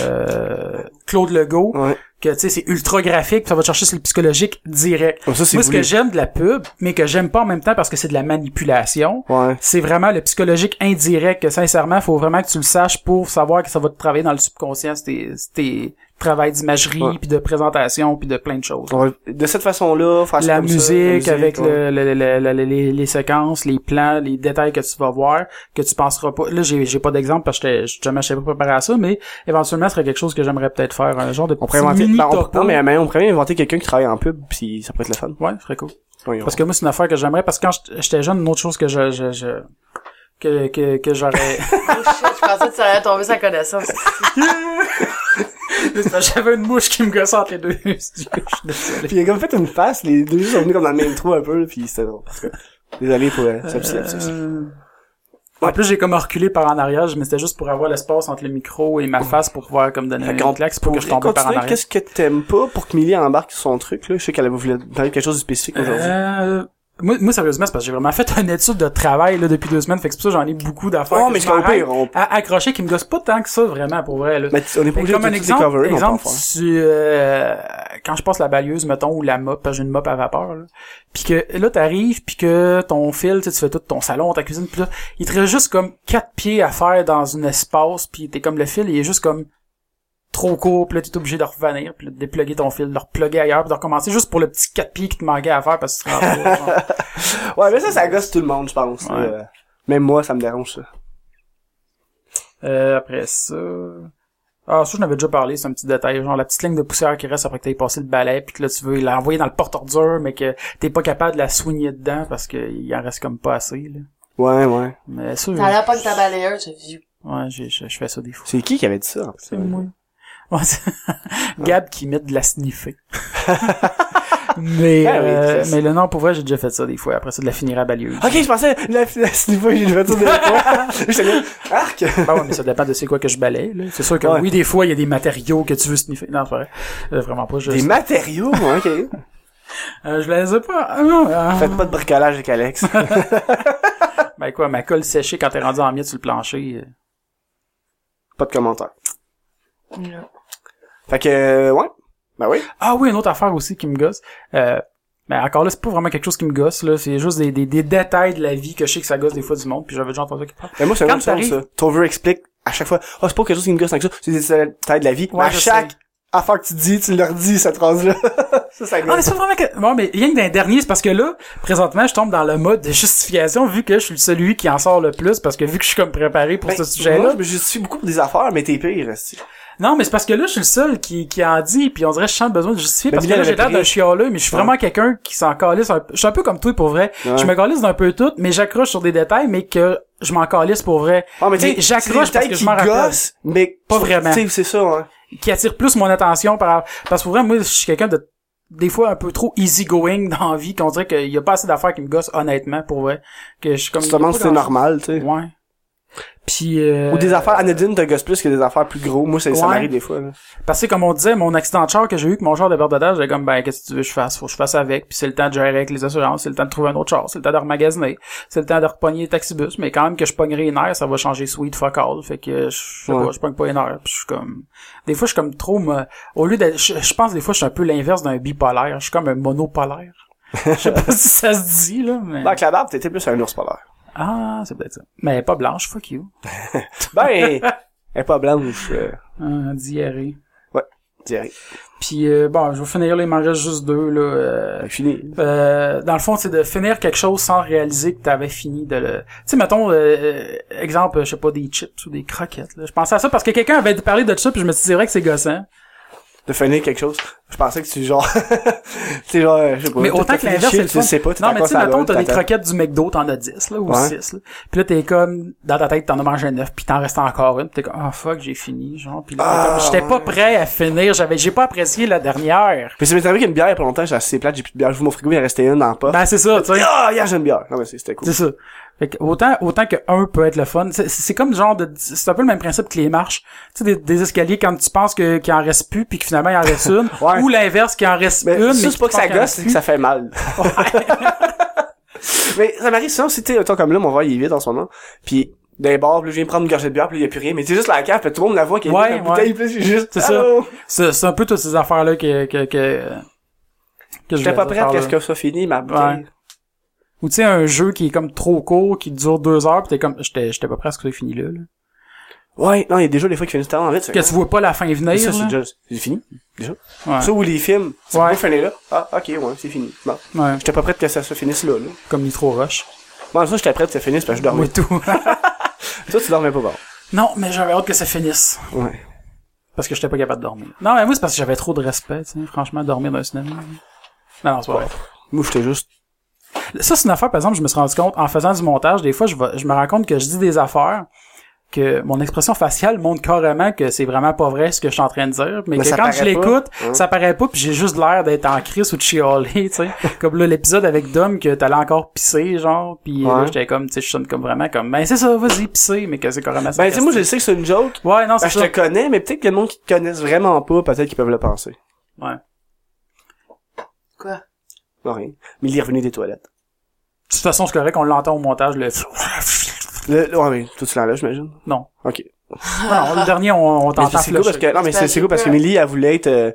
S4: euh, Claude Legault
S2: Ouais.
S4: que tu sais c'est ultra graphique, puis ça va te chercher sur le psychologique direct.
S2: Comme ça, c'est
S4: Moi ce
S2: voulu.
S4: que j'aime de la pub mais que j'aime pas en même temps parce que c'est de la manipulation.
S2: Ouais.
S4: C'est vraiment le psychologique indirect que sincèrement, faut vraiment que tu le saches pour savoir que ça va te travailler dans le subconscient, c'est tes, c'est tes travails d'imagerie,
S2: Ouais.
S4: puis de présentation, puis de plein de choses.
S2: On va- De cette façon-là, faire ça
S4: la
S2: comme ça,
S4: musique, avec le,
S2: ouais.
S4: le- le- le- le- les, les séquences, les plans, les détails que tu vas voir, que tu penseras pas. Là, j'ai, j'ai pas d'exemple parce que j'étais- je jamais je savais pas préparé à ça, mais éventuellement, ce serait quelque chose que j'aimerais peut-être faire, un genre de
S2: On pourrait
S4: petit
S2: inventer,
S4: mini
S2: ben, on-
S4: topo.
S2: non, mais, mais on pourrait bien inventer quelqu'un qui travaille en pub, puis ça pourrait être le fun.
S4: Ouais, ce serait cool.
S2: Voyons.
S4: Parce que moi, c'est une affaire que j'aimerais, parce que quand j'étais- j'étais jeune, une autre chose que je, je, je- que, que, que j'aurais,
S3: Oh shit, je pensais que ça allait tomber sa connaissance.
S4: j'avais une mouche qui me gossait entre les deux. yeux. Je suis désolé.
S2: Puis il a comme fait une face, les deux sont venus comme dans le même trou un peu, puis c'était drôle. En tout cas, Désolé pour euh, ce petit lapsus.
S4: Euh,
S2: Ouais.
S4: En plus, j'ai comme reculé par en arrière, mais c'était juste pour avoir l'espace entre le micro et ma face pour pouvoir comme donner
S2: Fait
S4: une
S2: qu'on-
S4: claque pour que je tombe
S2: Continue,
S4: par en arrière.
S2: Qu'est-ce que t'aimes pas pour que Millie embarque sur son truc, là? Je sais qu'elle voulait parler de quelque chose de spécifique aujourd'hui.
S4: Euh, moi, moi, sérieusement, c'est parce que j'ai vraiment fait une étude de travail là, depuis deux semaines, fait que c'est pour ça que j'en ai beaucoup d'affaires.
S2: Oh,
S4: que
S2: mais
S4: je
S2: c'est pas
S4: m'arrête
S2: pire, on-
S4: À accrocher, qui me gosse pas tant que ça, vraiment, pour vrai. Là.
S2: Mais tu- on est pas
S4: Mais Ben,
S2: obligé de
S4: comme
S2: tout
S4: un exemple,
S2: décoverer, mais on peut en
S4: exemple
S2: faire.
S4: tu, euh, quand je passe la balieuse, mettons, ou la mop, parce que j'ai une mop à vapeur, là, puis que là, t'arrives, puis que ton fil, tu sais, tu fais tout ton salon, ta cuisine, puis là, il te reste juste comme quatre pieds à faire dans un espace, puis t'es comme le fil, il est juste comme trop court, puis là, t'es obligé de revenir, puis là, de dépluguer ton fil, de le repluguer ailleurs, puis de recommencer juste pour le petit quatre pieds qui te manquait à faire, parce que tu te rends pas, genre.
S2: Ouais, mais ça, ça gosse tout le monde, je pense.
S4: Ouais.
S2: Euh, Même moi, ça me dérange, ça.
S4: Euh, après ça... Ah, ça, je n'avais déjà parlé, c'est un petit détail. Genre, la petite ligne de poussière qui reste après que t'aies passé le balai, puis que là, tu veux l'envoyer dans le porte-ordure, mais que t'es pas capable de la soigner dedans parce qu'il en reste comme pas assez, là.
S2: Ouais, ouais.
S4: Mais ça,
S3: T'as l'air pas que ta balayeuse, j'ai vu.
S4: ouais, j'ai- je, je fais ça des fois.
S2: C'est qui qui avait dit ça? en plus?
S4: Ouais, c'est- Gab qui met de la sniffer. mais,
S2: Ah oui,
S4: euh,
S2: c'est-
S4: mais le nom, pour vrai, j'ai déjà fait ça des fois. Après ça, de la finir à balieuse.
S2: Ah, Ok, je pensais, la, la sniffer, j'ai fait ça des fois. J'étais là, arc!
S4: Ah ouais, mais ça dépend de c'est quoi que je balaye, là. C'est sûr que
S2: Ouais.
S4: oui, des fois, il y a des matériaux que tu veux sniffer. Non, c'est pas vrai. Euh, Vraiment pas. Je,
S2: Des matériaux, moi, ok.
S4: Euh, je la les ai pas. Ah, non, ah.
S2: Faites pas de bricolage avec Alex.
S4: Ben quoi, ma colle séchée quand t'es rendu en miettes sur le plancher. euh.
S2: pas de commentaires. Fait que, euh, ouais. Ben oui.
S4: Ah oui, une autre affaire aussi qui me gosse. Euh, ben encore là, c'est pas vraiment quelque chose qui me gosse, là. C'est juste des, des, des détails de la vie que je sais que ça gosse des fois du monde, puis j'avais déjà entendu quelque part.
S2: Mais Ben, moi, c'est
S4: Quand
S2: un autre chose,
S4: t'arrives-
S2: ça. Tover explique à chaque fois, oh, c'est pas quelque chose qui me gosse tant que ça, c'est des détails de la vie.
S4: Ouais,
S2: mais à
S4: je
S2: chaque
S4: sais.
S2: affaire que tu dis, tu leur dis, cette phrase-là. ça, ça
S4: Ah, mais
S2: gosse.
S4: c'est pas vraiment que... Bon, mais rien que dans les derniers, c'est parce que là, présentement, je tombe dans le mode de justification, vu que je suis celui qui en sort le plus, parce que vu que je suis comme préparé pour
S2: Ben,
S4: ce
S2: Moi,
S4: sujet-là.
S2: je me justifie beaucoup pour des affaires, mais t'es pire, esti.
S4: Non, mais c'est parce que là, je suis le seul qui, qui en dit, puis on dirait que je sens le besoin de justifier,
S2: Ben,
S4: parce que
S2: Bilal
S4: là, j'ai
S2: avait
S4: l'air d'un
S2: pris.
S4: chialeux, mais je suis
S2: Ouais.
S4: vraiment quelqu'un qui s'en calisse un peu. Je suis un peu comme toi, pour vrai.
S2: Ouais.
S4: Je me calisse d'un peu tout, mais j'accroche sur des détails, mais que je m'en calisse pour vrai.
S2: Ah, mais tu
S4: Mais
S2: sais,
S4: j'accroche parce
S2: c'est des
S4: que
S2: détails
S4: je m'en
S2: qui
S4: rappelle.
S2: gossent, mais
S4: Pas vraiment.
S2: Tu sais, c'est ça, hein.
S4: Qui attire plus mon attention par, parce que pour vrai, moi, je suis quelqu'un de, des fois, un peu trop easy going dans la vie, qu'on dirait qu'il y a pas assez d'affaires qui me gossent, honnêtement, pour vrai. Que je suis comme...
S2: Tu te demandes si c'est normal, tu sais.
S4: Ouais. Puis, euh,
S2: Ou des affaires anodines te gossent plus que des affaires plus gros. Moi, ça, ça
S4: Ouais.
S2: m'arrive des fois. là.
S4: Parce que comme on disait, mon accident de char que j'ai eu, que mon char de bordage, j'ai comme ben qu'est-ce que tu veux que je fasse, faut que je fasse avec, puis c'est le temps de gérer avec les assurances, c'est le temps de trouver un autre char, c'est le temps de remagasiner, c'est le temps de repogner les taxibus, mais quand même que je pognerai une heure, ça va changer sweet fuck all, fait que je sais
S2: Ouais.
S4: pas, je pogne pas une heure, puis je suis comme des fois je suis comme trop me- au lieu d'être je, je pense des fois je suis un peu l'inverse d'un bipolaire, je suis comme un monopolaire. Je sais pas si ça se dit là, mais
S2: Ben, avec la barbe, t'étais plus un ours polaire.
S4: ah, c'est peut-être ça. Mais pas blanche, fuck you.
S2: Ben, elle est pas blanche. Euh,
S4: Un diarrhée.
S2: direct.
S4: Puis euh, bon, je vais finir les mangas juste deux là. euh,
S2: Ben, fini.
S4: Euh, dans le fond, c'est de finir quelque chose sans réaliser que t'avais fini de le. Tu sais, mettons, euh, euh, exemple, je sais pas, des chips ou des croquettes. Là. Je pensais à ça parce que quelqu'un avait parlé de ça, puis je me suis dit, c'est vrai que c'est gossant.
S2: de finir quelque chose. Je pensais que tu genre, tu genre, je sais pas.
S4: Mais
S2: t'as-
S4: autant
S2: t'as
S4: que
S2: fini de
S4: l'inverse,
S2: chier,
S4: c'est le
S2: tu
S4: fun.
S2: sais pas, tu
S4: non, mais tu sais, mettons, t'as des
S2: croquettes.
S4: croquettes du McDo, t'en as 10, là, ou
S2: Ouais.
S4: 6, là. Puis là, t'es comme, dans ta tête, t'en as mangé 9, puis t'en restes encore une, puis t'es comme, oh fuck, j'ai fini, genre. Puis là, t'es
S2: Ah,
S4: comme, j'étais pas prêt à finir, j'avais, j'ai pas apprécié la dernière.
S2: Mais c'est arrivé qu'une bière, il y a pas longtemps, j'ai assez plate, j'ai plus de bière, je vous mon frigo, il en restait une dans le pot.
S4: Ben, c'est ça, tu sais.
S2: Ah, hier, j'ai une bière. Non, mais c'est- c'était cool.
S4: C'est ça. Fait que autant, autant que un peut être le fun. C'est- C'est comme le genre de, c'est un peu le même principe que les marches. Tu sais, des, des escaliers quand tu penses que, qu'il en reste plus puis que finalement il en reste une.
S2: Ouais.
S4: Ou l'inverse, qu'il en reste
S2: Mais
S4: une.
S2: ça, c'est pas que ça gosse, c'est que ça fait mal. mais ça m'arrive souvent, si t'es, autant comme là, mon verre, il est vide en ce moment. Puis, d'un bar, puis là, je viens prendre une gorgée de bière, puis là, il y a plus rien. Mais c'est juste la cave, puis tout le monde la voit qui est
S4: Ouais,
S2: dans la
S4: ouais.
S2: bouteille, puis c'est juste,
S4: C'est ça.
S2: Allô?
S4: C'est, c'est un peu toutes ces affaires-là que, que, que, que je
S2: J'étais
S4: voulais dire
S2: pas prête
S4: par là.
S2: qu'est-ce que ça finit, ma bouteille.
S4: Ouais. Ou tu sais, un jeu qui est comme trop court, qui dure deux heures pis t'es comme, j'étais, j'étais pas prêt à ce que ça fini là, là.
S2: Ouais. non, il y a déjà des fois qui finissent tard en vite. c'est-
S4: Que tu vois pas la fin venir,
S2: Et ça, c'est
S4: là.
S2: déjà, c'est fini. Déjà.
S4: Ouais.
S2: Ça, ou les films. C'est
S4: Ouais.
S2: pas fini là. Ah, ok, ouais, c'est fini. Bon.
S4: Ouais.
S2: J'étais pas prête que ça se finisse là, là.
S4: Comme Nitro Rush.
S2: Bon, ça, j'étais prête que ça finisse parce que je
S4: Moi
S2: dormais.
S4: et tout.
S2: Toi, tu dormais pas, bon.
S4: non, mais j'avais hâte que ça finisse.
S2: Ouais.
S4: Parce que j'étais pas capable de dormir. Non, mais moi, c'est parce que j'avais trop de respect, tu sais, franchement, dormir dans un cinéma. Non, non, c'est pas vrai.
S2: Moi, j'étais juste.
S4: Ça, c'est une affaire, par exemple, je me suis rendu compte, en faisant du montage, des fois, je, vais- je me rends compte que je dis des affaires, que mon expression faciale montre carrément que c'est vraiment pas vrai ce que je suis en train de dire, mais,
S2: Mais
S4: que
S2: ça
S4: quand je
S2: paraît pas.
S4: l'écoute,
S2: Hein?
S4: ça paraît pas, puis j'ai juste l'air d'être en crise ou de chialer, tu sais. comme là, l'épisode avec Dom, que t'allais encore pisser, genre, puis là,
S2: Ouais.
S4: j'étais comme, tu sais, je sonne comme vraiment comme, ben c'est ça, vas-y, pisser, mais que c'est carrément ça.
S2: Ben, tu sais, moi, je sais que c'est une joke.
S4: Ouais, non,
S2: Ben,
S4: c'est
S2: je
S4: ça.
S2: te connais, mais peut-être que le monde qui te connaissent vraiment pas, peut-être qu'ils peuvent le penser.
S4: Ouais.
S3: Quoi?
S2: Non, rien. Mais il est revenu des toilettes.
S4: De toute façon, c'est correct, on l'entend au montage, le...
S2: Le, le- ouais, mais tout tu l'enlèves, j'imagine.
S4: Non.
S2: Ok.
S4: Non, le dernier, on, on
S2: Mais
S4: t'entend
S2: c'est cool
S4: flusher.
S2: parce que, non, mais
S3: C'est
S2: c'est
S3: pas
S2: c'est cool parce que
S3: super.
S2: Millie, elle voulait être euh,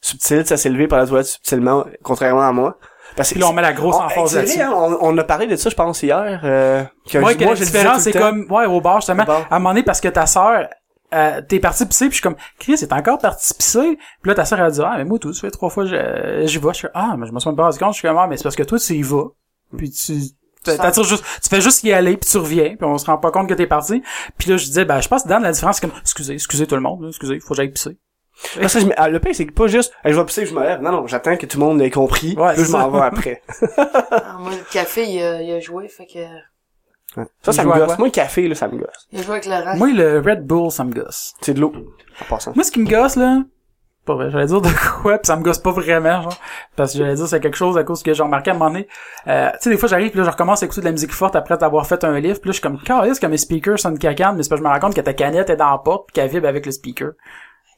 S2: subtile, ça s'est levé par la toilette subtilement, contrairement à moi. Parce
S4: Puis là, on met la grosse
S2: on-
S4: emphase
S2: c'est vrai,
S4: là-dessus.
S2: hein, on, on a parlé de ça, je pense, hier. Euh, que
S4: Ouais,
S2: je-
S4: que la
S2: moi, je le disais
S4: différence,
S2: tout le
S4: c'est
S2: temps.
S4: comme, ouais, au bar, justement,
S2: Au bar.
S4: à un moment donné, parce que ta sœur, euh, t'es parti pisser, puis je suis comme, Chris, t'es encore parti pisser? Puis là, ta sœur, elle dit, ah, mais moi, tout, ça fait trois fois, je- j'y vais. Je suis, ah, mais je me suis même pas rendu compte, je suis comme, ah, mais c'est parce que toi, tu y vas. Puis tu, t'attires juste, tu fais juste y aller, puis tu reviens, puis on se rend pas compte que t'es parti. Puis là, je disais, ben, je pense que dans la différence, c'est comme, excusez, excusez tout le monde, là, excusez, faut que j'aille pisser.
S2: Parce que je me- ah, le pire, c'est que pas juste, hey, je vais pisser, je me lève. Non, non, j'attends que tout le monde l'ait compris.
S4: Ouais,
S2: puis
S4: c'est
S2: je m'en
S4: ça.
S2: vais après.
S3: Ah, moi, le café, il a, il a joué, fait que...
S2: Ça, ça
S4: Joue à
S2: me
S4: quoi?
S2: gosse. Moi, le café, là, ça me gosse.
S3: Il a joué avec Laurent.
S2: Ah.
S4: Moi, le Red Bull, ça me gosse.
S2: C'est de l'eau. En passant.
S4: Moi, ce qui me gosse, là, pas vrai, j'allais dire de quoi, pis ça me gosse pas vraiment, genre, parce que j'allais dire c'est quelque chose à cause que j'ai remarqué à un moment donné. Euh, tu sais, des fois, j'arrive, pis là, je recommence à écouter de la musique forte après t'avoir fait un livre, pis là, je suis comme, c'est que mes speakers sonnent cacane, mais c'est parce que je me rends compte que ta canette est dans la porte, pis qu'elle vibre avec le speaker.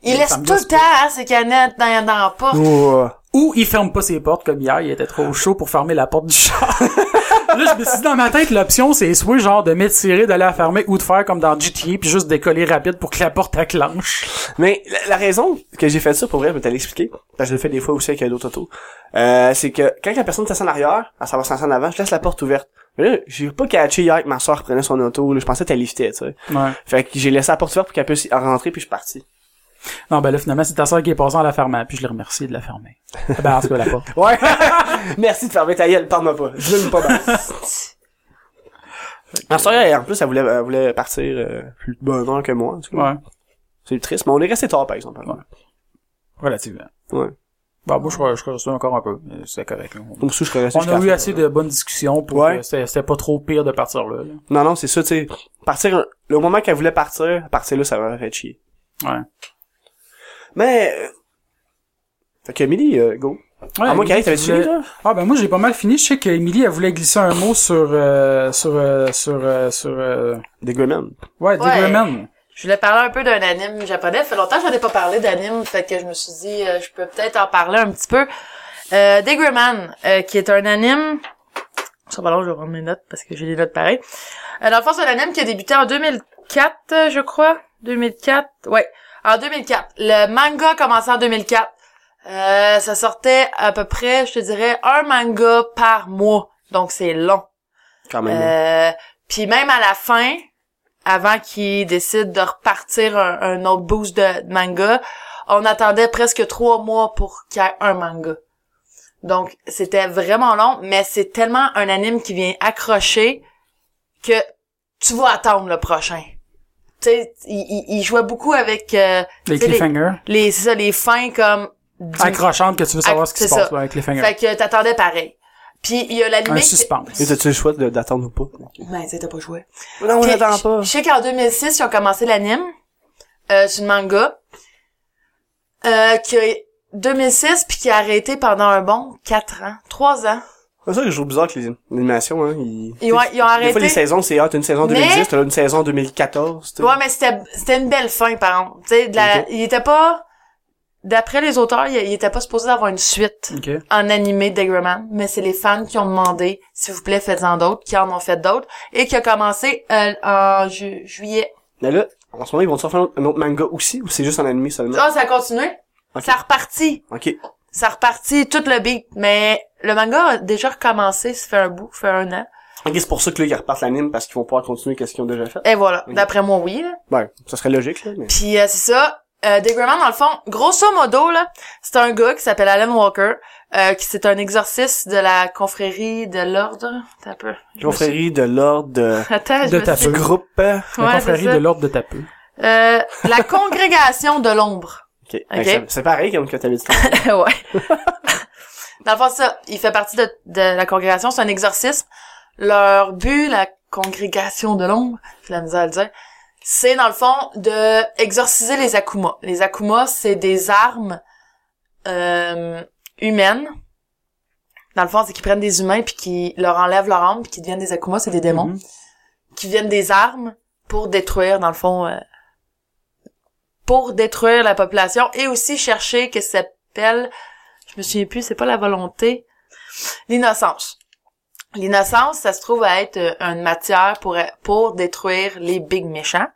S3: il
S4: ça
S3: laisse
S4: me
S3: tout
S4: gosse
S3: le temps, hein, ses canettes dans, dans la porte.
S2: Ouh, euh,
S4: Ou il ferme pas ses portes, comme hier, il était trop chaud pour fermer la porte du char. là, je me suis dit dans ma tête, l'option, c'est soit genre de m'étirer, d'aller la fermer, ou de faire comme dans GTA, puis juste décoller rapide pour que la porte acclenche.
S2: Mais la, la raison que j'ai fait ça, pour vrai, je vais te l'expliquer, parce que je le fais des fois aussi avec euh, d'autres autos, euh, c'est que quand la personne s'assoit en arrière, elle s'en va s'asseoir en avant, je laisse la porte ouverte. Mais là, j'ai pas catché hier que ma soeur prenait son auto, là, je pensais qu'elle liftait, tu sais.
S4: Ouais.
S2: Fait que j'ai laissé la porte ouverte pour qu'elle puisse y rentrer, puis je suis parti.
S4: Non, ben là, finalement, c'est ta soeur qui est passée en la fermant, puis je l'ai remercié de la fermer. ben, en tout cas, la porte.
S2: Ouais! Merci de fermer ta gueule, parle-moi pas. Je l'aime pas bien. Ma soeur, elle, en plus, elle voulait, elle voulait partir euh, plus de bonne heure que moi, en tout cas.
S4: Ouais.
S2: C'est triste, mais on est resté tard, par exemple.
S4: Relativement.
S2: Ouais.
S4: Bah, moi, je crois, je crois que c'est encore un peu. mais C'est correct. là.
S2: Donc, ça, je serais resté
S4: On
S2: jusqu'à
S4: a
S2: la
S4: eu
S2: fin.
S4: assez de bonnes discussions pour
S2: Ouais.
S4: que c'était c'était pas trop pire de partir là. là.
S2: Non, non, c'est ça, tu sais. Partir, un- le moment qu'elle voulait partir, partir là, ça m'aurait fait chier.
S4: Ouais.
S2: Mais, euh, fait que Millie, euh, go.
S4: Ouais,
S2: ah, moi, Carrie,
S4: Émilie,
S2: t'avais-tu
S4: tu voulais-
S2: fini, là?
S4: Ah, ben, moi, j'ai pas mal fini. Je sais qu'Émilie, elle voulait glisser un mot sur, euh, sur, euh, sur, euh, sur, euh,
S2: Des Greyman.
S4: ouais, Dick
S3: Ouais.
S4: Grayman.
S3: Je voulais parler un peu d'un anime japonais. Ça fait longtemps que j'en ai pas parlé d'anime, fait que je me suis dit, euh, je peux peut-être en parler un petit peu. Euh, Degreman, euh, qui est un anime... Ça va long, je vais prendre mes notes parce que j'ai des notes pareilles. Euh, dans le fond, c'est un anime qui a débuté en 2004, euh, je crois. 2004, ouais. En 2004. Le manga a commencé en 2004. Euh, ça sortait à peu près, je te dirais, un manga par mois. Donc, c'est long.
S2: Quand même.
S3: Euh, puis même à la fin, avant qu'ils décident de repartir un, un autre boost de, de manga, on attendait presque trois mois pour qu'il y ait un manga. Donc, c'était vraiment long, mais c'est tellement un anime qui vient accrocher que tu vas attendre le prochain. tu sais, il, il- il jouait beaucoup avec euh,
S4: Les
S3: tu sais,
S4: cliffhangers.
S3: les, c'est ça, les fins comme du-
S4: Accrochantes que tu veux savoir ce qui
S3: c'est
S4: se passe
S3: ça.
S4: là, avec les cliffhangers.
S3: Fait que t'attendais pareil. Puis il y a la
S4: Un
S3: limite.
S4: suspense.
S2: Et t'as-tu le choix de- d'attendre ou pas?
S3: Ben, tu sais, t'as pas joué.
S2: Non, on
S3: Puis,
S2: n'attend
S3: je-
S2: pas.
S3: Je sais qu'en 2006, ils ont commencé l'anime. Euh, c'est une manga. Euh, qui a 2006 puis qui a arrêté pendant un bon 4 ans, 3 ans.
S2: C'est ça que je trouve bizarre que les animations, hein, ils...
S3: Ils ont- ils ont
S2: Des
S3: arrêté.
S2: fois, les saisons, c'est, ah, t'as une saison en
S3: Mais-
S2: 2010, t'as une saison en 2014, tu sais.
S3: Ouais, mais c'était c'était une belle fin par exemple. Tu sais, de la
S2: Ok.
S3: il était pas d'après les auteurs, il, il était pas supposé avoir une suite
S4: Ok.
S3: en animé de Degreyman, mais c'est les fans qui ont demandé s'il vous plaît, faites-en d'autres, qui en ont fait d'autres et qui a commencé euh, en ju- juillet.
S2: Mais là, en ce moment, ils vont sortir un autre, un autre manga aussi, ou c'est juste en animé seulement?
S3: Ah, ça a continué.
S2: Ok.
S3: Ça a reparti.
S2: Ok.
S3: ça repartit tout le beat. Mais le manga a déjà recommencé, ça fait un bout, ça fait un an.
S2: Ok, c'est pour ça que là, ils repartent l'anime, parce qu'ils vont pouvoir continuer qu'est-ce qu'ils ont déjà fait.
S3: Et voilà,
S2: Ok.
S3: d'après moi, oui. là.
S2: Ben, ça serait logique, là, mais...
S3: Puis euh, c'est ça. Euh, Dick Grayman, dans le fond, grosso modo, là, c'est un gars qui s'appelle Alan Walker, euh, qui c'est un exorciste de la confrérie de l'ordre. Attends un peu. Je me suis-
S2: Confrérie de l'ordre de...
S3: Attends, je
S4: de
S3: me
S4: ta
S3: suis-
S2: du
S4: Oui.
S2: groupe, euh,
S4: La
S3: Ouais, c'est
S4: confrérie
S3: ça.
S4: de l'ordre de tapeux.
S3: Euh, la congrégation de l'ombre.
S2: ok. Ben, c'est- c'est pareil, comme que t'avais dit.
S3: ouais. Dans le fond, c'est ça, il fait partie de, de la congrégation, c'est un exorcisme. Leur but, la congrégation de l'ombre, j'ai la misère à le dire, c'est dans le fond de exorciser les akumas. Les akumas, c'est des armes euh, humaines. Dans le fond, c'est qu'ils prennent des humains puis qu'ils leur enlèvent leur âme puis qu'ils deviennent des akumas, c'est des démons
S4: Mhm.
S3: qui viennent des armes pour détruire, dans le fond, euh, pour détruire la population et aussi chercher que ça s'appelle, je me souviens plus, c'est pas la volonté, l'innocence. L'innocence, ça se trouve à être euh, une matière pour, pour détruire les big méchants,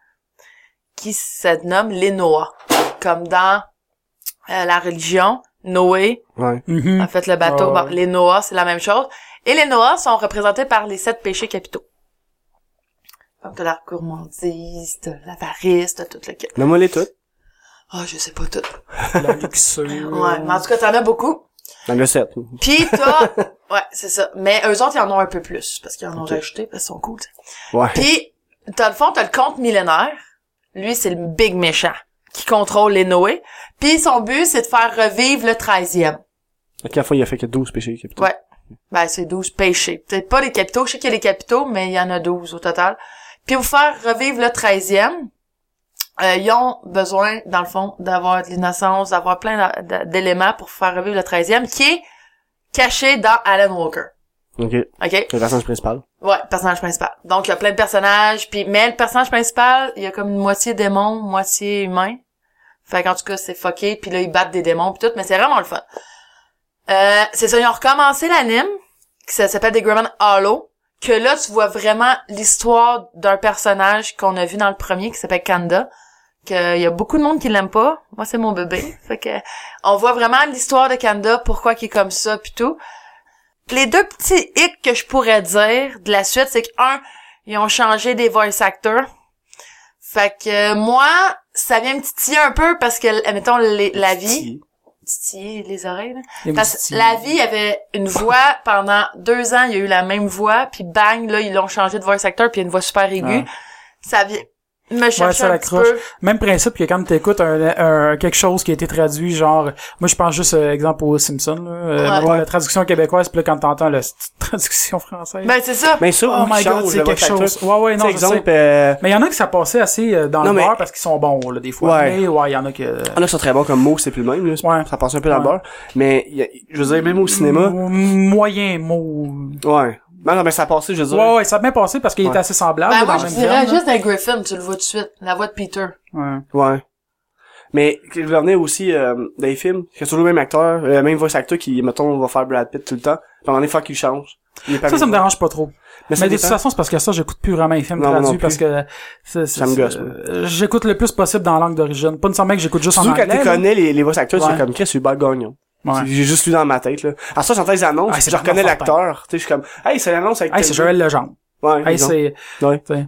S3: qui se nomment les Noah. Comme dans euh, la religion, Noé
S2: Ouais.
S4: Mhm.
S3: a fait le bateau.
S4: Ah ouais.
S3: Bon, les Noah, c'est la même chose. Et les Noah sont représentés par les sept péchés capitaux. Comme t'as la gourmandise, t'as l'avarice, t'as tout le...
S2: Nomme-moi les toutes.
S3: Ah, je sais pas tout.
S4: La luxure.
S3: Ouais, mais en tout cas, t'en as beaucoup.
S2: Dans le 7.
S3: Puis t'as... ouais, c'est ça. Mais eux autres, ils en ont un peu plus, parce qu'ils en ont
S2: Ok.
S3: rajouté, parce qu'ils sont cool. t'sais.
S2: Ouais.
S3: Puis, t'as le fond, t'as le compte millénaire. Lui, c'est le big méchant qui contrôle les Noé. Puis son but, c'est de faire revivre le treizième.
S2: Ok, à la fois, il a fait que 12 péchés, capitaine.
S3: Ouais. Ben, c'est 12 péchés. Peut-être pas les capitaux. Je sais qu'il y a les capitaux, mais il y en a 12 au total. Puis pour faire revivre le 13e, euh, ils ont besoin, dans le fond, d'avoir de l'innocence, d'avoir plein d'a- d'a- d'éléments pour faire revivre le 13e, qui est caché dans Alan Walker.
S2: Ok.
S3: OK?
S2: C'est le personnage principal.
S3: Ouais, personnage principal. Donc, il y a plein de personnages, puis mais le personnage principal, il y a comme une moitié démon, moitié humain. Fait qu'en tout cas, c'est fucké, puis là, ils battent des démons, puis tout, mais c'est vraiment le fun. Euh, c'est ça, ils ont recommencé l'anime, qui ça s'appelle The Greyman Hollow, que là, tu vois vraiment l'histoire d'un personnage qu'on a vu dans le premier, qui s'appelle Kanda, qu'il y a beaucoup de monde qui l'aime pas. Moi, c'est mon bébé. Fait que, on voit vraiment l'histoire de Kanda, pourquoi qu'il est comme ça, puis tout. Les deux petits hicks que je pourrais dire de la suite, c'est que un, ils ont changé des voice actors. Fait que euh, moi, ça vient me titiller un peu parce que, admettons, les- la vie, titiller les oreilles, là.
S4: Et vous
S3: Parce que
S4: dites-
S3: la vie avait une voix pendant deux ans, il y a eu la même voix, puis bang, là, ils l'ont changé de voice actor, puis il y a une voix super aiguë. Ça vient me chercher
S4: ça
S3: un petit
S4: l'accroche.
S3: peu.
S4: Même principe que quand t'écoutes un, un- quelque chose qui a été traduit, genre, moi je pense juste, euh, exemple, aux Simpsons, là, euh,
S3: Ouais.
S4: la- la traduction québécoise, puis là quand t'entends la petite traduction française,
S3: Ben, c'est ça.
S2: Mais ça,
S4: oh
S2: oui,
S4: my god,
S2: change
S4: c'est
S2: le
S4: quelque
S2: vote
S4: chose.
S2: acteur.
S4: Ouais, ouais,
S2: Tu
S4: non,
S2: sais,
S4: je sais.
S2: exemple, euh,
S4: Mais il y en a qui ça passait assez euh, dans
S2: Non,
S4: le
S2: mais-
S4: beurre parce qu'ils sont bons, là, des fois.
S2: Ouais.
S4: Mais ouais, il y en a que... euh,
S2: Ah là, c'est très bon comme mot, c'est plus le même, là.
S4: Ouais.
S2: Ça passe un peu dans le
S4: Ouais. Mm.
S2: beurre. Mais, il y a- je veux dire, même au cinéma.
S4: M- Moyen mot.
S2: Ouais. Ben Non, non, mais ça a passé, je veux dire.
S4: Ouais, ouais, ça a bien passé parce qu'il
S2: Ouais.
S4: était assez semblable
S3: Ben,
S4: là,
S3: moi,
S4: dans
S3: je
S4: le
S3: dirais
S4: même film.
S3: juste un Griffin, tu le vois tout de suite. La voix de Peter.
S4: là. Ouais.
S2: Ouais. Mais je revenais aussi euh, dans les films, c'est toujours le même acteur, le même voice actor qui, mettons, va faire Brad Pitt tout le temps. Puis à un moment donné, faut qu'il change. Il est pas
S4: Ça, ça me
S2: bien.
S4: dérange pas trop.
S2: Mais ça
S4: Mais de toute
S2: dépend.
S4: façon, c'est parce que ça, j'écoute plus vraiment les films
S2: Non, moi non
S4: traduits
S2: plus.
S4: parce que c'est- c'est-
S2: Ça me
S4: c'est-
S2: gosse,
S4: euh, J'écoute le plus possible dans la langue d'origine. Pas nécessairement que j'écoute juste en
S2: Surtout
S4: anglais.
S2: quand tu
S4: là.
S2: connais les, les voice actors,
S4: Ouais.
S2: c'est comme Chris Hubert Gagnon.
S4: Ouais.
S2: J'ai juste lu dans ma tête, là. À ça, j'entends les annonces,
S4: Ah, c'est
S2: je reconnais
S4: Bernard
S2: l'acteur. Tu sais, je suis comme, hey, c'est l'annonce avec
S4: Hey, c'est
S2: tel gars.
S4: Joël Legendre.
S2: Ouais,
S4: Hey,
S2: disons.
S4: c'est...
S2: Ouais.
S4: t'sais.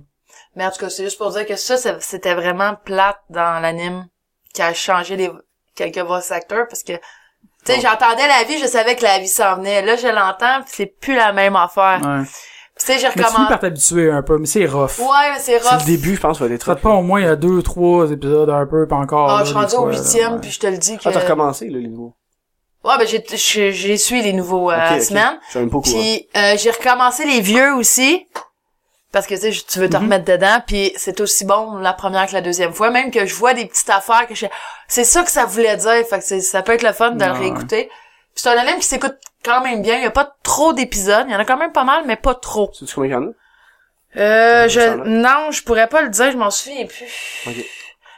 S3: Mais en tout cas, c'est juste pour dire que ça, ça- c'était vraiment plate dans l'anime qui a changé les quelques voice actors parce que tu sais, j'entendais la vie, je savais que la vie s'en venait. Là, je l'entends, puis c'est plus la même affaire.
S4: Ouais.
S3: Puis sais, j'ai
S4: Mais tu finis
S3: recommencé.
S4: par t'habituer un peu, mais c'est rough.
S3: Ouais, mais
S2: C'est
S3: c'est
S2: le
S3: rough.
S2: début, je pense, va être
S4: Ça te
S2: rough.
S4: prend au moins euh, deux, trois épisodes un peu, pas encore.
S3: Ah,
S4: là,
S3: je suis
S4: des
S3: rendu au
S4: fois, là,
S3: huitième,
S4: ouais.
S3: puis je te le dis que...
S2: Ah, t'as recommencé, là, les nouveaux.
S3: ouais, ben, j'ai- j'ai j'ai suivi les nouveaux euh,
S2: Ok, ok.
S3: semaines.
S2: Je suis même pas au courant.
S3: Puis euh, j'ai recommencé les vieux aussi. Parce que tu sais, je- tu veux te
S4: Mhm.
S3: remettre dedans, puis c'est aussi bon la première que la deuxième fois. Même que je vois des petites affaires que je fais, c'est ça que ça voulait dire. Fait que c'est- ça peut être le fun de le
S4: Ouais.
S3: réécouter. Puis c'est un anime qui s'écoute quand même bien. Il y a pas trop d'épisodes. Il y en a quand même pas mal, mais pas trop.
S2: Sais-tu combien il y en a?
S3: Euh,
S2: Ouais,
S3: je,
S2: ça, là.
S3: non, je pourrais pas le dire. Je m'en souviens plus.
S2: Ok.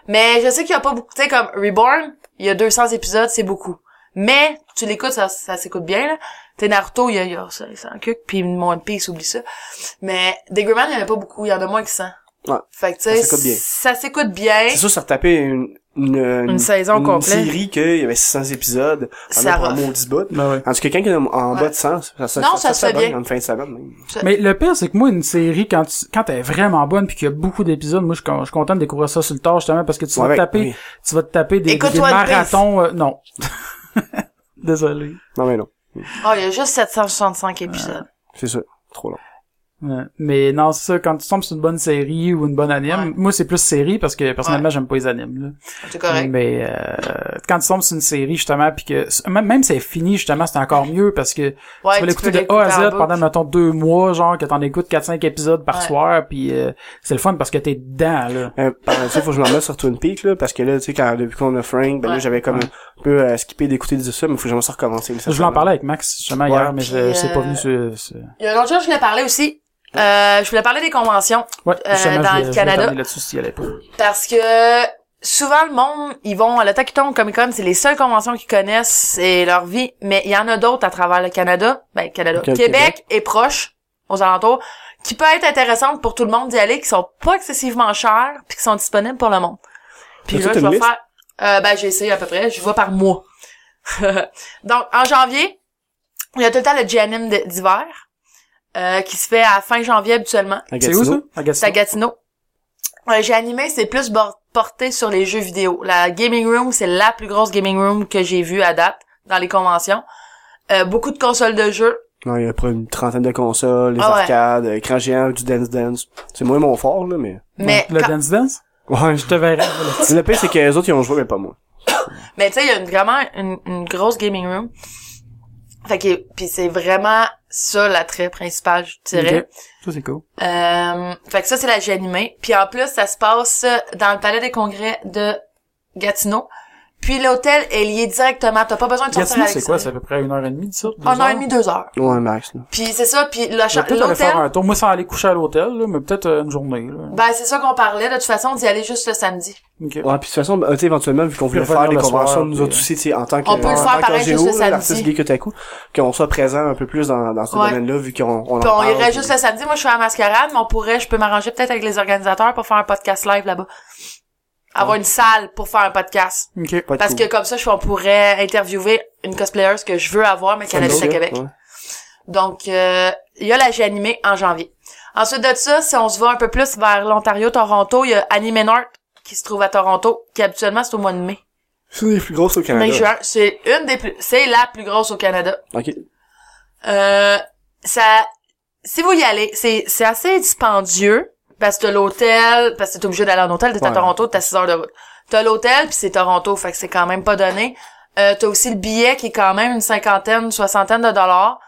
S3: Mais je sais qu'il y a pas beaucoup. Tu sais, comme Reborn, il y a 200 épisodes, c'est beaucoup. Mais tu l'écoutes, ça, ça s'écoute bien, là. T'es Naruto, il y a, il y a 500 cucs, puis mon One Piece, oublie ça. Mais Degreman, il y en a pas beaucoup, il y en a moins que 100.
S2: Ouais.
S3: Fait que, tu
S2: Ça
S3: sais,
S2: s'écoute bien.
S3: ça s'écoute bien.
S2: C'est sûr, ça retapait une, une,
S3: Une, saison
S2: une
S3: complète.
S2: série qu'il y avait 600 épisodes.
S3: Ça
S2: Ça
S3: rough.
S2: maudit bout.
S4: Ben ouais.
S2: En tout cas, quand il est en, en
S3: Ouais.
S2: bas de 100, ça, ça,
S3: Non, ça se fait
S2: s'abonne
S3: bien.
S2: en fin de semaine. même.
S4: Mais le pire, c'est que moi, une série, quand, tu- quand elle est vraiment bonne puis qu'il y a beaucoup d'épisodes, moi, je, suis con- je suis content de découvrir ça sur le tard, justement, parce que tu vas
S2: Ouais,
S4: te taper,
S2: oui.
S4: tu vas te taper des,
S3: Écoute
S4: des
S3: One Piece.
S4: marathons, euh, non. Désolé.
S2: Non, mais non.
S3: Oh, il y a juste 765 épisodes.
S2: C'est sûr. Trop long.
S4: Ouais. Mais non, c'est ça, quand tu tombes sur une bonne série ou une bonne anime,
S3: Ouais.
S4: moi, c'est plus série parce que, personnellement, j'aime pas les animes, là.
S3: C'est correct.
S4: Mais euh, quand tu tombes sur une série, justement, puis que même même si elle est finie, justement, c'est encore mieux parce que
S3: Ouais,
S4: Mm. tu vas l'écouter de
S3: l'écouter
S4: A à
S3: en
S4: Z
S3: boucle.
S4: pendant, mettons, deux mois, genre, que t'en écoutes 4-5 épisodes par
S3: Ouais.
S4: soir, puis euh, c'est le fun parce que t'es dedans, là.
S2: Euh, par là-dessus, faut que je m'en mette sur Twin Peaks, là, parce que là, tu sais, quand, depuis qu'on a Frank, ben là,
S3: Ouais.
S2: j'avais comme un peu euh, skippé d'écouter de ça, mais faut que j'aime ça recommencer.
S4: Je voulais en parler avec Max, justement,
S2: Ouais.
S4: hier, mais je
S3: Puis,
S4: c'est pas
S3: euh,
S4: venu sur... sur-
S3: Il y a une autre chose que je voulais parler aussi. Euh, je voulais parler des conventions.
S4: Ouais,
S3: euh,
S4: justement,
S3: dans
S4: je
S3: le
S4: voulais- je voulais
S3: Canada.
S4: parler là-dessus s'il y allait pas.
S3: Parce que souvent le monde, ils vont à la Takuton Comic Con, c'est les seules conventions qu'ils connaissent, c'est leur vie, mais il y en a d'autres à travers le Canada, ben Canada,
S2: Ok, le
S3: Québec,
S2: Québec.
S3: et proche, aux alentours, qui peut être intéressante pour tout le monde d'y aller, qui sont pas excessivement chères, puis qui sont disponibles pour le monde. Puis
S2: T'as-tu
S3: là, je
S2: une
S3: vais
S2: liste?
S3: faire, euh, ben j'ai essayé à peu près, je vois par mois. Donc en janvier, il y a tout le temps le G-Anime de- d'hiver, euh, qui se fait à fin janvier habituellement.
S4: C'est où, ça? À
S3: C'est à
S4: Gatineau?
S3: Gatineau. Euh, j'ai animé, c'est plus bor- porté sur les jeux vidéo. La gaming room, c'est la plus grosse gaming room que j'ai vue à date dans les conventions. Euh, beaucoup de consoles de jeux.
S2: Non, il y a près une trentaine de consoles, les
S3: Ah ouais.
S2: arcades, euh, écran géant, du dance dance. C'est moins mon fort, là, mais.
S3: Mais,
S4: Le
S3: quand-
S4: Dance Dance?
S2: Ouais,
S4: Je te verrai.
S2: Le pire, c'est que les autres, ils ont joué, mais pas moi.
S3: mais tu sais, il y a une- vraiment une, une grosse gaming room. Fait que, puis c'est vraiment ça l'attrait principal, je dirais.
S4: Ok. Ça, c'est cool.
S3: Euh, fait que ça, c'est la j'ai animée. Puis en plus, ça se passe dans le palais des congrès de Gatineau. Puis l'hôtel est lié directement. T'as pas besoin de sortir
S4: Gatineau,
S3: avec
S4: c'est
S3: ça.
S4: quoi? C'est à peu près une heure et demie de ça? deux
S3: Un an et
S4: heures?
S3: demi, deux heures.
S2: Ouais, Max, là.
S3: Puis c'est ça, puis
S4: Je
S3: la
S4: vais
S3: cha-
S4: peut-être aller faire
S3: l'hôtel,
S4: un tour. Moi, sans aller coucher à l'hôtel, là, mais peut-être euh, une journée. Là.
S3: ben c'est ça qu'on parlait, de toute façon, d'y aller juste le samedi.
S4: Ok.
S2: Ouais, puis de toute façon, ben, tu sais, éventuellement, vu qu'on voulait
S4: Puis revenir
S2: faire les
S4: le soir,
S2: conventions, nous
S4: puis,
S2: autres aussi, tu sais, en tant que,
S3: On peut le
S2: en
S3: faire
S2: tant
S3: pareil
S2: qu'AGO,
S3: juste le
S2: là,
S3: samedi.
S2: l'artiste gay Kotaku, qu'on soit présent un peu plus dans, dans ce
S3: Ouais.
S2: domaine-là, vu qu'on, on en
S3: Puis on
S2: parle,
S3: irait
S2: puis-
S3: juste le samedi, moi je suis à la mascarade, mais on pourrait, je peux m'arranger peut-être avec les organisateurs pour faire un podcast live là-bas. Avoir une salle pour faire un podcast.
S4: Ok.
S2: pas de
S3: Parce
S2: coup.
S3: que comme ça, je on pourrait interviewer une cosplayer que je veux avoir, mais qu'elle habite à
S2: Ouais.
S3: Québec.
S2: Ouais.
S3: Donc, euh, il y a la G animée en janvier. Ensuite de ça, si on se va un peu plus vers l'Ontario, Toronto, il y a Anime North qui se trouve à Toronto, qui habituellement c'est au mois de mai.
S2: C'est les plus grosses au Canada.
S3: Mai juin, c'est une des plus, c'est la plus grosse au Canada.
S2: Ok.
S3: Euh, ça, si vous y allez, c'est, c'est assez dispendieux parce que t'as l'hôtel, parce que t'es obligé d'aller en hôtel, t'es à
S2: Ouais.
S3: Toronto, t'as 6 heures de route. T'as l'hôtel puis c'est Toronto, fait que c'est quand même pas donné. Euh, t'as aussi le billet qui est quand même une cinquantaine, une soixantaine de dollars.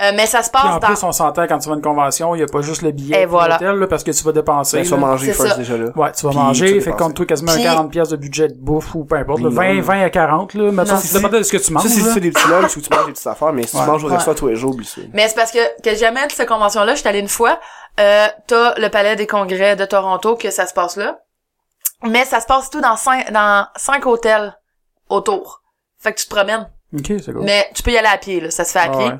S3: Euh, mais ça se
S4: Puis
S3: passe
S4: en
S3: dans,
S4: plus, on s'entend quand tu vas à une convention, il n'y a pas juste le billet
S3: Et
S4: pour
S3: voilà.
S4: l'hôtel, là, parce que tu vas dépenser.
S2: Ben,
S4: là.
S2: soit manger
S3: C'est ça.
S2: first, déjà, là.
S4: Ouais, tu vas
S2: Puis tu
S4: manger,
S2: dépenses.
S4: fait que compte-toi quasiment
S3: Puis-
S4: 40 pièces de budget de bouffe ou peu importe, là,
S2: Non.
S4: 20, 20 à 40, là, mettons,
S3: Non.
S4: ça dépend de ce que tu manges,
S2: Ça, c'est
S4: là.
S2: c'est des petits lunchs où tu manges des petites affaires, mais si
S4: Ouais.
S2: tu manges au
S3: Ouais.
S2: resto tous les jours, oublie ça.
S3: Mais c'est parce que que jamais de cette convention-là, je suis allée une fois. Euh, t'as le palais des congrès de Toronto que ça se passe là. Mais ça se passe tout dans cinq dans cinq hôtels autour. Fait que tu te promènes.
S4: Ok, c'est cool.
S3: Mais tu peux y aller à pied, là. Ça se fait à
S4: Ah
S3: pied.
S4: ouais.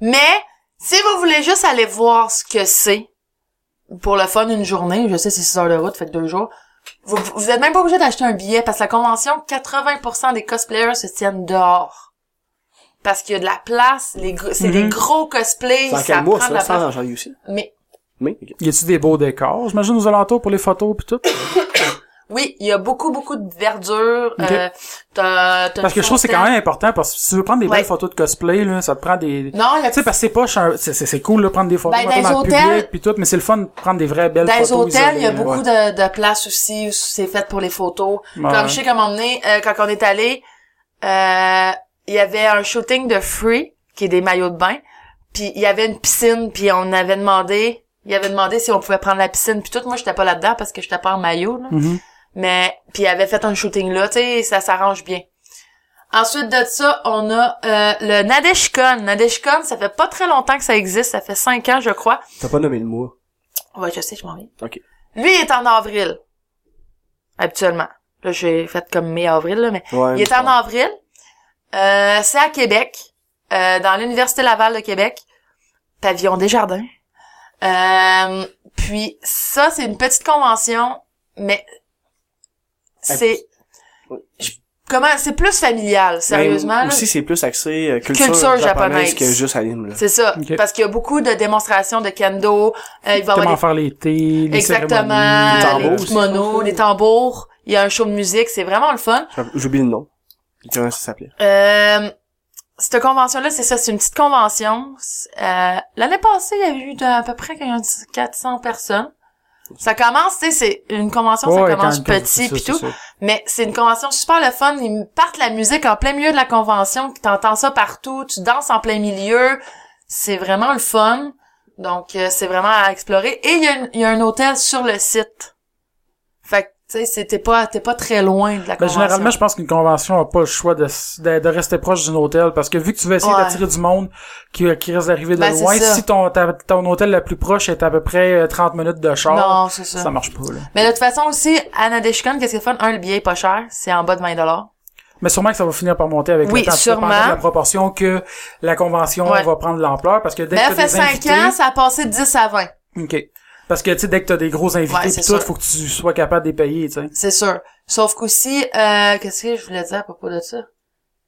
S3: Mais si vous voulez juste aller voir ce que c'est pour le fun une journée, je sais c'est 6 heures de route, fait que deux jours. Vous, vous êtes même pas obligé d'acheter un billet parce que la convention, 80% des cosplayers se tiennent dehors. Parce qu'il y a de la place, les gr- c'est des
S4: Mhm.
S3: gros cosplays,
S2: C'est en
S3: ça
S2: quel
S3: prend
S2: mois,
S3: de
S2: ça?
S3: la place.
S2: Sans janvier aussi?
S3: Mais
S2: Mais, ok.
S4: Y a-tu des beaux décors? J'imagine aux alentours pour les photos pis tout.
S3: Oui, il y a beaucoup, beaucoup de verdure.
S4: Ok.
S3: euh, t'as- t'as
S4: Parce que
S3: une
S4: je trouve que c'est
S3: fontaine.
S4: quand même important parce que si tu veux prendre des
S3: Ouais.
S4: belles photos de cosplay, là, ça te prend des...
S3: Non, il y a
S4: Tu sais, parce que c'est pas... ch- C'est c'est- c'est cool, là, prendre des photos
S3: Ben,
S4: mettons,
S3: dans
S4: dans
S3: les
S4: le public
S3: hôtels-
S4: puis tout, mais c'est le fun de prendre des vraies belles
S3: Dans les
S4: photos.
S3: hôtels, il y
S4: isolées,
S3: a
S4: là.
S3: beaucoup de, de places aussi où c'est fait pour les photos.
S4: Ouais.
S3: Comme je sais qu'à m'emmener, quand on est allé, euh, il y avait un shooting de Free, qui est des maillots de bain, puis il y avait une piscine, puis on avait demandé, il avait demandé si on pouvait prendre la piscine, puis tout. Moi, j'étais pas là-dedans parce que j'étais pas en maillot, là.
S4: Mhm.
S3: Mais, puis il avait fait un shooting là, tu sais, ça s'arrange bien. Ensuite de ça, on a euh, le Nadeshcon. Nadeshcon, ça fait pas très longtemps que ça existe, ça fait cinq ans, je crois.
S2: T'as pas nommé le mois.
S3: Ouais, je sais, je m'en viens.
S2: Ok.
S3: Lui, il est en avril. Habituellement. Là, j'ai fait comme mai-avril, là, mais
S2: Ouais.
S3: il est en avril. Euh, c'est à Québec, euh, dans l'Université Laval de Québec, pavillon des jardins. Euh, puis ça, c'est une petite convention, mais c'est
S2: Ouais.
S3: je- comment c'est plus familial, sérieusement.
S2: Mais
S3: là.
S2: Aussi, c'est plus axé euh, culture,
S3: Culture
S2: japonaise,
S3: japonaise.
S2: que juste anime, là.
S3: C'est ça,
S4: Ok.
S3: parce qu'il y a beaucoup de démonstrations de kendo. euh, il va y avoir
S4: Comment
S3: des
S4: faire les thés, les
S3: Exactement.
S4: cérémonies,
S2: tambours
S3: Les
S2: aussi,
S3: kimonos, les tambours. Il y a un show de musique, c'est vraiment le fun.
S2: J'oublie le nom. Comment ça s'appelait?
S3: Euh, cette convention-là, c'est ça, c'est une petite convention. C'est, euh, L'année passée, il y a eu de- à peu près 400 personnes. Ça commence, tu sais, c'est une convention,
S4: Ouais,
S3: ça
S4: quand-
S3: commence
S4: quand-
S3: petit
S4: c'est
S3: pis
S4: ça, Ben,
S3: tout.
S4: c'est ça.
S3: Mais c'est une convention super le fun. Ils me partent la musique en plein milieu de la convention. T'entends ça partout. Tu danses en plein milieu. C'est vraiment le fun. Donc, euh, c'est vraiment à explorer. Et il y, a une- il y a un hôtel sur le site. Fait que, tu sais, c'est- t'es pas, t'es pas très loin de la
S4: Ben,
S3: convention.
S4: généralement, je pense qu'une convention a pas le choix de, s- de, de rester proche d'un hôtel parce que vu que tu veux essayer
S3: Ouais.
S4: d'attirer du monde qui, qui risque d'arriver de
S3: Ben, c'est
S4: loin,
S3: ça.
S4: si ton, ta- ton hôtel le plus proche est à peu près euh, 30 minutes de char,
S3: Non, c'est ça.
S4: ça marche pas. Là.
S3: Mais de toute façon aussi, à Nadeshikon, qu'est-ce qui est fun? Un, le billet est pas cher. C'est en bas de 20 dollars.
S4: Mais sûrement que ça va finir par monter avec
S3: Oui,
S4: le temps,
S3: sûrement.
S4: dépendant de la proportion que la convention
S3: Ouais.
S4: va prendre de l'ampleur parce que dès
S3: Mais
S4: que
S3: là,
S4: t'as
S3: fait
S4: des
S3: 5
S4: invités,
S3: ans, ça a passé de 10 à 20.
S4: OK. Parce que tu sais dès que t'as des gros invités
S3: Ouais,
S4: pis
S3: c'est
S4: tout,
S3: sûr.
S4: faut que tu sois capable de les payer, tu sais.
S3: C'est sûr. Sauf qu'aussi, euh, qu'est-ce que je voulais dire à propos de ça?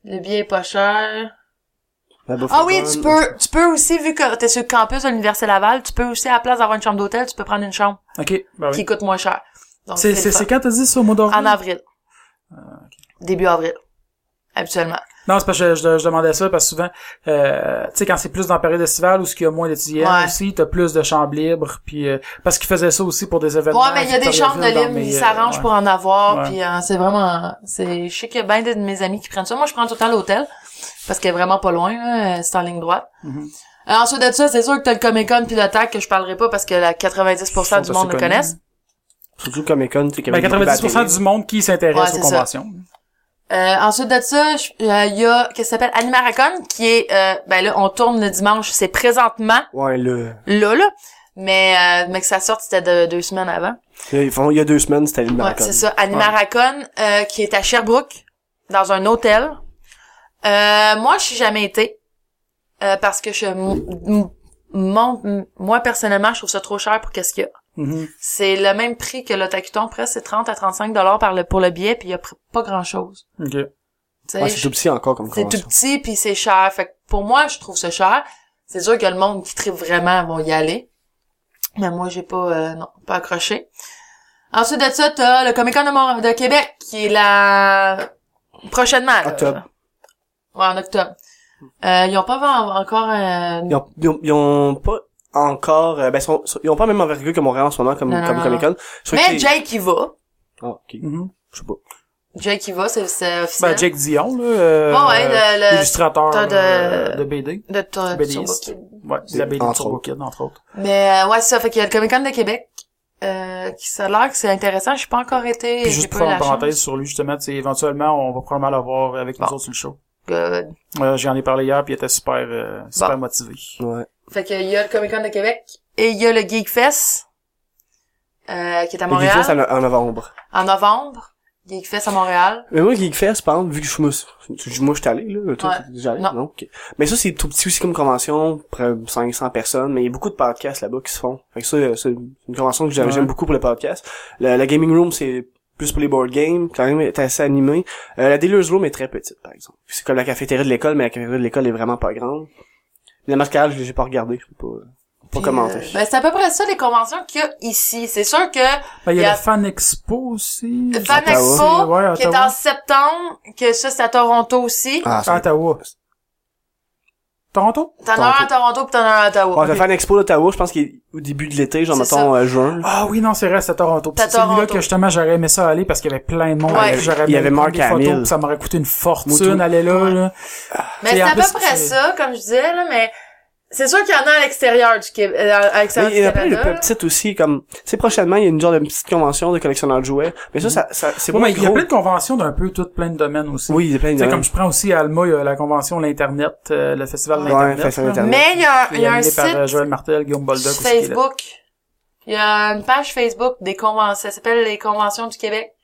S3: Le billet est pas cher.
S2: La bouffe
S3: Ah
S2: est
S3: oui,
S2: bonne.
S3: tu peux, tu peux aussi, vu que t'es sur le campus de l'Université Laval, tu peux aussi, à la place d'avoir une chambre d'hôtel, tu peux prendre une chambre
S4: OK. Ben
S3: qui
S4: oui.
S3: coûte moins cher. Donc,
S4: C'est,
S3: le
S4: c'est,
S3: fun.
S4: c'est quand Ah, t'as dit ça au mois d'avril?
S3: En avril. Début avril. Habituellement.
S4: Non, c'est parce que je, je- je demandais ça parce que souvent, euh, tu sais, quand c'est plus dans la période estivale où ce qu'il y a moins d'étudiants
S3: Ouais.
S4: aussi, t'as plus de chambres libres, puis euh, parce qu'ils faisaient ça aussi pour des événements.
S3: Ouais, mais il y a des chambres de libre, ils s'arrangent pour en avoir,
S4: euh, Ouais.
S3: puis euh, c'est vraiment, c'est, je sais qu'il y a bien de mes amis qui prennent ça. Moi, je prends tout le temps l'hôtel, parce qu'elle est vraiment pas loin, là, euh, c'est en ligne droite.
S4: Mhm.
S3: Euh, ensuite de ça, c'est sûr que t'as le Comic Con puis le TAC que je parlerai pas parce que la 90%
S4: Ils
S3: du
S4: sont
S3: monde
S4: assez
S3: le connaissent.
S2: Surtout Comic Con, tu sais, qu'il y
S4: Ben,
S2: avait beaucoup de
S4: 90%
S2: batteries.
S4: du monde qui s'intéresse
S3: Ouais,
S4: aux
S3: c'est ça.
S4: conventions.
S3: Euh, ensuite de ça, je- euh, il y a qu'est-ce qui s'appelle Animaracon qui est euh, ben là on tourne le dimanche, c'est présentement
S2: Ouais, le...
S3: là là, mais euh, mais que ça sorte c'était de- deux semaines avant.
S2: Là, ils font- Il y a deux semaines, c'était le
S3: Ouais,
S2: Maracon.
S3: c'est ça. Animaracon euh, qui est à Sherbrooke dans un hôtel. Euh, moi, je suis jamais été euh, parce que je m- m- mon- m- moi personnellement, je trouve ça trop cher pour qu'est-ce qu'il y a.
S4: Mhm.
S3: C'est le même prix que l'Otakuton, presque c'est 30 à 35 dollars par le pour le billet, puis il y a pr- pas grand-chose.
S4: OK.
S3: Tu sais,
S2: Ouais,
S3: je-
S2: c'est tout petit encore comme
S3: c'est tout
S2: convention.
S3: petit puis c'est cher. Fait que pour moi, je trouve ça cher. C'est sûr que le monde qui tripe vraiment vont y aller. Mais moi, j'ai pas, euh, non, pas accroché. Ensuite de ça, t'as le Comic Con de, Mont- de Québec, qui est la... prochainement. là.
S2: Octobre.
S3: Ouais, en octobre. Euh, ils ont pas en- encore euh, un...
S2: Ils ont, ils ont, ils ont pas encore... euh, ben, ils sont- sont- ils ont pas la même envergure que Montréal en ce moment, comme,
S3: Non, non,
S2: comme
S3: non,
S2: Comic Con.
S3: Mais Jake y va.
S2: Ah, ok.
S4: Mhm.
S2: Je sais pas.
S3: Jake y va, c'est c'est officiel.
S4: Ben, Jake Dion, là, euh,
S3: Oh, ouais, le- le-
S4: illustrateur
S3: t'as de-
S4: euh, de BD.
S3: De ton-
S4: BDiste.
S3: sur Bucky.
S4: Ouais, de la BD
S2: Entre
S4: de Turbo Kid, entre autres.
S3: Mais euh, ouais, c'est ça. Fait qu'il y a le Comic Con de Québec, euh, qui ça a l'air que c'est intéressant. J'ai pas encore été...
S4: Puis
S3: j'ai
S4: juste pour
S3: pas
S4: faire
S3: eu
S4: une
S3: la
S4: parenthèse
S3: chance.
S4: sur lui, justement, tu sais, éventuellement, on va probablement l'avoir avec nous
S3: Bon.
S4: autres sur le show.
S3: Good.
S4: Euh, J'en ai parlé hier, puis il était super, euh, super
S3: Bon.
S4: motivé.
S2: Ouais.
S3: Fait que il y a le Comic Con de Québec et il y a le Geek Fest euh, qui est à
S2: Le Geek
S3: Montréal
S2: Fest en, en novembre.
S3: en novembre. Geek Fest à Montréal.
S2: Mais moi, Geekfest, par exemple, vu que je me suis- tu dis, moi, je suis allé, là. Toi,
S3: Ouais.
S2: t'es déjà allé?
S3: Non.
S2: ok. Mais ça, c'est tout petit aussi comme convention, près de 500 personnes, mais il y a beaucoup de podcasts là-bas qui se font. Fait que ça, euh, c'est une convention que j'aime
S4: Ouais.
S2: j'aime beaucoup pour les podcasts. La, la Gaming Room, c'est plus pour les board games, quand même, est assez animé. Euh, la Dealer's Room est très petite, par exemple. C'est comme la cafétéria de l'école, mais la cafétéria de l'école est vraiment pas grande. La mascarade, je l'ai pas regardée, je peux pas... Pas
S3: Puis,
S2: commenté.
S3: euh, ben, c'est à peu près ça, les conventions qu'il y a ici. C'est sûr que
S4: Ben, il y
S3: Il y
S4: a
S3: a-
S4: la Fan Expo aussi.
S3: Fan Expo,
S4: Ouais,
S3: qui est
S4: Ottawa. Ah,
S3: en septembre, que ça, c'est à Toronto aussi.
S2: Ah,
S4: À Ottawa. Toronto?
S3: T'en as un à Toronto puis t'en as un à Ottawa.
S2: On va faire une expo d'Ottawa, je pense qu'il est au début de l'été, genre
S3: C'est
S2: mettons euh, juin.
S4: Ah oui, non, c'est vrai, c'est à Toronto. Puis
S3: C'est à
S4: C'est celui-là
S3: Toronto.
S4: que justement j'aurais aimé ça aller parce qu'il y avait plein de monde.
S3: Ouais.
S4: puis J'aurais
S2: Il y avait
S4: aimé
S2: Mark
S4: prendre des photos,
S2: Hamill.
S4: puis Ça m'aurait coûté une fortune
S2: Moutou.
S4: aller là. là.
S3: mais
S4: t'sais,
S3: c'est
S4: en
S3: à peu
S4: plus,
S3: près
S4: c'est-
S3: ça, comme je disais, là, mais c'est sûr qu'il y en a à l'extérieur du Québec, à l'extérieur
S2: Mais il
S3: du
S2: y en a plein de
S3: Canada. là.
S2: petites aussi, comme, tu sais, prochainement, il y a une genre de petite convention de collectionneurs de jouets. Mais ça, ça, ça c'est
S4: Ouais,
S2: pas
S4: mais il y a
S2: gros.
S4: plein de conventions d'un peu toutes plein de domaines aussi.
S2: Oui, il y a plein
S4: Tu
S2: de
S4: sais, comme je prends aussi à Alma, il y a la convention l'Internet, euh, le festival de
S2: Ouais,
S4: l'Internet.
S2: festival
S4: là.
S2: d'Internet.
S3: Mais il y a,
S4: Qui
S3: il y
S4: est
S3: a un
S4: animé
S3: site
S4: par euh, Joël Martel, Guillaume Boldock aussi. qui est là.
S3: Facebook. Il y a une page Facebook des conventions. Ça s'appelle les conventions du Québec.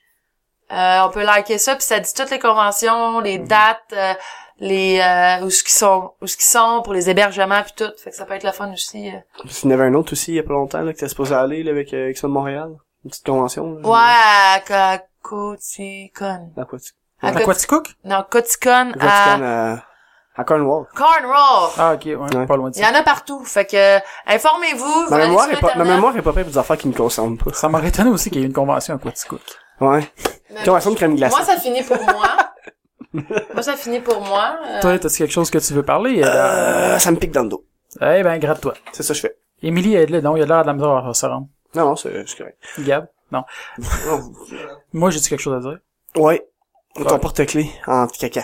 S3: Euh, on peut liker ça puis ça dit toutes les conventions, les dates, euh, les euh, où ce qu'ils sont, où ce qu'ils sont pour les hébergements puis tout. Fait que ça peut être la fun aussi. euh.
S2: Parce qu'il y en avait un autre aussi, il y a pas longtemps, là, que t'es supposé aller, là, avec, euh, Expo de Montréal. Une petite convention, là.
S3: Ouais, à Ca- Coticon.
S2: À quoi tu,
S3: À
S4: À
S3: Cot-
S4: Quaticook?
S3: non, Coticon
S2: à,
S3: à
S2: à, euh, à Cornwall.
S3: Cornwall.
S4: Ah, ok, ouais,
S2: Ouais.
S4: pas loin de
S3: Il y
S4: ça.
S3: en a partout. Fait que euh, informez-vous.
S2: Ma
S3: allez
S2: mémoire
S3: sur
S2: est pas, ma
S3: Internet.
S2: mémoire est pas prête pour des affaires qui me concernent pas.
S4: Ça m'aurait étonné aussi qu'il y ait une convention à Quaticook.
S3: Euh.
S2: Ouais.
S3: Mais-
S2: Convention de crème glacée.
S3: Moi, ça finit pour moi. moi, ça finit pour moi. Euh,
S4: Toi, t'as-tu quelque chose que tu veux parler? Euh...
S2: Euh, ça me pique dans le dos.
S4: Eh ben, gratte-toi.
S2: C'est ça que je fais.
S4: Émilie, aide-le. Non, il y a l'air de la misère à se rendre.
S2: Non, non, c'est, c'est correct.
S4: Gab? Non.
S2: Non.
S4: Moi, j'ai-tu quelque chose à dire?
S2: Ouais. Ton
S4: Ouais.
S2: porte-clés en petit caca.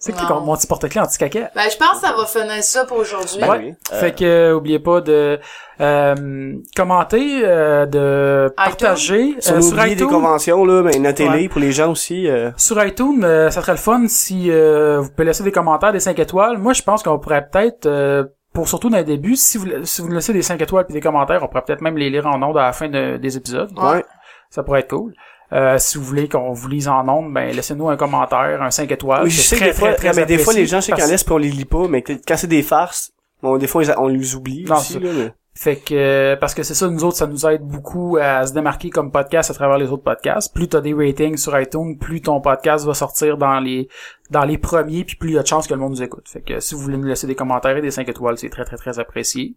S4: C'est que
S3: Non.
S4: t'es mon petit porte-clés anti-caca.
S3: Ben, je pense que ça va finir ça pour aujourd'hui.
S2: Ben
S4: ouais.
S2: oui.
S4: Fait que, euh, oubliez pas de euh, commenter, euh, de partager
S2: Si on
S4: euh,
S2: oublie des conventions, là, mais notez-les
S4: Ouais.
S2: pour les gens aussi. Euh...
S4: Sur iTunes, euh, ça serait le fun si euh, vous pouvez laisser des commentaires, des 5 étoiles. Moi, je pense qu'on pourrait peut-être, euh, pour surtout dans les débuts, si vous, la- si vous laissez des 5 étoiles et des commentaires, on pourrait peut-être même les lire en ondes à la fin de- des épisodes.
S3: Ouais.
S2: Ouais.
S4: Ça pourrait être cool. Euh, si vous voulez qu'on vous lise en ondes, ben laissez-nous un commentaire, un 5 étoiles.
S2: oui, je
S4: Ah, C'est
S2: sais que des fois, mais des fois,
S4: apprécié
S2: les gens, je sais qu'ils en
S4: parce-
S2: laissent puis on les lit pas, mais que- quand c'est des farces, bon, des fois, ils- on les oublie
S4: Non,
S2: aussi,
S4: c'est-
S2: là, mais-
S4: Fait que euh, parce que c'est ça, nous autres, ça nous aide beaucoup à se démarquer comme podcast à travers les autres podcasts. Plus t'as des ratings sur iTunes, plus ton podcast va sortir dans les dans les premiers, puis plus il y a de chances que le monde nous écoute. Fait que si vous voulez nous laisser des commentaires et des 5 étoiles, c'est très très très apprécié.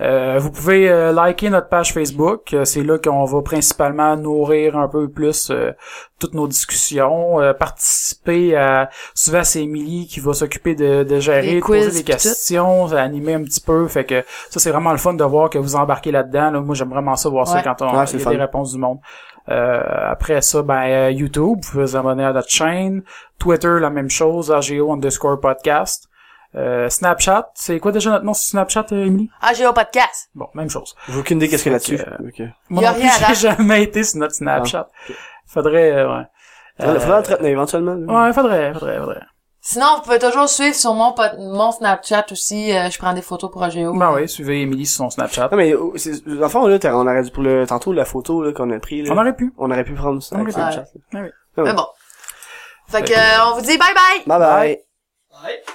S4: Euh, vous pouvez euh, liker notre page Facebook. Euh, c'est là qu'on va principalement nourrir un peu plus euh, toutes nos discussions, euh, participer à souvent c'est Émilie qui va s'occuper de, de gérer,
S3: Les
S4: de poser
S3: quiz,
S4: des
S3: puis tout.
S4: questions, animer un petit peu. Fait que ça c'est vraiment le fun de voir que vous embarquez là-dedans. Là. Moi j'aime vraiment ça voir ça
S3: Ouais.
S4: quand on
S2: Ouais,
S4: il
S2: c'est
S4: y a
S2: le
S4: des
S2: fun.
S4: réponses du monde. Euh, après ça, ben euh, YouTube, vous pouvez vous abonner à notre chaîne. Twitter, la même chose, AGO underscore podcast. Euh, Snapchat, c'est quoi déjà notre nom sur Snapchat, euh, Émilie?
S3: Ah, j'ai au podcast.
S4: Bon, même chose.
S2: J'ai aucune idée qu'est-ce qu'il y a là-dessus.
S4: euh,
S2: Ok.
S4: Moi
S3: Y a
S4: non
S3: rien à
S4: plus, j'ai jamais été sur notre Snapchat.
S2: Ah,
S4: Faudrait, euh, ouais.
S2: Faudrait-
S4: Euh,
S2: Faudrait l'entretenir éventuellement. là.
S4: Ouais, faudrait, faudrait, faudrait.
S3: Sinon, vous pouvez toujours suivre sur mon, pot- mon Snapchat aussi. euh, je prends des photos pour AGO.
S4: Ben oui, suivez Émilie sur son Snapchat.
S2: Non, mais, euh, c'est- dans le fond, là, t'as- on aurait dû, pour le, tantôt, la photo, là, qu'on a pris, là,
S4: On aurait pu. Ben
S2: on aurait pu prendre ça
S4: On
S2: avec
S4: aurait
S2: Snapchat,
S4: pu.
S2: là.
S4: Ben,
S3: Mais bon. Fait que, euh, on vous dit bye bye!
S2: Bye bye.
S4: Bye.